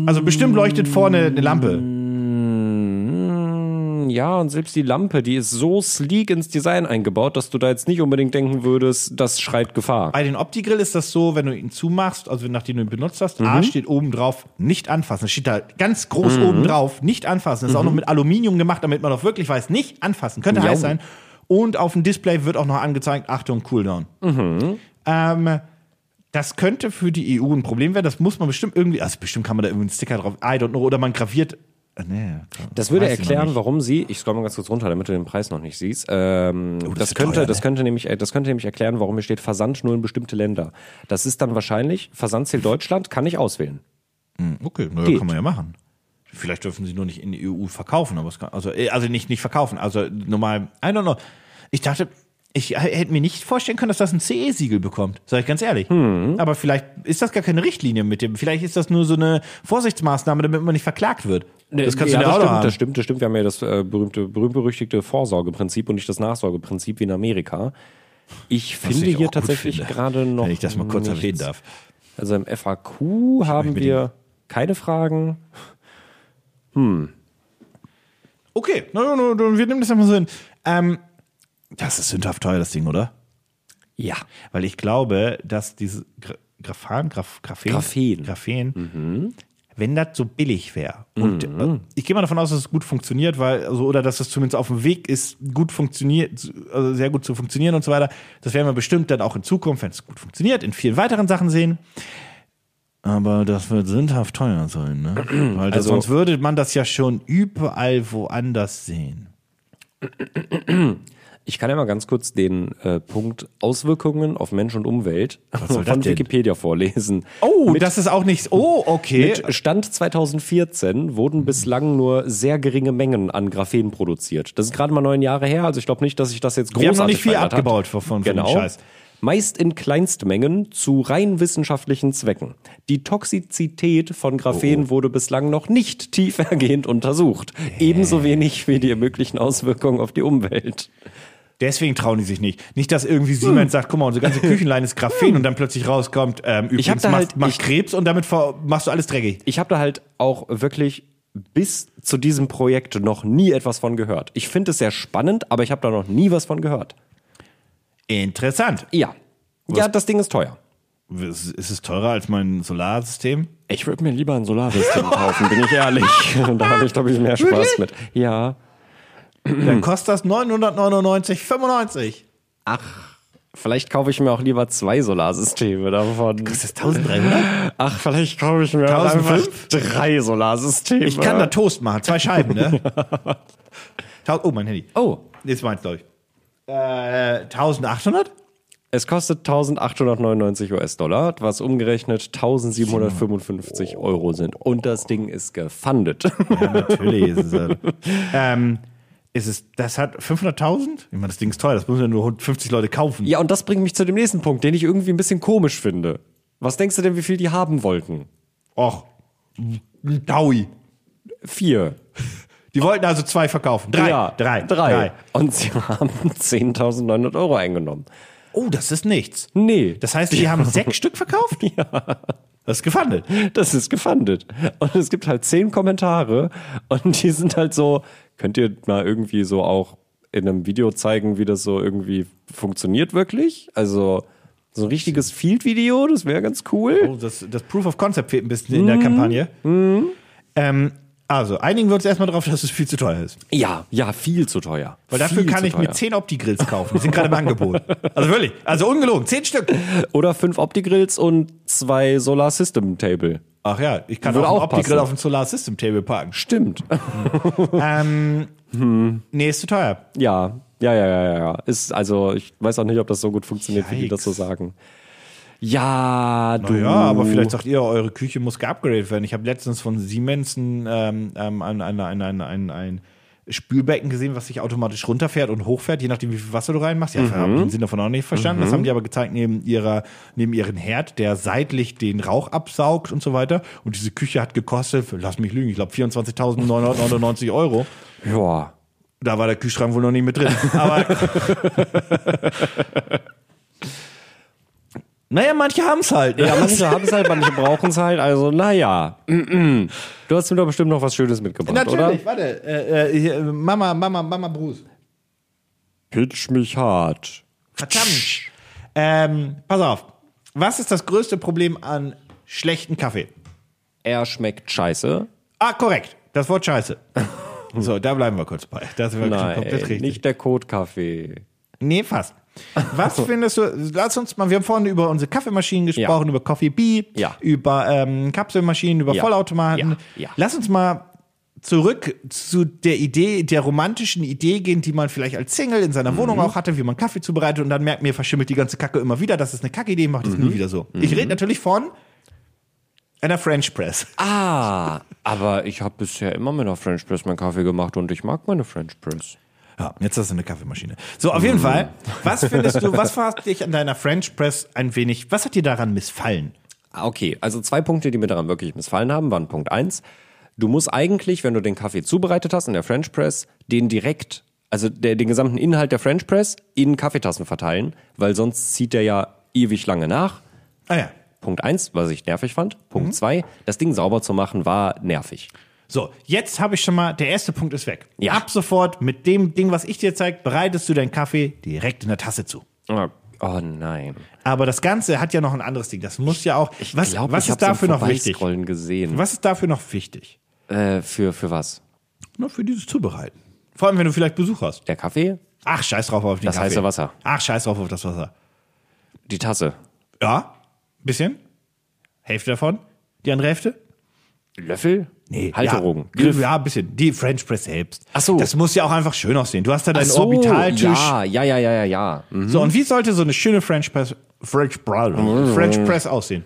Speaker 2: Also bestimmt leuchtet vorne eine Lampe.
Speaker 3: Hm, ja, und selbst die Lampe, die ist so sleek ins Design eingebaut, dass du da jetzt nicht unbedingt denken würdest, das schreit Gefahr.
Speaker 2: Bei den Opti-Grill ist das so, wenn du ihn zumachst, also nachdem du ihn benutzt hast, A
Speaker 3: Mhm.
Speaker 2: steht oben drauf, nicht anfassen. Es steht da ganz groß oben drauf, nicht anfassen. Das
Speaker 3: Mhm.
Speaker 2: ist auch noch mit Aluminium gemacht, damit man auch wirklich weiß, nicht anfassen. Könnte
Speaker 3: Ja.
Speaker 2: heiß sein. Und auf dem Display wird auch noch angezeigt, Achtung, Cooldown.
Speaker 3: Mhm.
Speaker 2: Ähm, das könnte für die EU ein Problem werden. Das muss man bestimmt irgendwie, also bestimmt kann man da irgendwie einen Sticker drauf, I don't know, oder man graviert. äh, Nee,
Speaker 3: Das würde
Speaker 2: weiß ich noch
Speaker 3: erklären,
Speaker 2: nicht.
Speaker 3: warum sie, ich scroll mal ganz kurz runter, damit du den Preis noch nicht siehst. Ähm, das,
Speaker 2: wird
Speaker 3: könnte,
Speaker 2: teuer,
Speaker 3: das
Speaker 2: ne?
Speaker 3: könnte nämlich, äh, das könnte nämlich erklären, warum hier steht Versand nur in bestimmte Länder. Das ist dann wahrscheinlich Versandziel Deutschland kann ich auswählen.
Speaker 2: Okay, naja,
Speaker 3: Geht.
Speaker 2: kann man ja machen. Vielleicht dürfen sie nur nicht in die EU verkaufen, aber es kann, also, äh, also nicht, nicht verkaufen, also normal, I don't know. Ich dachte, ich h- hätte mir nicht vorstellen können, dass das ein CE-Siegel bekommt, sage ich ganz ehrlich.
Speaker 3: Mhm.
Speaker 2: Aber vielleicht ist das gar keine Richtlinie mit dem, vielleicht ist das nur so eine Vorsichtsmaßnahme, damit man nicht verklagt wird. Das kannst
Speaker 3: ja,
Speaker 2: du ja
Speaker 3: das
Speaker 2: auch noch
Speaker 3: stimmt, das
Speaker 2: haben.
Speaker 3: stimmt, das stimmt. Wir haben ja das äh, berühmte, berühmt-berüchtigte Vorsorgeprinzip und nicht das Nachsorgeprinzip wie in Amerika. Ich finde
Speaker 2: ich auch
Speaker 3: hier
Speaker 2: gut
Speaker 3: tatsächlich
Speaker 2: finde,
Speaker 3: gerade noch.
Speaker 2: Wenn ich das mal kurz
Speaker 3: nichts.
Speaker 2: erwähnen darf.
Speaker 3: Also im FAQ haben
Speaker 2: mit
Speaker 3: wir keine Fragen.
Speaker 2: Okay, na, na, na, wir nehmen das einfach so hin. Ähm, das ist sündhaft teuer, das Ding, oder?
Speaker 3: Ja.
Speaker 2: Weil ich glaube, dass diese Gra- Graphan, Graf, Graphen, Mhm.
Speaker 3: Graphen.
Speaker 2: Graphen wenn das so billig wäre. Und äh, ich gehe mal davon aus, dass es gut funktioniert, weil, also, oder dass es zumindest auf dem Weg ist, gut funktioniert, zu- also sehr gut zu funktionieren und so weiter. Das werden wir bestimmt dann auch in Zukunft, wenn es gut funktioniert, in vielen weiteren Sachen sehen. Aber das wird sinnhaft teuer sein, ne? Weil das-
Speaker 3: Also-
Speaker 2: sonst würde man das ja schon überall woanders sehen.
Speaker 3: Ich kann ja mal ganz kurz den äh, Punkt Auswirkungen auf Mensch und Umwelt
Speaker 2: soll das
Speaker 3: von
Speaker 2: denn?
Speaker 3: Wikipedia vorlesen.
Speaker 2: Oh,
Speaker 3: Mit-
Speaker 2: das ist auch nicht. Oh, okay.
Speaker 3: Mit Äh, Stand 2014 wurden bislang nur sehr geringe Mengen an Graphen produziert. Das ist gerade mal neun Jahre her, also ich glaube nicht, dass sich das jetzt großartig
Speaker 2: Wir haben noch nicht viel
Speaker 3: verändert hat.
Speaker 2: abgebaut von- von- von dem
Speaker 3: genau.
Speaker 2: Scheiß.
Speaker 3: Meist in Kleinstmengen zu rein wissenschaftlichen Zwecken. Die Toxizität von Graphen
Speaker 2: Oh.
Speaker 3: wurde bislang noch nicht tiefergehend untersucht. Ebenso wenig wie die möglichen Auswirkungen auf die Umwelt.
Speaker 2: Deswegen trauen die sich nicht. Nicht, dass irgendwie
Speaker 3: Hm.
Speaker 2: Siemens sagt, guck mal, unsere ganze Küchenleine ist Graphen und dann plötzlich rauskommt, ähm, übrigens
Speaker 3: hab da
Speaker 2: machst,
Speaker 3: halt-
Speaker 2: mach
Speaker 3: Hm. ich-
Speaker 2: Krebs und damit ver machst du alles dreckig.
Speaker 3: ich habe da halt auch wirklich bis zu diesem Projekt noch nie etwas von gehört. Ich finde es sehr spannend, aber ich habe da noch nie was von gehört.
Speaker 2: Interessant.
Speaker 3: Ja. Ja, das Ding ist teuer.
Speaker 2: Ist ist es teurer als mein Solarsystem?
Speaker 3: Ich würde mir lieber ein Solarsystem kaufen, bin ich ehrlich. Und da habe ich, glaube ich, mehr Spaß mit. Ja. Hm.
Speaker 2: Dann kostet das 999,95.
Speaker 3: Ach, vielleicht kaufe ich mir auch lieber zwei Solarsysteme davon.
Speaker 2: Das ist 1300?
Speaker 3: Ach, vielleicht kaufe ich mir auch
Speaker 2: 1005?
Speaker 3: drei Solarsysteme.
Speaker 2: Ich kann da Toast machen. Zwei Scheiben, ne? Tau- oh, mein Handy.
Speaker 3: Oh,
Speaker 2: Jetzt meins, glaube ich. Äh, 1800?
Speaker 3: es kostet 1899 US-Dollar, was umgerechnet 1755 Euro sind. Und das Ding ist gefundet.
Speaker 2: Ja, natürlich ist es halt. ähm, ist es, das hat 500.000? Ich meine, das Ding ist teuer, das müssen ja nur 50 Leute kaufen.
Speaker 3: Ja, und das bringt mich zu dem nächsten Punkt, den ich irgendwie ein bisschen komisch finde. Was denkst du denn, wie viel die haben wollten?
Speaker 2: Och, ein Taui.
Speaker 3: Vier.
Speaker 2: Die wollten also zwei verkaufen. Drei.
Speaker 3: ja,
Speaker 2: drei.
Speaker 3: drei. Und sie haben 10.900 Euro eingenommen.
Speaker 2: Oh, das ist nichts.
Speaker 3: Nee, das,
Speaker 2: Das heißt, die haben sechs Stück verkauft? Ja. Das ist gefandet.
Speaker 3: das ist gefundet. Und es gibt halt zehn Kommentare und die sind halt so, könnt ihr mal irgendwie so auch in einem Video zeigen, wie das so irgendwie funktioniert wirklich? Also so ein richtiges Field-Video, das wäre ganz cool.
Speaker 2: Oh, das, das Proof of Concept fehlt ein bisschen
Speaker 3: Mhm.
Speaker 2: in der Kampagne. Ähm, also, einigen wir uns erstmal darauf, dass es viel zu teuer ist.
Speaker 3: Ja, ja, viel zu teuer.
Speaker 2: Weil dafür
Speaker 3: Viel
Speaker 2: kann
Speaker 3: zu
Speaker 2: ich mir
Speaker 3: teuer.
Speaker 2: zehn Opti-Grills kaufen. Die sind gerade im Angebot. Also wirklich. Also ungelogen. Zehn Stück.
Speaker 3: Oder fünf Opti-Grills und zwei Solar System Table.
Speaker 2: Ach ja, ich kann
Speaker 3: Würde
Speaker 2: auch einen
Speaker 3: auch passen.
Speaker 2: Opti-Grill auf dem Solar System Table parken.
Speaker 3: Stimmt.
Speaker 2: Ähm,
Speaker 3: Hm.
Speaker 2: Nee, ist zu teuer.
Speaker 3: ja, ja, ja, ja, ja, ja. Ist, also, ich weiß auch nicht, ob das so gut funktioniert, wie die das so
Speaker 2: Yikes.
Speaker 3: sagen. Ja, du.
Speaker 2: Ah Ja, aber vielleicht sagt ihr, eure Küche muss geupgradet werden. Ich habe letztens von Siemens ein, ähm, ähm, ein, ein, ein, ein, ein, ein Spülbecken gesehen, was sich automatisch runterfährt und hochfährt, je nachdem, wie viel Wasser du reinmachst. Ja,
Speaker 3: Mhm.
Speaker 2: haben den Sinn davon auch nicht verstanden. Das haben die aber gezeigt neben, ihrer, neben ihren Herd, der seitlich den Rauch absaugt und so weiter. Und diese Küche hat gekostet, lass mich lügen, ich glaube 24.999 Euro.
Speaker 3: Ja.
Speaker 2: Da war der Kühlschrank wohl noch nicht mit drin. Aber.
Speaker 4: Naja, manche haben es halt. Ne?
Speaker 3: Ja, manche haben es halt, manche brauchen es halt. Also, naja. Du hast mir doch bestimmt noch was Schönes mitgebracht, oder?
Speaker 2: Natürlich, warte. Äh, äh, hier, Mama, Mama, Mama Bruce.
Speaker 3: Pitch mich hart.
Speaker 2: Verdammt. Ähm, pass auf. Was ist das größte Problem an schlechten Kaffee?
Speaker 3: Er schmeckt scheiße.
Speaker 2: Ah, korrekt. Das Wort Scheiße. So, da bleiben wir kurz bei. Das war
Speaker 3: Nein,
Speaker 2: komplett richtig.
Speaker 3: nicht der Kotkaffee.
Speaker 2: Nee, fast. Was findest du, lass uns mal, wir haben vorhin über unsere Kaffeemaschinen gesprochen,
Speaker 3: Ja.
Speaker 2: über Coffee Bee,
Speaker 3: Ja.
Speaker 2: über ähm, Kapselmaschinen, über
Speaker 3: Ja.
Speaker 2: Vollautomaten.
Speaker 3: Ja. Ja.
Speaker 2: Lass uns mal zurück zu der Idee, der romantischen Idee gehen, die man vielleicht als Single in seiner
Speaker 3: Mhm.
Speaker 2: Wohnung auch hatte, wie man Kaffee zubereitet und dann merkt, mir verschimmelt die ganze Kacke immer wieder, das ist eine Kackidee, macht
Speaker 3: Mhm.
Speaker 2: das nie wieder so. Ich rede natürlich von einer French Press.
Speaker 3: Ah, aber ich habe bisher immer mit einer French Press meinen Kaffee gemacht und ich mag meine French Press.
Speaker 2: Ja, jetzt hast du eine Kaffeemaschine. So, auf
Speaker 3: Mhm.
Speaker 2: jeden Fall, was findest du, was hat dich an deiner French Press ein wenig, was hat dir daran missfallen?
Speaker 3: Ah, Okay, also zwei Punkte, die mir daran wirklich missfallen haben, waren Punkt eins. Du musst eigentlich, wenn du den Kaffee zubereitet hast in der French Press, den direkt, also der, den gesamten Inhalt der French Press in Kaffeetassen verteilen, weil sonst zieht der ja ewig lange nach.
Speaker 2: Ah ja.
Speaker 3: Punkt eins, was ich nervig fand.
Speaker 2: Mhm.
Speaker 3: Punkt zwei, das Ding sauber zu machen war nervig.
Speaker 2: So, jetzt habe ich schon mal, der erste Punkt ist weg.
Speaker 3: Ja.
Speaker 2: Ab sofort mit dem Ding, was ich dir zeige, bereitest du deinen Kaffee direkt in der Tasse zu.
Speaker 3: Ah, Oh nein.
Speaker 2: Aber das Ganze hat ja noch ein anderes Ding. Das muss ja auch.
Speaker 3: Ich
Speaker 2: was
Speaker 3: glaub,
Speaker 2: was
Speaker 3: ich
Speaker 2: ist dafür noch wichtig?
Speaker 3: Scrollen gesehen.
Speaker 2: Was ist dafür noch wichtig?
Speaker 3: Äh, für, für was?
Speaker 2: Na, für dieses Zubereiten. Vor allem, wenn du vielleicht Besuch hast.
Speaker 3: Der Kaffee?
Speaker 2: Ach, scheiß drauf auf den
Speaker 3: Das
Speaker 2: Kaffee.
Speaker 3: heiße Wasser.
Speaker 2: Ach, scheiß drauf auf das Wasser.
Speaker 3: Die Tasse?
Speaker 2: Ja, bisschen. Hälfte davon. Die andere Hälfte?
Speaker 3: Löffel? Halterung.
Speaker 2: Ja,
Speaker 3: Griff.
Speaker 2: ja, ein bisschen. Die French Press selbst.
Speaker 3: Ach so.
Speaker 2: Das muss ja auch einfach schön aussehen. Du hast da deinen
Speaker 3: So,
Speaker 2: Orbitaltisch.
Speaker 3: Ja, ja, ja, ja, ja, ja. Mhm.
Speaker 2: So, und wie sollte so eine schöne French Press, French, Bra- French Press aussehen?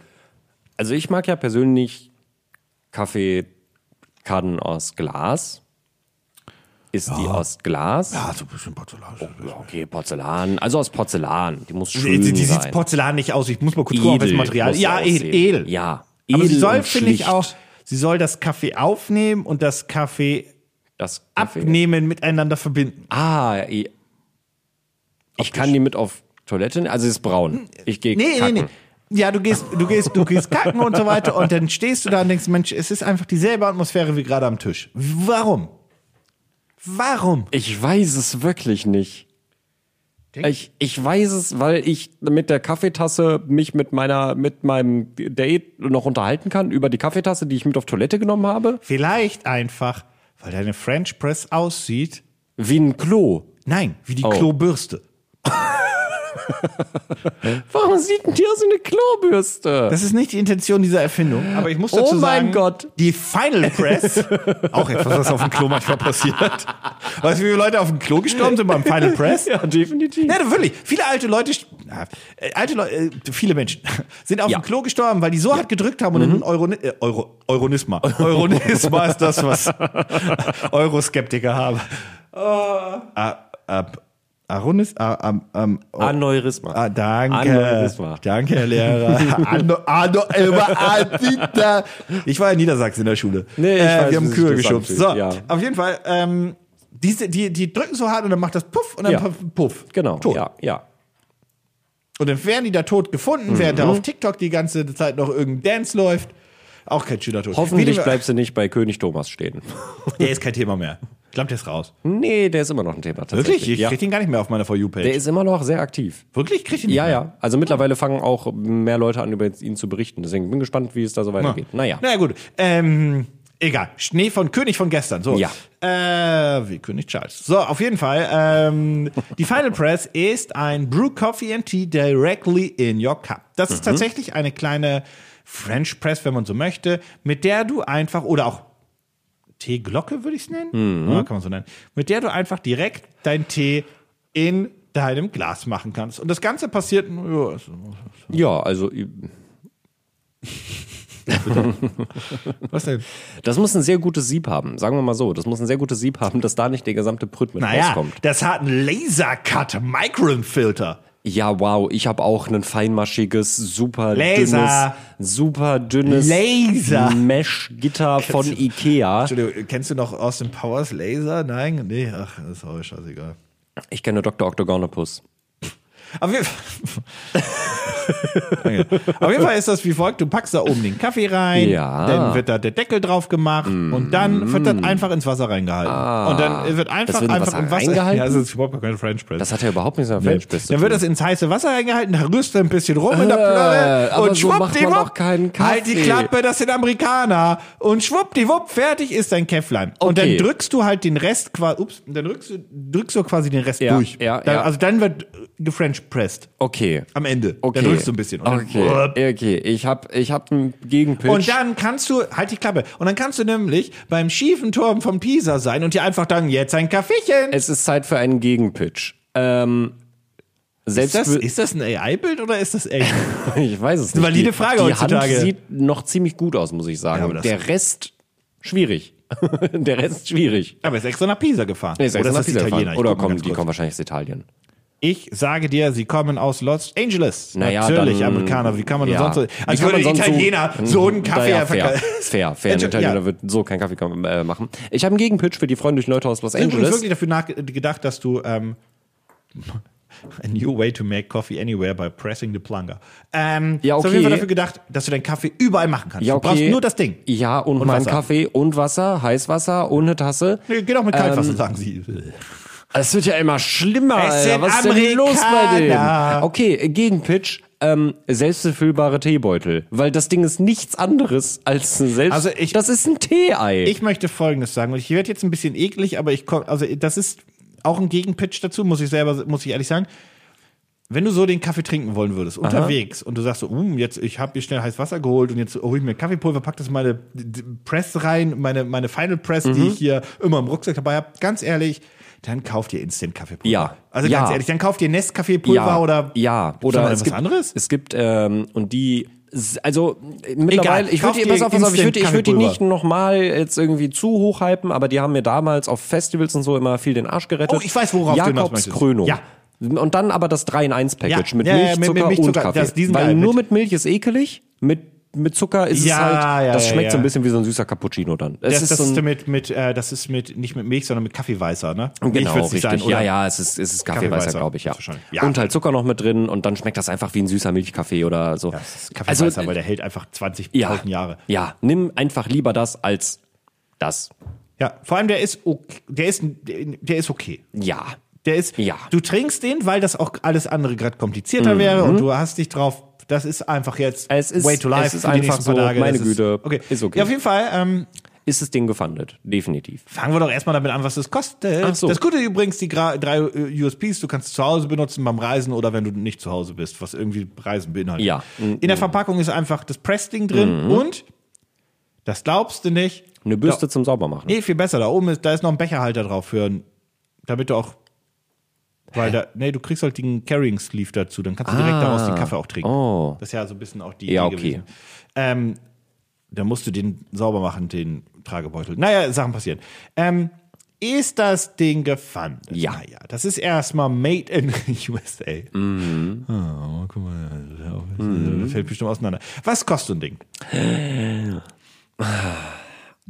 Speaker 3: Also ich mag ja persönlich Kaffeekannen aus Glas. Ist die aus Glas?
Speaker 2: Ja, Ah, so ein bisschen Porzellan.
Speaker 3: Oh, Ja, Okay, Porzellan. Also aus Porzellan. Die muss
Speaker 2: Die,
Speaker 3: schön
Speaker 2: die, die sieht
Speaker 3: sein.
Speaker 2: Porzellan nicht aus. Ich muss mal kurz
Speaker 3: Edel
Speaker 2: gucken, auf das Material.
Speaker 3: muss
Speaker 2: Ja,
Speaker 3: sie
Speaker 2: edel.
Speaker 3: aussehen.
Speaker 2: edel.
Speaker 3: Ja,
Speaker 2: Aber sie
Speaker 3: edel
Speaker 2: soll,
Speaker 3: und
Speaker 2: finde ich,
Speaker 3: schlicht.
Speaker 2: auch, sie soll das Kaffee aufnehmen und das Kaffee
Speaker 3: Das Kaffee.
Speaker 2: abnehmen, miteinander verbinden.
Speaker 3: Ah, ich, ich kann die mit auf Toilette. nehmen. Also sie ist braun. Ich gehe
Speaker 2: Nee,
Speaker 3: kacken.
Speaker 2: nee, nee. Ja, du gehst, du gehst, du gehst kacken und so weiter und dann stehst du da und denkst, Mensch, es ist einfach dieselbe Atmosphäre wie gerade am Tisch. Warum? Warum?
Speaker 3: Ich weiß es wirklich nicht. Ich, ich weiß es, weil ich mit der Kaffeetasse mich mit meiner, mit meinem Date noch unterhalten kann über die Kaffeetasse, die ich mit auf Toilette genommen habe.
Speaker 2: Vielleicht einfach, weil deine French Press aussieht
Speaker 3: Wie ein Klo.
Speaker 2: Nein, wie die
Speaker 3: Oh.
Speaker 2: Klobürste.
Speaker 3: Warum sieht denn hier so eine Klobürste?
Speaker 2: Das ist nicht die Intention dieser Erfindung, aber ich muss dazu
Speaker 3: Oh mein
Speaker 2: sagen,
Speaker 3: Gott.
Speaker 2: die Final Press, auch etwas, was auf dem Klo manchmal passiert. Weißt du, wie viele Leute auf dem Klo gestorben sind beim Final Press?
Speaker 3: ja, definitiv.
Speaker 2: Ja, wirklich. Viele alte Leute, st- na, äh, alte Leute, äh, viele Menschen sind auf
Speaker 3: Ja.
Speaker 2: dem Klo gestorben, weil die so hart gedrückt haben und in Euro, äh, Euro, Euronisma. Euronisma ist das, was Euroskeptiker haben. Ah. Ab, Aronis, ah, am, am, oh.
Speaker 3: Aneurysma.
Speaker 2: Ah, danke.
Speaker 3: Aneurysma.
Speaker 2: Danke, Herr Lehrer. Ano, ano, immer Adita. Ich war in Niedersachsen in der Schule. Äh,
Speaker 3: Nee, ich weiß,
Speaker 2: wir haben
Speaker 3: wie
Speaker 2: Kühe
Speaker 3: sich das
Speaker 2: geschubst.
Speaker 3: anfühlt,
Speaker 2: So,
Speaker 3: ja.
Speaker 2: auf jeden Fall, ähm, diese, die, die drücken so hart und dann macht das Puff und dann
Speaker 3: Ja.
Speaker 2: Puff, Puff.
Speaker 3: Genau.
Speaker 2: Tot.
Speaker 3: Ja, ja.
Speaker 2: Und dann werden die da tot gefunden,
Speaker 3: Mhm.
Speaker 2: während da auf TikTok die ganze Zeit noch irgendein Dance läuft. Auch kein schöner Tod. Wie
Speaker 3: Hoffentlich
Speaker 2: dem-
Speaker 3: bleibst du nicht bei König Thomas stehen.
Speaker 2: Der ist kein Thema mehr. Ich glaube, der ist raus.
Speaker 3: Nee, der ist immer noch ein Thema. tatsächlich.
Speaker 2: Wirklich? Ich
Speaker 3: Hm? Ja.
Speaker 2: krieg den gar nicht mehr auf meiner For
Speaker 3: Der
Speaker 2: You-Page.
Speaker 3: ist immer noch sehr aktiv.
Speaker 2: Wirklich? Krieg ich den nicht
Speaker 3: Ja,
Speaker 2: mehr?
Speaker 3: ja. Also mittlerweile fangen auch mehr Leute an, über ihn zu berichten. Deswegen bin gespannt, wie es da so weitergeht. Naja.
Speaker 2: Na ja, gut. Ähm, egal. Schnee von König von gestern. So.
Speaker 3: Ja.
Speaker 2: Äh, wie König Charles. So, auf jeden Fall. Ähm, die Final Press ist ein Brew Coffee and Tea directly in your cup. Das ist tatsächlich eine kleine French Press, wenn man so möchte, mit der du einfach oder auch Teeglocke würde ich es nennen, ja, kann man so nennen, mit der du einfach direkt deinen Tee in deinem Glas machen kannst. Und das Ganze passiert, ja, ist-
Speaker 3: Ja, also
Speaker 2: was denn?
Speaker 3: das muss ein sehr gutes Sieb haben, sagen wir mal so. Das muss ein sehr gutes Sieb haben, dass da nicht der gesamte Prüt mit
Speaker 2: Naja,
Speaker 3: rauskommt.
Speaker 2: das hat einen Laser-Cut Micron-Filter.
Speaker 3: Ja, wow, ich habe auch ein feinmaschiges, super
Speaker 2: Laser.
Speaker 3: dünnes, super dünnes
Speaker 2: Laser.
Speaker 3: Mesh-Gitter von Ikea.
Speaker 2: Entschuldigung, kennst du noch Austin Powers Laser? Nein? Nee, ach, ist auch scheißegal.
Speaker 3: Ich kenne Dr. Octogonopus.
Speaker 2: Auf jeden, Danke. Auf jeden Fall ist das wie folgt: Du packst da oben den Kaffee rein,
Speaker 3: Ja. Mm.
Speaker 2: dann wird da der Deckel drauf gemacht und dann wird das einfach ins Wasser reingehalten. Und dann wird einfach,
Speaker 3: Ah. wird in
Speaker 2: einfach
Speaker 3: Wasser
Speaker 2: im Wasser
Speaker 3: reingehalten?
Speaker 2: Ja, das ist überhaupt gar kein French Press.
Speaker 3: Das hat ja überhaupt nichts mit der
Speaker 2: Nee.
Speaker 3: French Press zu
Speaker 2: Dann wird
Speaker 3: tun.
Speaker 2: das ins heiße Wasser reingehalten, da rührst du ein bisschen rum in der
Speaker 3: Äh,
Speaker 2: Plörre
Speaker 3: aber
Speaker 2: und
Speaker 3: so
Speaker 2: schwuppdiwupp,
Speaker 3: macht man doch keinen Kaffee.
Speaker 2: halt die Klappe, das sind Amerikaner und schwuppdiwupp, fertig ist dein Käfflein. Und
Speaker 3: Okay.
Speaker 2: dann drückst du halt den Rest quasi, ups, dann drückst du, drückst du quasi den Rest
Speaker 3: Ja,
Speaker 2: durch.
Speaker 3: ja,
Speaker 2: dann,
Speaker 3: ja.
Speaker 2: Also dann wird gefrench pressed
Speaker 3: Okay.
Speaker 2: am Ende.
Speaker 3: Okay.
Speaker 2: Dann drückst du ein bisschen. Und Dann,
Speaker 3: Okay, Äh, okay. Ich hab, ich hab einen Gegenpitch.
Speaker 2: und dann kannst du, halt die Klappe, und dann kannst du nämlich beim schiefen Turm von Pisa sein und dir einfach sagen, jetzt ein Kaffeechen.
Speaker 3: es ist Zeit für einen Gegenpitch. Ähm, selbst
Speaker 2: Ist das,
Speaker 3: wür-
Speaker 2: ist das ein AI-Bild oder ist das echt?
Speaker 3: ich weiß es nicht.
Speaker 2: valide
Speaker 3: die,
Speaker 2: Frage
Speaker 3: die
Speaker 2: heutzutage.
Speaker 3: Hand sieht noch ziemlich gut aus, muss ich sagen.
Speaker 2: aber das-
Speaker 3: Der Rest schwierig. Der Rest schwierig.
Speaker 2: Aber er ist extra nach Pisa gefahren.
Speaker 3: Nee, ist
Speaker 2: Oder
Speaker 3: extra
Speaker 2: ist
Speaker 3: nach
Speaker 2: das
Speaker 3: Pisa gefahren.
Speaker 2: Italiener? Ich
Speaker 3: Oder
Speaker 2: guck mal
Speaker 3: kommen,
Speaker 2: ganz
Speaker 3: die
Speaker 2: kurz.
Speaker 3: kommen wahrscheinlich aus Italien.
Speaker 2: Ich sage dir, sie kommen aus Los Angeles.
Speaker 3: Naja,
Speaker 2: Natürlich,
Speaker 3: dann-
Speaker 2: Amerikaner. Wie kann man
Speaker 3: Ja.
Speaker 2: denn sonst so.
Speaker 3: Wie
Speaker 2: Als
Speaker 3: kann
Speaker 2: würde
Speaker 3: man sonst hm,
Speaker 2: Italiener so einen Kaffee
Speaker 3: Naja, fair,
Speaker 2: verkaufen.
Speaker 3: fair, fair. Ein
Speaker 2: Entschuldigung,
Speaker 3: Italiener
Speaker 2: ja.
Speaker 3: wird so keinen Kaffee äh, machen. Ich habe einen Gegenpitch für die freundlichen Leute aus Los
Speaker 2: Ich habe
Speaker 3: Angeles.
Speaker 2: wirklich dafür nachgedacht, dass du. Ähm, A new way to make coffee anywhere by pressing the plunger. Ähm, so
Speaker 3: Ja,
Speaker 2: auf jeden Fall
Speaker 3: okay.
Speaker 2: dafür gedacht, dass du deinen Kaffee überall machen kannst.
Speaker 3: Ja,
Speaker 2: Du brauchst
Speaker 3: okay.
Speaker 2: nur das Ding.
Speaker 3: Ja, und,
Speaker 2: Und
Speaker 3: meinen
Speaker 2: Wasser.
Speaker 3: Kaffee und Wasser, Heißwasser und eine Tasse.
Speaker 2: Nee, Geht auch mit
Speaker 3: ähm,
Speaker 2: Kaltwasser, sagen sie.
Speaker 3: Es wird ja immer schlimmer,
Speaker 2: Es
Speaker 3: Alter.
Speaker 2: sind
Speaker 3: Was ist denn los bei
Speaker 2: Amerikaner.
Speaker 3: denen? Okay, äh, Gegenpitch. Ähm, selbstbefüllbare Teebeutel. Weil das Ding ist nichts anderes als ein selbst...
Speaker 2: Also ich-
Speaker 3: das ist ein Teeei.
Speaker 2: Ich möchte Folgendes sagen. und Ich werde jetzt ein bisschen eklig, aber ich komme, also das ist auch ein Gegenpitch dazu, muss ich selber, muss ich ehrlich sagen. Wenn du so den Kaffee trinken wollen würdest, unterwegs, und du sagst so, um, jetzt, ich habe mir schnell heiß Wasser geholt und jetzt hole ich mir Kaffeepulver, pack das in meine d- d- Press rein, meine, meine Final Press,
Speaker 3: Mhm.
Speaker 2: die ich hier immer im Rucksack dabei habe, ganz ehrlich, dann kauf dir Instant Kaffeepulver.
Speaker 3: Ja.
Speaker 2: Also
Speaker 3: Ja.
Speaker 2: ganz ehrlich, dann kauf dir Nest Kaffeepulver
Speaker 3: ja,
Speaker 2: oder,
Speaker 3: ja
Speaker 2: Gibt's noch
Speaker 3: oder
Speaker 2: mal
Speaker 3: es
Speaker 2: was
Speaker 3: gibt,
Speaker 2: anderes?
Speaker 3: Es gibt ähm, und die s- also äh, mittlerweile ich
Speaker 2: kauf
Speaker 3: würde
Speaker 2: dir
Speaker 3: pass auf, pass auf, ich
Speaker 2: Instant
Speaker 3: würde ich würde die
Speaker 2: Kaffeepulver.
Speaker 3: nicht nochmal jetzt irgendwie zu hoch hypen, aber die haben mir damals auf Festivals und so immer viel den Arsch gerettet.
Speaker 2: Oh, ich weiß, worauf du hinaus
Speaker 3: Jakobs
Speaker 2: möchtest.
Speaker 3: Krönung.
Speaker 2: Ja.
Speaker 3: Und dann aber das 3 in 1 Package
Speaker 2: Ja,
Speaker 3: mit
Speaker 2: ja, ja,
Speaker 3: Milch,
Speaker 2: mit- mit
Speaker 3: Zucker
Speaker 2: Milch,
Speaker 3: und
Speaker 2: Zucker.
Speaker 3: Kaffee.
Speaker 2: Das- diesen
Speaker 3: Weil
Speaker 2: geil
Speaker 3: nur
Speaker 2: mit-
Speaker 3: mit Milch ist ekelig, mit mit Zucker ist
Speaker 2: Ja,
Speaker 3: es halt,
Speaker 2: ja,
Speaker 3: das
Speaker 2: ja,
Speaker 3: schmeckt so ein
Speaker 2: ja.
Speaker 3: bisschen wie so ein süßer Cappuccino dann. Es
Speaker 2: das,
Speaker 3: ist
Speaker 2: das
Speaker 3: so ein,
Speaker 2: ist mit, mit, äh, das ist mit, nicht mit Milch, sondern mit Kaffeeweißer, ne?
Speaker 3: Genau,
Speaker 2: würd's
Speaker 3: richtig.
Speaker 2: nicht sein,
Speaker 3: ja,
Speaker 2: oder?
Speaker 3: ja, es ist, es ist Kaffeeweißer,
Speaker 2: Kaffeeweißer,
Speaker 3: glaube ich, ja.
Speaker 2: wahrscheinlich. Ja.
Speaker 3: Und halt Zucker noch mit drin und dann schmeckt das einfach wie ein süßer Milchkaffee oder so.
Speaker 2: Das ist Kaffeeweißer,
Speaker 3: Also,
Speaker 2: weil der hält einfach 20.000
Speaker 3: ja,
Speaker 2: Jahre.
Speaker 3: Ja, nimm einfach lieber das als das.
Speaker 2: Ja, vor allem der ist okay, der ist der ist okay.
Speaker 3: Ja.
Speaker 2: Der ist
Speaker 3: Ja. Mhm.
Speaker 2: du trinkst den, weil das auch alles andere gerade komplizierter wäre und du hast dich drauf, das ist einfach jetzt
Speaker 3: Es ist-
Speaker 2: way to life
Speaker 3: es ist
Speaker 2: für die
Speaker 3: einfach
Speaker 2: nächsten paar
Speaker 3: so,
Speaker 2: Tage.
Speaker 3: meine
Speaker 2: Das ist,
Speaker 3: Güte,
Speaker 2: Okay.
Speaker 3: ist okay.
Speaker 2: Ja, auf jeden Fall ähm,
Speaker 3: Ist das Ding gefundet? Definitiv.
Speaker 2: fangen wir doch erstmal damit an, was das kostet.
Speaker 3: Ach so.
Speaker 2: Das Gute übrigens die gra- drei äh, USPs, du kannst es zu Hause benutzen beim Reisen oder wenn du nicht zu Hause bist, was irgendwie Reisen beinhaltet.
Speaker 3: Ja. Mhm.
Speaker 2: In der Verpackung ist einfach das Pressding drin und das glaubst du nicht,
Speaker 3: Eine Bürste zum Saubermachen.
Speaker 2: Nee, Eh, viel besser. Da oben ist, da ist noch ein Becherhalter drauf für, ein- damit du auch, weil da, nee, du kriegst halt den Carrying Sleeve dazu, dann kannst du direkt daraus den Kaffee auch trinken.
Speaker 3: Oh.
Speaker 2: Das ist Ah, ja so ein bisschen auch die
Speaker 3: Ja,
Speaker 2: Idee
Speaker 3: okay.
Speaker 2: gewesen. Ähm, da musst du den sauber machen, den Tragebeutel. Naja, Sachen passieren. Ähm, ist das Ding gefunden?
Speaker 3: Ja.
Speaker 2: Naja, das ist erstmal made in USA. Oh, guck mal, das fällt bestimmt auseinander. Was kostet so ein Ding?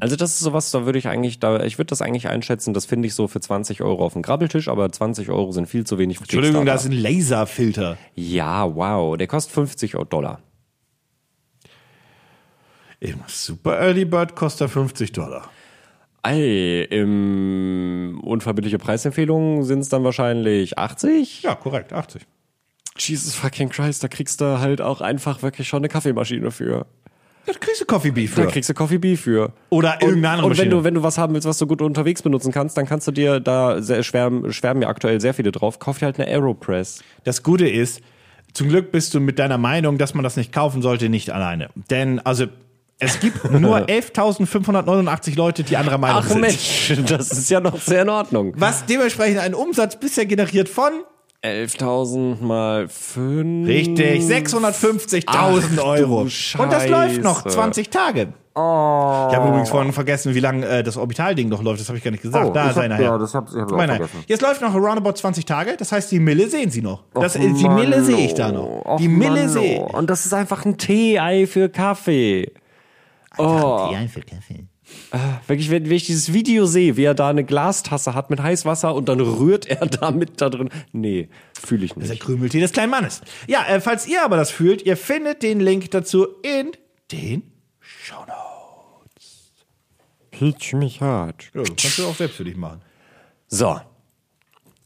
Speaker 3: Also das ist sowas, da würde ich eigentlich, da, ich würde das eigentlich einschätzen, das finde ich so für 20 Euro auf dem Grabbeltisch, aber 20 Euro sind viel zu wenig für
Speaker 2: Entschuldigung, da ist
Speaker 3: Kickstarter.
Speaker 2: ein Laserfilter.
Speaker 3: Ja, wow. Der kostet 50 Dollar.
Speaker 2: Im Super Early Bird kostet er 50 Dollar.
Speaker 3: Ei, im unverbindliche Preisempfehlungen sind es dann wahrscheinlich 80?
Speaker 2: Ja, korrekt, 80.
Speaker 3: Jesus fucking Christ, da kriegst du halt auch einfach wirklich schon eine Kaffeemaschine für.
Speaker 2: Das kriegst du Coffee Beef
Speaker 3: Da
Speaker 2: für.
Speaker 3: kriegst du Coffee Bee für.
Speaker 2: Oder irgendeine andere
Speaker 3: und wenn
Speaker 2: Maschine.
Speaker 3: du, wenn du was haben willst, was du gut unterwegs benutzen kannst, dann kannst du dir, da sehr, schwärmen, schwärmen ja aktuell sehr viele drauf, kauf dir halt eine Aeropress.
Speaker 2: das Gute ist, zum Glück bist du mit deiner Meinung, dass man das nicht kaufen sollte, nicht alleine. Denn, also, es gibt nur 11.589 Leute, die anderer Meinung
Speaker 3: Ach
Speaker 2: sind.
Speaker 3: Mensch, das ist ja noch sehr in Ordnung.
Speaker 2: Was dementsprechend einen Umsatz bisher generiert von?
Speaker 3: 11.000 mal 5.
Speaker 2: Richtig, 650.000
Speaker 3: Ach,
Speaker 2: Euro.
Speaker 3: du
Speaker 2: Und das läuft noch
Speaker 3: Scheiße.
Speaker 2: 20 Tage.
Speaker 3: Oh.
Speaker 2: Ich habe übrigens vorhin vergessen, wie lange äh, das Orbitalding noch läuft. Das habe ich gar nicht gesagt.
Speaker 3: Oh,
Speaker 2: da
Speaker 3: ich
Speaker 2: ist
Speaker 3: hab-
Speaker 2: einer
Speaker 3: ja,
Speaker 2: her.
Speaker 3: das hab- ich hab's auch
Speaker 2: Meiner.
Speaker 3: vergessen.
Speaker 2: Jetzt läuft noch roundabout 20 Tage. Das heißt, die Mille sehen Sie noch. Das, äh,
Speaker 3: Och,
Speaker 2: die Mille
Speaker 3: Mann,
Speaker 2: sehe ich da
Speaker 3: oh.
Speaker 2: noch.
Speaker 3: Och,
Speaker 2: die Mille
Speaker 3: Mann,
Speaker 2: sehe
Speaker 3: oh. Und das ist einfach ein Tee-Ei für Kaffee.
Speaker 2: ich.
Speaker 3: Wirklich, wenn, wenn ich dieses Video sehe, wie er da eine Glastasse hat mit Heißwasser und dann rührt er damit da drin. Nee, fühle ich
Speaker 2: Das ist
Speaker 3: nicht.
Speaker 2: der Krümeltee des kleinen Mannes. Ja, äh, falls ihr aber das fühlt, ihr findet den Link dazu in den Show Notes.
Speaker 3: Pitch mich hart.
Speaker 2: Ja, das kannst du auch selbst für dich machen.
Speaker 3: So.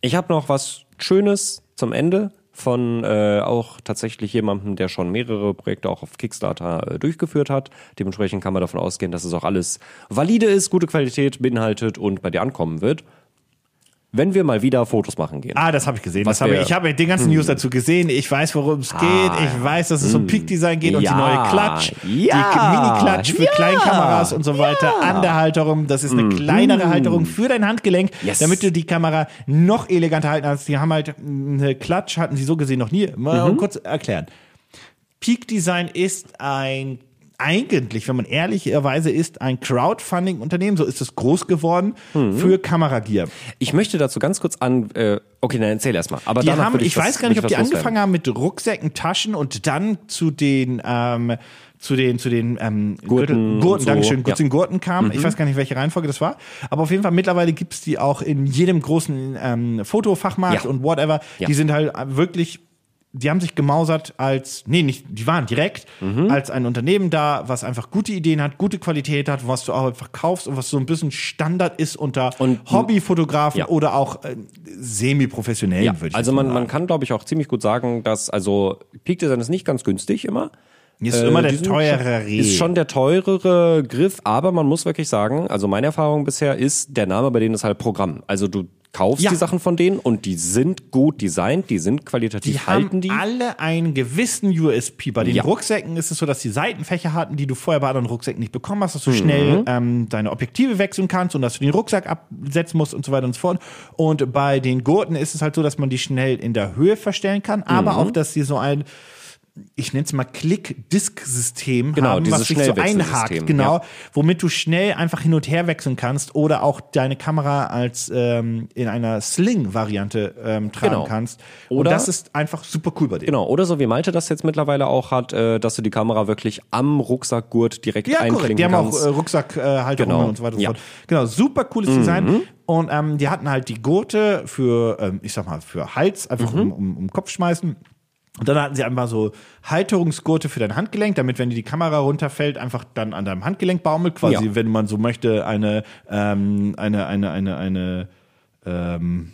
Speaker 3: Ich habe noch was Schönes zum Ende von äh, auch tatsächlich jemandem, der schon mehrere Projekte auch auf Kickstarter äh, durchgeführt hat. Dementsprechend kann man davon ausgehen, dass es auch alles valide ist, gute Qualität beinhaltet und bei dir ankommen wird. Wenn wir mal wieder Fotos machen gehen.
Speaker 2: Ah, das habe ich gesehen.
Speaker 3: Was
Speaker 2: Das habe
Speaker 3: wir- Hm. Ah,
Speaker 2: ich ich habe den ganzen News dazu gesehen. Ich weiß, worum es geht. Ich weiß, dass es um Peak Design geht und
Speaker 3: Ja.
Speaker 2: die neue Klatsch,
Speaker 3: Ja.
Speaker 2: die Mini-Klatsch für
Speaker 3: Ja. Hm.
Speaker 2: Kleinkameras und so weiter an der Halterung. Das ist eine kleinere Halterung für dein Handgelenk,
Speaker 3: Yes.
Speaker 2: damit du die Kamera noch eleganter halten kannst. Die haben halt eine Klatsch, hatten sie so gesehen noch nie. Mal
Speaker 3: Mhm.
Speaker 2: kurz erklären. Peak Design ist ein eigentlich, wenn man ehrlicherweise ist, ein Crowdfunding-Unternehmen, so ist es groß geworden,
Speaker 3: Mhm.
Speaker 2: für Kameragear.
Speaker 3: Ich möchte dazu ganz kurz an. Äh, okay, nein, erzähl erst mal. Aber
Speaker 2: Die
Speaker 3: danach
Speaker 2: haben,
Speaker 3: würde
Speaker 2: ich,
Speaker 3: ich was,
Speaker 2: weiß gar nicht, ob
Speaker 3: würde
Speaker 2: die
Speaker 3: ich was loswerden.
Speaker 2: angefangen haben mit Rucksäcken, Taschen und dann zu den ähm, zu den zu den ähm,
Speaker 3: Gurten
Speaker 2: Gürtel-
Speaker 3: und
Speaker 2: Gurten
Speaker 3: so.
Speaker 2: Dankeschön,
Speaker 3: Ja. Mhm.
Speaker 2: zu den Gurten kamen. Ich weiß gar nicht, welche Reihenfolge das war, aber auf jeden Fall mittlerweile gibt's die auch in jedem großen ähm, Fotofachmarkt
Speaker 3: Ja.
Speaker 2: und whatever.
Speaker 3: Ja.
Speaker 2: Die sind halt wirklich die haben sich gemausert als, nee, nicht, die waren direkt,
Speaker 3: Mhm.
Speaker 2: als ein Unternehmen da, was einfach gute Ideen hat, gute Qualität hat, was du auch einfach kaufst und was so ein bisschen Standard ist unter
Speaker 3: Und-
Speaker 2: Hobbyfotografen
Speaker 3: Ja.
Speaker 2: oder auch äh, semi-professionellen,
Speaker 3: Ja,
Speaker 2: würde ich
Speaker 3: also
Speaker 2: jetzt mal
Speaker 3: man, man kann, glaube ich, auch ziemlich gut sagen, dass also Peak Design ist nicht ganz günstig immer.
Speaker 2: Ist immer der
Speaker 3: Äh, die sind
Speaker 2: teurere
Speaker 3: schon, Ist schon der teurere Griff, aber man muss wirklich sagen, also meine Erfahrung bisher ist, der Name bei denen ist halt Programm. Also du kaufst
Speaker 2: Ja.
Speaker 3: die Sachen von denen und die sind gut designt, die sind qualitativ,
Speaker 2: Die
Speaker 3: halten
Speaker 2: haben
Speaker 3: die.
Speaker 2: alle einen gewissen USP. Bei den
Speaker 3: Ja.
Speaker 2: Rucksäcken ist es so, dass die Seitenfächer hatten, die du vorher bei anderen Rucksäcken nicht bekommen hast, dass du
Speaker 3: Mhm.
Speaker 2: schnell ähm, deine Objektive wechseln kannst und dass du den Rucksack absetzen musst und so weiter und so fort. Und bei den Gurten ist es halt so, dass man die schnell in der Höhe verstellen kann,
Speaker 3: Mhm.
Speaker 2: aber auch, dass sie so ein ich nenne es mal Klick-Disk-System
Speaker 3: Genau,
Speaker 2: haben, was
Speaker 3: dieses
Speaker 2: sich so
Speaker 3: Schnellwechselsystem,
Speaker 2: einhakt, genau, womit du schnell einfach hin und her wechseln kannst oder auch deine Kamera als ähm, in einer Sling-Variante ähm, tragen
Speaker 3: Genau.
Speaker 2: kannst.
Speaker 3: Oder-
Speaker 2: und das ist einfach super cool bei denen.
Speaker 3: Genau, oder so wie Malte das jetzt mittlerweile auch hat, äh, dass du die Kamera wirklich am Rucksackgurt direkt
Speaker 2: Ja,
Speaker 3: einklinken
Speaker 2: korrekt. Die haben auch
Speaker 3: kannst.
Speaker 2: äh, Rucksackhalterungen
Speaker 3: Genau.
Speaker 2: und so weiter und
Speaker 3: Ja. Mhm.
Speaker 2: so fort. Genau, super cooles Design. Und ähm, die hatten halt die Gurte für, ähm, ich sag mal, für Hals,
Speaker 3: Mhm.
Speaker 2: einfach um, um, um Kopf schmeißen. Und dann hatten sie einmal so Halterungsgurte für dein Handgelenk, damit, wenn dir die Kamera runterfällt, einfach dann an deinem Handgelenk baumelt. Quasi,
Speaker 3: Ja.
Speaker 2: wenn man so möchte, eine, ähm, eine, eine, eine, eine, ähm,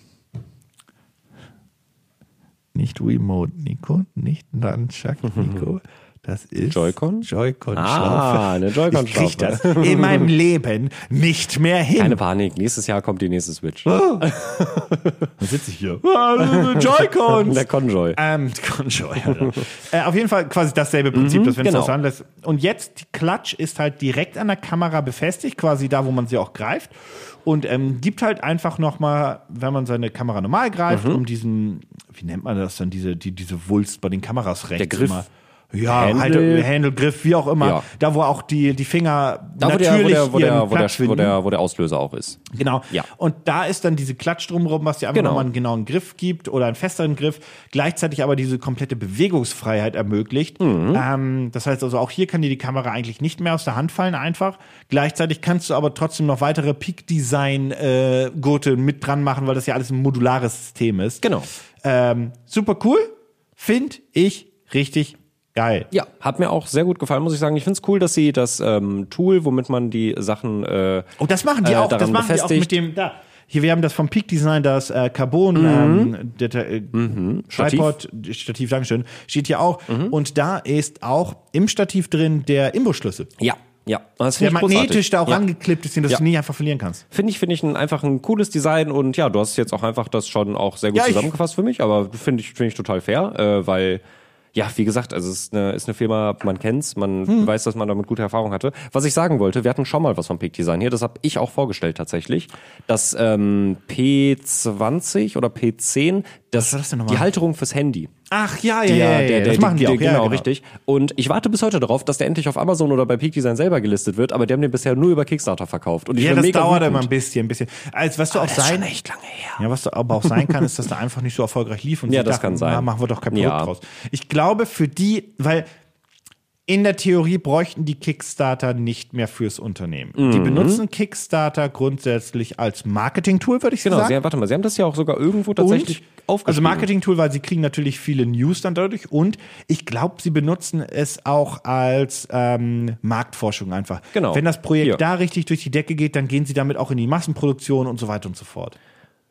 Speaker 2: nicht Remote, Nico, nicht Nunchuck, Nico. Das ist
Speaker 3: Joy-Con?
Speaker 2: Joy-Con
Speaker 3: Ah, eine
Speaker 2: ich krieg
Speaker 3: Joy-Con-Schlaufe.
Speaker 2: das in meinem Leben nicht mehr hin.
Speaker 3: Keine Panik, nächstes Jahr kommt die nächste Switch.
Speaker 2: Dann sitze ich hier. Ah, das sind Joy-Cons.
Speaker 3: Der Conjoy.
Speaker 2: Ähm, Conjoy, Alter. äh, auf jeden Fall quasi dasselbe Prinzip, das wenn
Speaker 3: genau.
Speaker 2: es das handelt. Und jetzt, die Klatsch ist halt direkt an der Kamera befestigt, quasi da, wo man sie auch greift. Und ähm, gibt halt einfach nochmal, wenn man seine Kamera normal greift,
Speaker 3: Mhm.
Speaker 2: um diesen, wie nennt man das dann, diese, die, diese Wulst bei den Kameras rechts
Speaker 3: Griff.
Speaker 2: Immer. Ja,
Speaker 3: Handle.
Speaker 2: Handle, Handle, Griff, wie auch immer.
Speaker 3: Ja.
Speaker 2: Da, wo auch die, die Finger
Speaker 3: Da, wo der, wo
Speaker 2: natürlich
Speaker 3: der, wo
Speaker 2: ihren
Speaker 3: der, wo der,
Speaker 2: Platz
Speaker 3: wo
Speaker 2: finden.
Speaker 3: der, wo der Auslöser auch ist.
Speaker 2: Genau.
Speaker 3: Ja.
Speaker 2: Und da ist dann diese Klatsch drumherum, was dir einfach
Speaker 3: Genau.
Speaker 2: nochmal einen genauen Griff gibt oder einen festeren Griff, gleichzeitig aber diese komplette Bewegungsfreiheit ermöglicht.
Speaker 3: Mhm.
Speaker 2: Ähm, das heißt also, auch hier kann dir die Kamera eigentlich nicht mehr aus der Hand fallen einfach. Gleichzeitig kannst du aber trotzdem noch weitere Peak-Design-Gurte mit dran machen, weil das ja alles ein modulares System ist.
Speaker 3: Genau.
Speaker 2: Ähm, super cool. Find ich richtig geil.
Speaker 3: Ja, hat mir auch sehr gut gefallen, muss ich sagen. Ich find's cool, dass sie das ähm, Tool, womit man die Sachen äh,
Speaker 2: Oh, das machen die
Speaker 3: äh,
Speaker 2: auch. Das
Speaker 3: daran
Speaker 2: machen die auch
Speaker 3: befestigt. Mhm.
Speaker 2: mit dem. Da. Hier, wir haben das vom Peak Design, das äh, Carbon ähm, der, äh, Tripod, Stativ, Dankeschön, steht hier auch.
Speaker 3: Mhm.
Speaker 2: Und da ist auch im Stativ drin der Imbusschlüssel.
Speaker 3: Ja, ja. Das
Speaker 2: Der
Speaker 3: find ich
Speaker 2: magnetisch
Speaker 3: großartig.
Speaker 2: da auch
Speaker 3: ja.
Speaker 2: angeklippt ist, den dass
Speaker 3: Ja.
Speaker 2: du nicht einfach verlieren kannst.
Speaker 3: Finde ich, finde ich ein, einfach ein cooles Design und ja, du hast jetzt auch einfach das schon auch sehr gut
Speaker 2: Ja, ich-
Speaker 3: zusammengefasst für mich, aber finde ich, finde ich total fair, äh, weil ja, wie gesagt, also es ist eine, ist eine Firma, man kennt's, man
Speaker 2: Hm.
Speaker 3: weiß, dass man damit gute Erfahrung hatte. Was ich sagen wollte, wir hatten schon mal was vom Peak Design hier, das habe ich auch vorgestellt tatsächlich. Das ähm, P20 oder P10, das,
Speaker 2: war das denn nochmal?
Speaker 3: die Halterung fürs Handy.
Speaker 2: Ach ja, ja,
Speaker 3: Ja,
Speaker 2: ja, ja,
Speaker 3: der, der,
Speaker 2: das
Speaker 3: die-
Speaker 2: machen die,
Speaker 3: die-
Speaker 2: auch.
Speaker 3: Genau,
Speaker 2: ja,
Speaker 3: richtig. Und ich warte bis heute darauf, dass der endlich auf Amazon oder bei Peak Design selber gelistet wird, aber die haben den bisher nur über Kickstarter verkauft. Und ich
Speaker 2: Ja,
Speaker 3: bin
Speaker 2: das
Speaker 3: mega
Speaker 2: dauert
Speaker 3: wütend.
Speaker 2: immer ein bisschen, ein bisschen. Als was du auch
Speaker 3: Das ist schon
Speaker 2: sein,
Speaker 3: echt lange her.
Speaker 2: Ja, was da aber auch sein kann, ist, dass da einfach nicht so erfolgreich lief und
Speaker 3: Ja,
Speaker 2: sie
Speaker 3: das
Speaker 2: dachten, "Ah,
Speaker 3: kann sein.
Speaker 2: Na, machen wir doch kein Produkt
Speaker 3: Ja.
Speaker 2: draus. Ich glaube, für die, weil In der Theorie bräuchten die Kickstarter nicht mehr fürs Unternehmen.
Speaker 3: Mhm.
Speaker 2: Die benutzen Kickstarter grundsätzlich als Marketing-Tool, würde ich
Speaker 3: Genau,
Speaker 2: sagen.
Speaker 3: sie, warte mal, Sie haben das ja auch sogar irgendwo tatsächlich
Speaker 2: und, also
Speaker 3: aufgeschrieben.
Speaker 2: Marketing-Tool, weil sie kriegen natürlich viele News dann dadurch und ich glaube, sie benutzen es auch als ähm, Marktforschung einfach.
Speaker 3: Genau.
Speaker 2: Wenn das Projekt
Speaker 3: Hier.
Speaker 2: da richtig durch die Decke geht, dann gehen sie damit auch in die Massenproduktion und so weiter und so fort.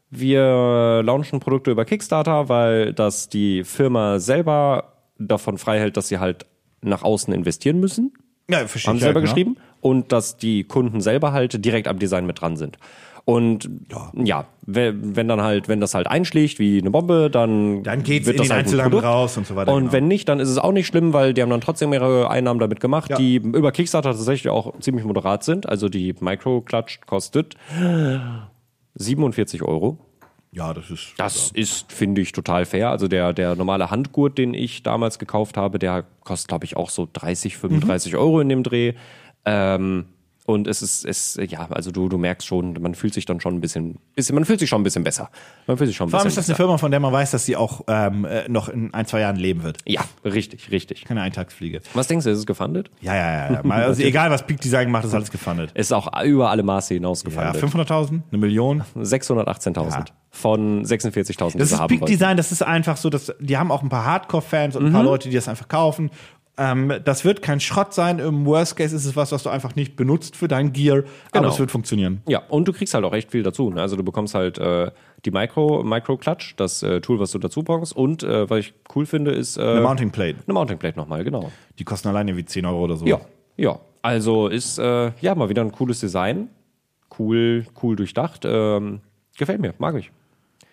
Speaker 3: Wir launchen Produkte über Kickstarter, weil das die Firma selber davon frei hält, dass sie halt nach außen investieren müssen.
Speaker 2: Ja, verstehe halt, ne?
Speaker 3: Haben sie selber geschrieben. Und dass die Kunden selber halt direkt am Design mit dran sind. Und ja, we- wenn dann halt, wenn das halt einschlägt wie eine Bombe, dann,
Speaker 2: Dann geht's in
Speaker 3: wird das
Speaker 2: den
Speaker 3: halt ein
Speaker 2: Einzelhandel
Speaker 3: Produkt.
Speaker 2: raus und so weiter,
Speaker 3: Und
Speaker 2: genau.
Speaker 3: wenn nicht, dann ist es auch nicht schlimm, weil die haben dann trotzdem ihre Einnahmen damit gemacht,
Speaker 2: Ja.
Speaker 3: die über Kickstarter tatsächlich auch ziemlich moderat sind. Also die Micro-Clutch kostet 47 Euro.
Speaker 2: Ja, das ist.
Speaker 3: Das ist, finde ich, total fair. Also der, der normale Handgurt, den ich damals gekauft habe, der kostet, glaube ich, auch so
Speaker 2: Mhm.
Speaker 3: 30, 35 Euro in dem Dreh. Ähm, und es ist, es, ja, also du, du merkst schon, man fühlt sich dann schon ein bisschen, bisschen, man fühlt sich schon ein bisschen besser. Man fühlt sich schon ein
Speaker 2: Vor allem
Speaker 3: bisschen
Speaker 2: ist das
Speaker 3: besser.
Speaker 2: eine Firma, von der man weiß, dass sie auch ähm, äh, noch in ein, zwei Jahren leben wird.
Speaker 3: Ja, richtig, richtig.
Speaker 2: Keine Eintagsfliege.
Speaker 3: Was denkst du, ist es gefundet?
Speaker 2: Ja, ja, ja. ja. Mal, also egal, was Peak Design macht, ist alles gefundet.
Speaker 3: Es ist auch über alle Maße hinaus
Speaker 2: Ja,
Speaker 3: gefundet.
Speaker 2: 500.000, eine Million.
Speaker 3: 618.000 von 46.000, die
Speaker 2: Das
Speaker 3: sie
Speaker 2: ist
Speaker 3: haben
Speaker 2: Peak
Speaker 3: wollen.
Speaker 2: Design, das ist einfach so, dass die haben auch ein paar Hardcore-Fans und ein
Speaker 3: Mhm.
Speaker 2: paar Leute, die das einfach kaufen. Ähm, das wird kein Schrott sein. Im Worst Case ist es was, was du einfach nicht benutzt für dein Gear, aber
Speaker 3: Genau.
Speaker 2: es wird funktionieren.
Speaker 3: Ja, und du kriegst halt auch echt viel dazu. Ne? Also du bekommst halt äh, die Micro, Micro Clutch, das äh, Tool, was du dazu brauchst. Und äh, was ich cool finde, ist äh,
Speaker 2: Eine Mounting Plate.
Speaker 3: eine Mounting Plate nochmal, genau.
Speaker 2: Die kosten alleine wie 10 Euro oder so.
Speaker 3: Ja, ja. Also ist äh, ja mal wieder ein cooles Design. Cool, cool durchdacht. Ähm, gefällt mir, mag ich.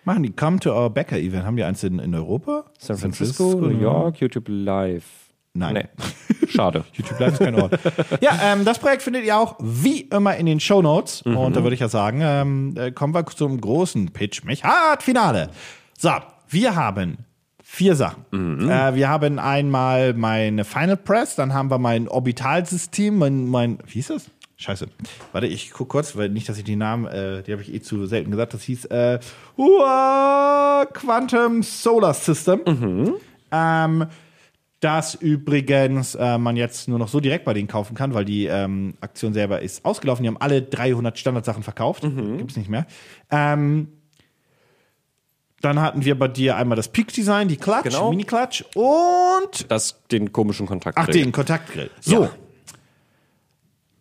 Speaker 2: Machen die Come to Our Backer Event? Haben die eins in, in Europa?
Speaker 3: San Francisco, New York, YouTube Live.
Speaker 2: ne? Nein.
Speaker 3: Nee. Schade.
Speaker 2: YouTube Live ist kein Ort. ja, ähm, das Projekt findet ihr auch wie immer in den Show Notes. Und da würde ich ja sagen, ähm, äh, kommen wir zum großen Pitch mich hart Finale. So, wir haben vier Sachen. Äh, wir haben einmal meine Final Press, dann haben wir mein Orbitalsystem, mein, mein wie hieß das? Scheiße. Warte, ich guck kurz, weil nicht, dass ich die Namen, äh, die habe ich eh zu selten gesagt. Das hieß äh, Hua Quantum Solar System. Ähm, das übrigens äh, man jetzt nur noch so direkt bei denen kaufen kann, weil die ähm, Aktion selber ist ausgelaufen. Die haben alle 300 Standardsachen verkauft. Gibt's nicht mehr. Ähm, dann hatten wir bei dir einmal das Peak Design, die Klatsch,
Speaker 3: Genau.
Speaker 2: Mini Klatsch und
Speaker 3: Das den komischen Kontakt.
Speaker 2: ach den Kontaktgrill. So,
Speaker 3: Ja.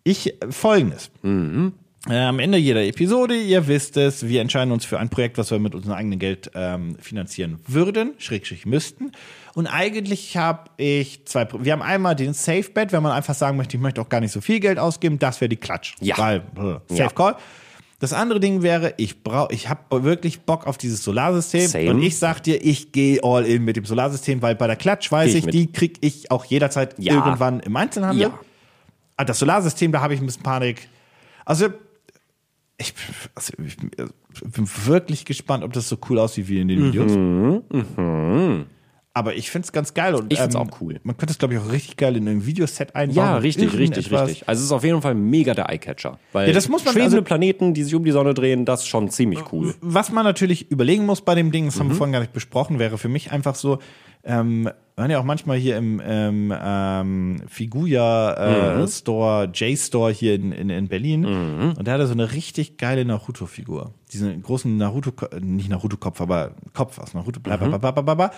Speaker 2: ich äh, folgendes.
Speaker 3: Mhm.
Speaker 2: Äh, Am Ende jeder Episode, ihr wisst es, wir entscheiden uns für ein Projekt, was wir mit unserem eigenen Geld ähm, finanzieren würden, schrägstrich müssten. Und eigentlich habe ich zwei, Pro- wir haben einmal den Safe Bet, wenn man einfach sagen möchte, ich möchte auch gar nicht so viel Geld ausgeben, das wäre die Klatsch.
Speaker 3: Ja.
Speaker 2: Weil, äh, Safe
Speaker 3: Ja.
Speaker 2: Call. Das andere Ding wäre, ich brauche, ich habe wirklich Bock auf dieses Solarsystem
Speaker 3: Same.
Speaker 2: und ich sag dir, ich gehe all in mit dem Solarsystem, weil bei der Klatsch weiß
Speaker 3: Geh ich
Speaker 2: ich,
Speaker 3: mit.
Speaker 2: die krieg ich auch jederzeit
Speaker 3: Ja.
Speaker 2: irgendwann im Einzelhandel.
Speaker 3: Ja.
Speaker 2: Ah, das Solarsystem, da habe ich ein bisschen Panik. Also ich, also, ich bin- ich bin wirklich gespannt, ob das so cool aussieht wie in den Videos. Aber ich finde es ganz geil. Und,
Speaker 3: Mhm,
Speaker 2: ähm,
Speaker 3: Ich find's auch cool.
Speaker 2: Man könnte es, glaube ich, auch richtig geil in ein Videoset einbauen.
Speaker 3: Ja, richtig,
Speaker 2: Irgendetwas.
Speaker 3: richtig, richtig. Also es ist auf jeden Fall mega der Eyecatcher. Weil
Speaker 2: Ja, das muss man-
Speaker 3: schwebende
Speaker 2: also-
Speaker 3: Planeten, die sich um die Sonne drehen, das ist schon ziemlich cool.
Speaker 2: Was man natürlich überlegen muss bei dem Ding, das haben
Speaker 3: Mhm.
Speaker 2: wir vorhin gar nicht besprochen, wäre für mich einfach so, ähm, wir haben ja auch manchmal hier im ähm, ähm, Figuya äh,
Speaker 3: Mhm.
Speaker 2: Store, J-Store hier in, in, in Berlin. Und da hat er so eine richtig geile Naruto-Figur. Diesen großen Naruto, äh, nicht Naruto-Kopf, aber Kopf aus Naruto, bla bla
Speaker 3: Mhm.
Speaker 2: bla bla bla, bla. bla.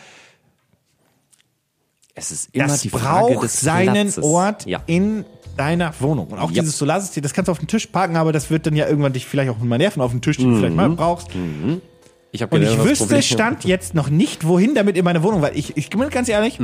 Speaker 3: Es ist immer
Speaker 2: Das
Speaker 3: die Frage
Speaker 2: braucht
Speaker 3: des
Speaker 2: seinen
Speaker 3: Platzes.
Speaker 2: Ort
Speaker 3: Ja.
Speaker 2: in deiner Wohnung. Und auch
Speaker 3: Ja.
Speaker 2: dieses Solarsystem, das kannst du auf den Tisch parken, aber das wird dann ja irgendwann dich vielleicht auch mal nerven auf den Tisch, den du vielleicht mal
Speaker 3: Mhm.
Speaker 2: brauchst.
Speaker 3: Ich hab
Speaker 2: Und
Speaker 3: gelernt,
Speaker 2: ich
Speaker 3: Genau das
Speaker 2: wüsste,
Speaker 3: Problem-
Speaker 2: stand jetzt noch nicht, wohin damit in meine Wohnung, weil ich, ich bin ganz ehrlich,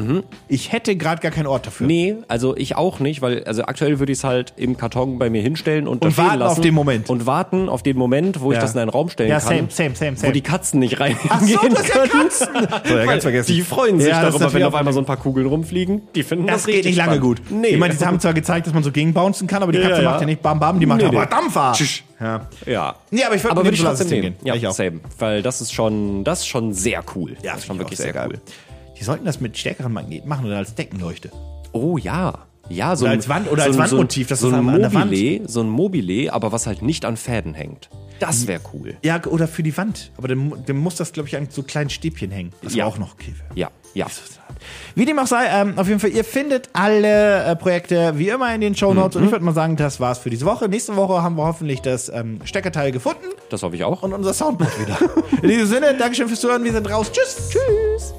Speaker 2: ich hätte gerade gar keinen Ort dafür.
Speaker 3: Mhm. Nee, also ich auch nicht, weil also aktuell würde ich es halt im Karton bei mir hinstellen und, da
Speaker 2: Und
Speaker 3: stehen
Speaker 2: warten auf
Speaker 3: lassen
Speaker 2: den Moment.
Speaker 3: Und warten auf den Moment, wo
Speaker 2: Ja.
Speaker 3: ich das in einen Raum stellen
Speaker 2: Ja, same,
Speaker 3: kann,
Speaker 2: same, same,
Speaker 3: wo
Speaker 2: same.
Speaker 3: die Katzen nicht reingehen
Speaker 2: Ach so, das sind
Speaker 3: können.
Speaker 2: Katzen. So, ja, ganz vergessen.
Speaker 3: Die freuen sich
Speaker 2: Ja, das ist
Speaker 3: darüber, wenn
Speaker 2: natürlich
Speaker 3: auf einmal so ein paar Kugeln rumfliegen. Die finden das,
Speaker 2: das geht
Speaker 3: richtig
Speaker 2: nicht lange
Speaker 3: spannend.
Speaker 2: gut. Ich meine, die haben zwar gezeigt, dass man so gegenbouncen kann, aber die
Speaker 3: Ja,
Speaker 2: Katze
Speaker 3: ja.
Speaker 2: macht ja nicht bam bam, die macht
Speaker 3: Nee,
Speaker 2: aber
Speaker 3: nee.
Speaker 2: Dampfer.
Speaker 3: Tschüss.
Speaker 2: Ja.
Speaker 3: ja.
Speaker 2: Nee, aber ich würd
Speaker 3: aber
Speaker 2: mit
Speaker 3: würde
Speaker 2: dem
Speaker 3: ich trotzdem
Speaker 2: Solarsystem
Speaker 3: nehmen.
Speaker 2: gehen.
Speaker 3: Ja,
Speaker 2: Ich auch.
Speaker 3: same. Weil das ist schon, das ist schon sehr cool. das ist schon
Speaker 2: finde ich
Speaker 3: wirklich
Speaker 2: auch
Speaker 3: sehr, cool.
Speaker 2: Die sollten das mit stärkeren Magneten machen oder als Deckenleuchte.
Speaker 3: Oh ja. Ja, so
Speaker 2: Oder
Speaker 3: ein-
Speaker 2: als Wand- oder
Speaker 3: so
Speaker 2: als
Speaker 3: ein-
Speaker 2: Wandmotiv, das
Speaker 3: so
Speaker 2: ist
Speaker 3: ein
Speaker 2: an der Wand.
Speaker 3: Mobile, so ein Mobile, aber was halt nicht an Fäden hängt. Das wäre cool.
Speaker 2: Ja, oder für die Wand. Aber dann, mu- dann muss das, glaube ich, an so kleinen Stäbchen hängen. Das
Speaker 3: Ja.
Speaker 2: war auch noch okay.
Speaker 3: Ja, ja.
Speaker 2: Wie dem auch sei, ähm, auf jeden Fall, ihr findet alle äh, Projekte wie immer in den Show Notes. Und ich würde mal sagen, das war's für diese Woche. Nächste Woche haben wir hoffentlich das ähm, Steckerteil gefunden
Speaker 3: Das hoffe ich auch.
Speaker 2: und unser Soundboard wieder. in diesem Sinne, Dankeschön fürs Zuhören. Wir sind raus. Tschüss. Tschüss.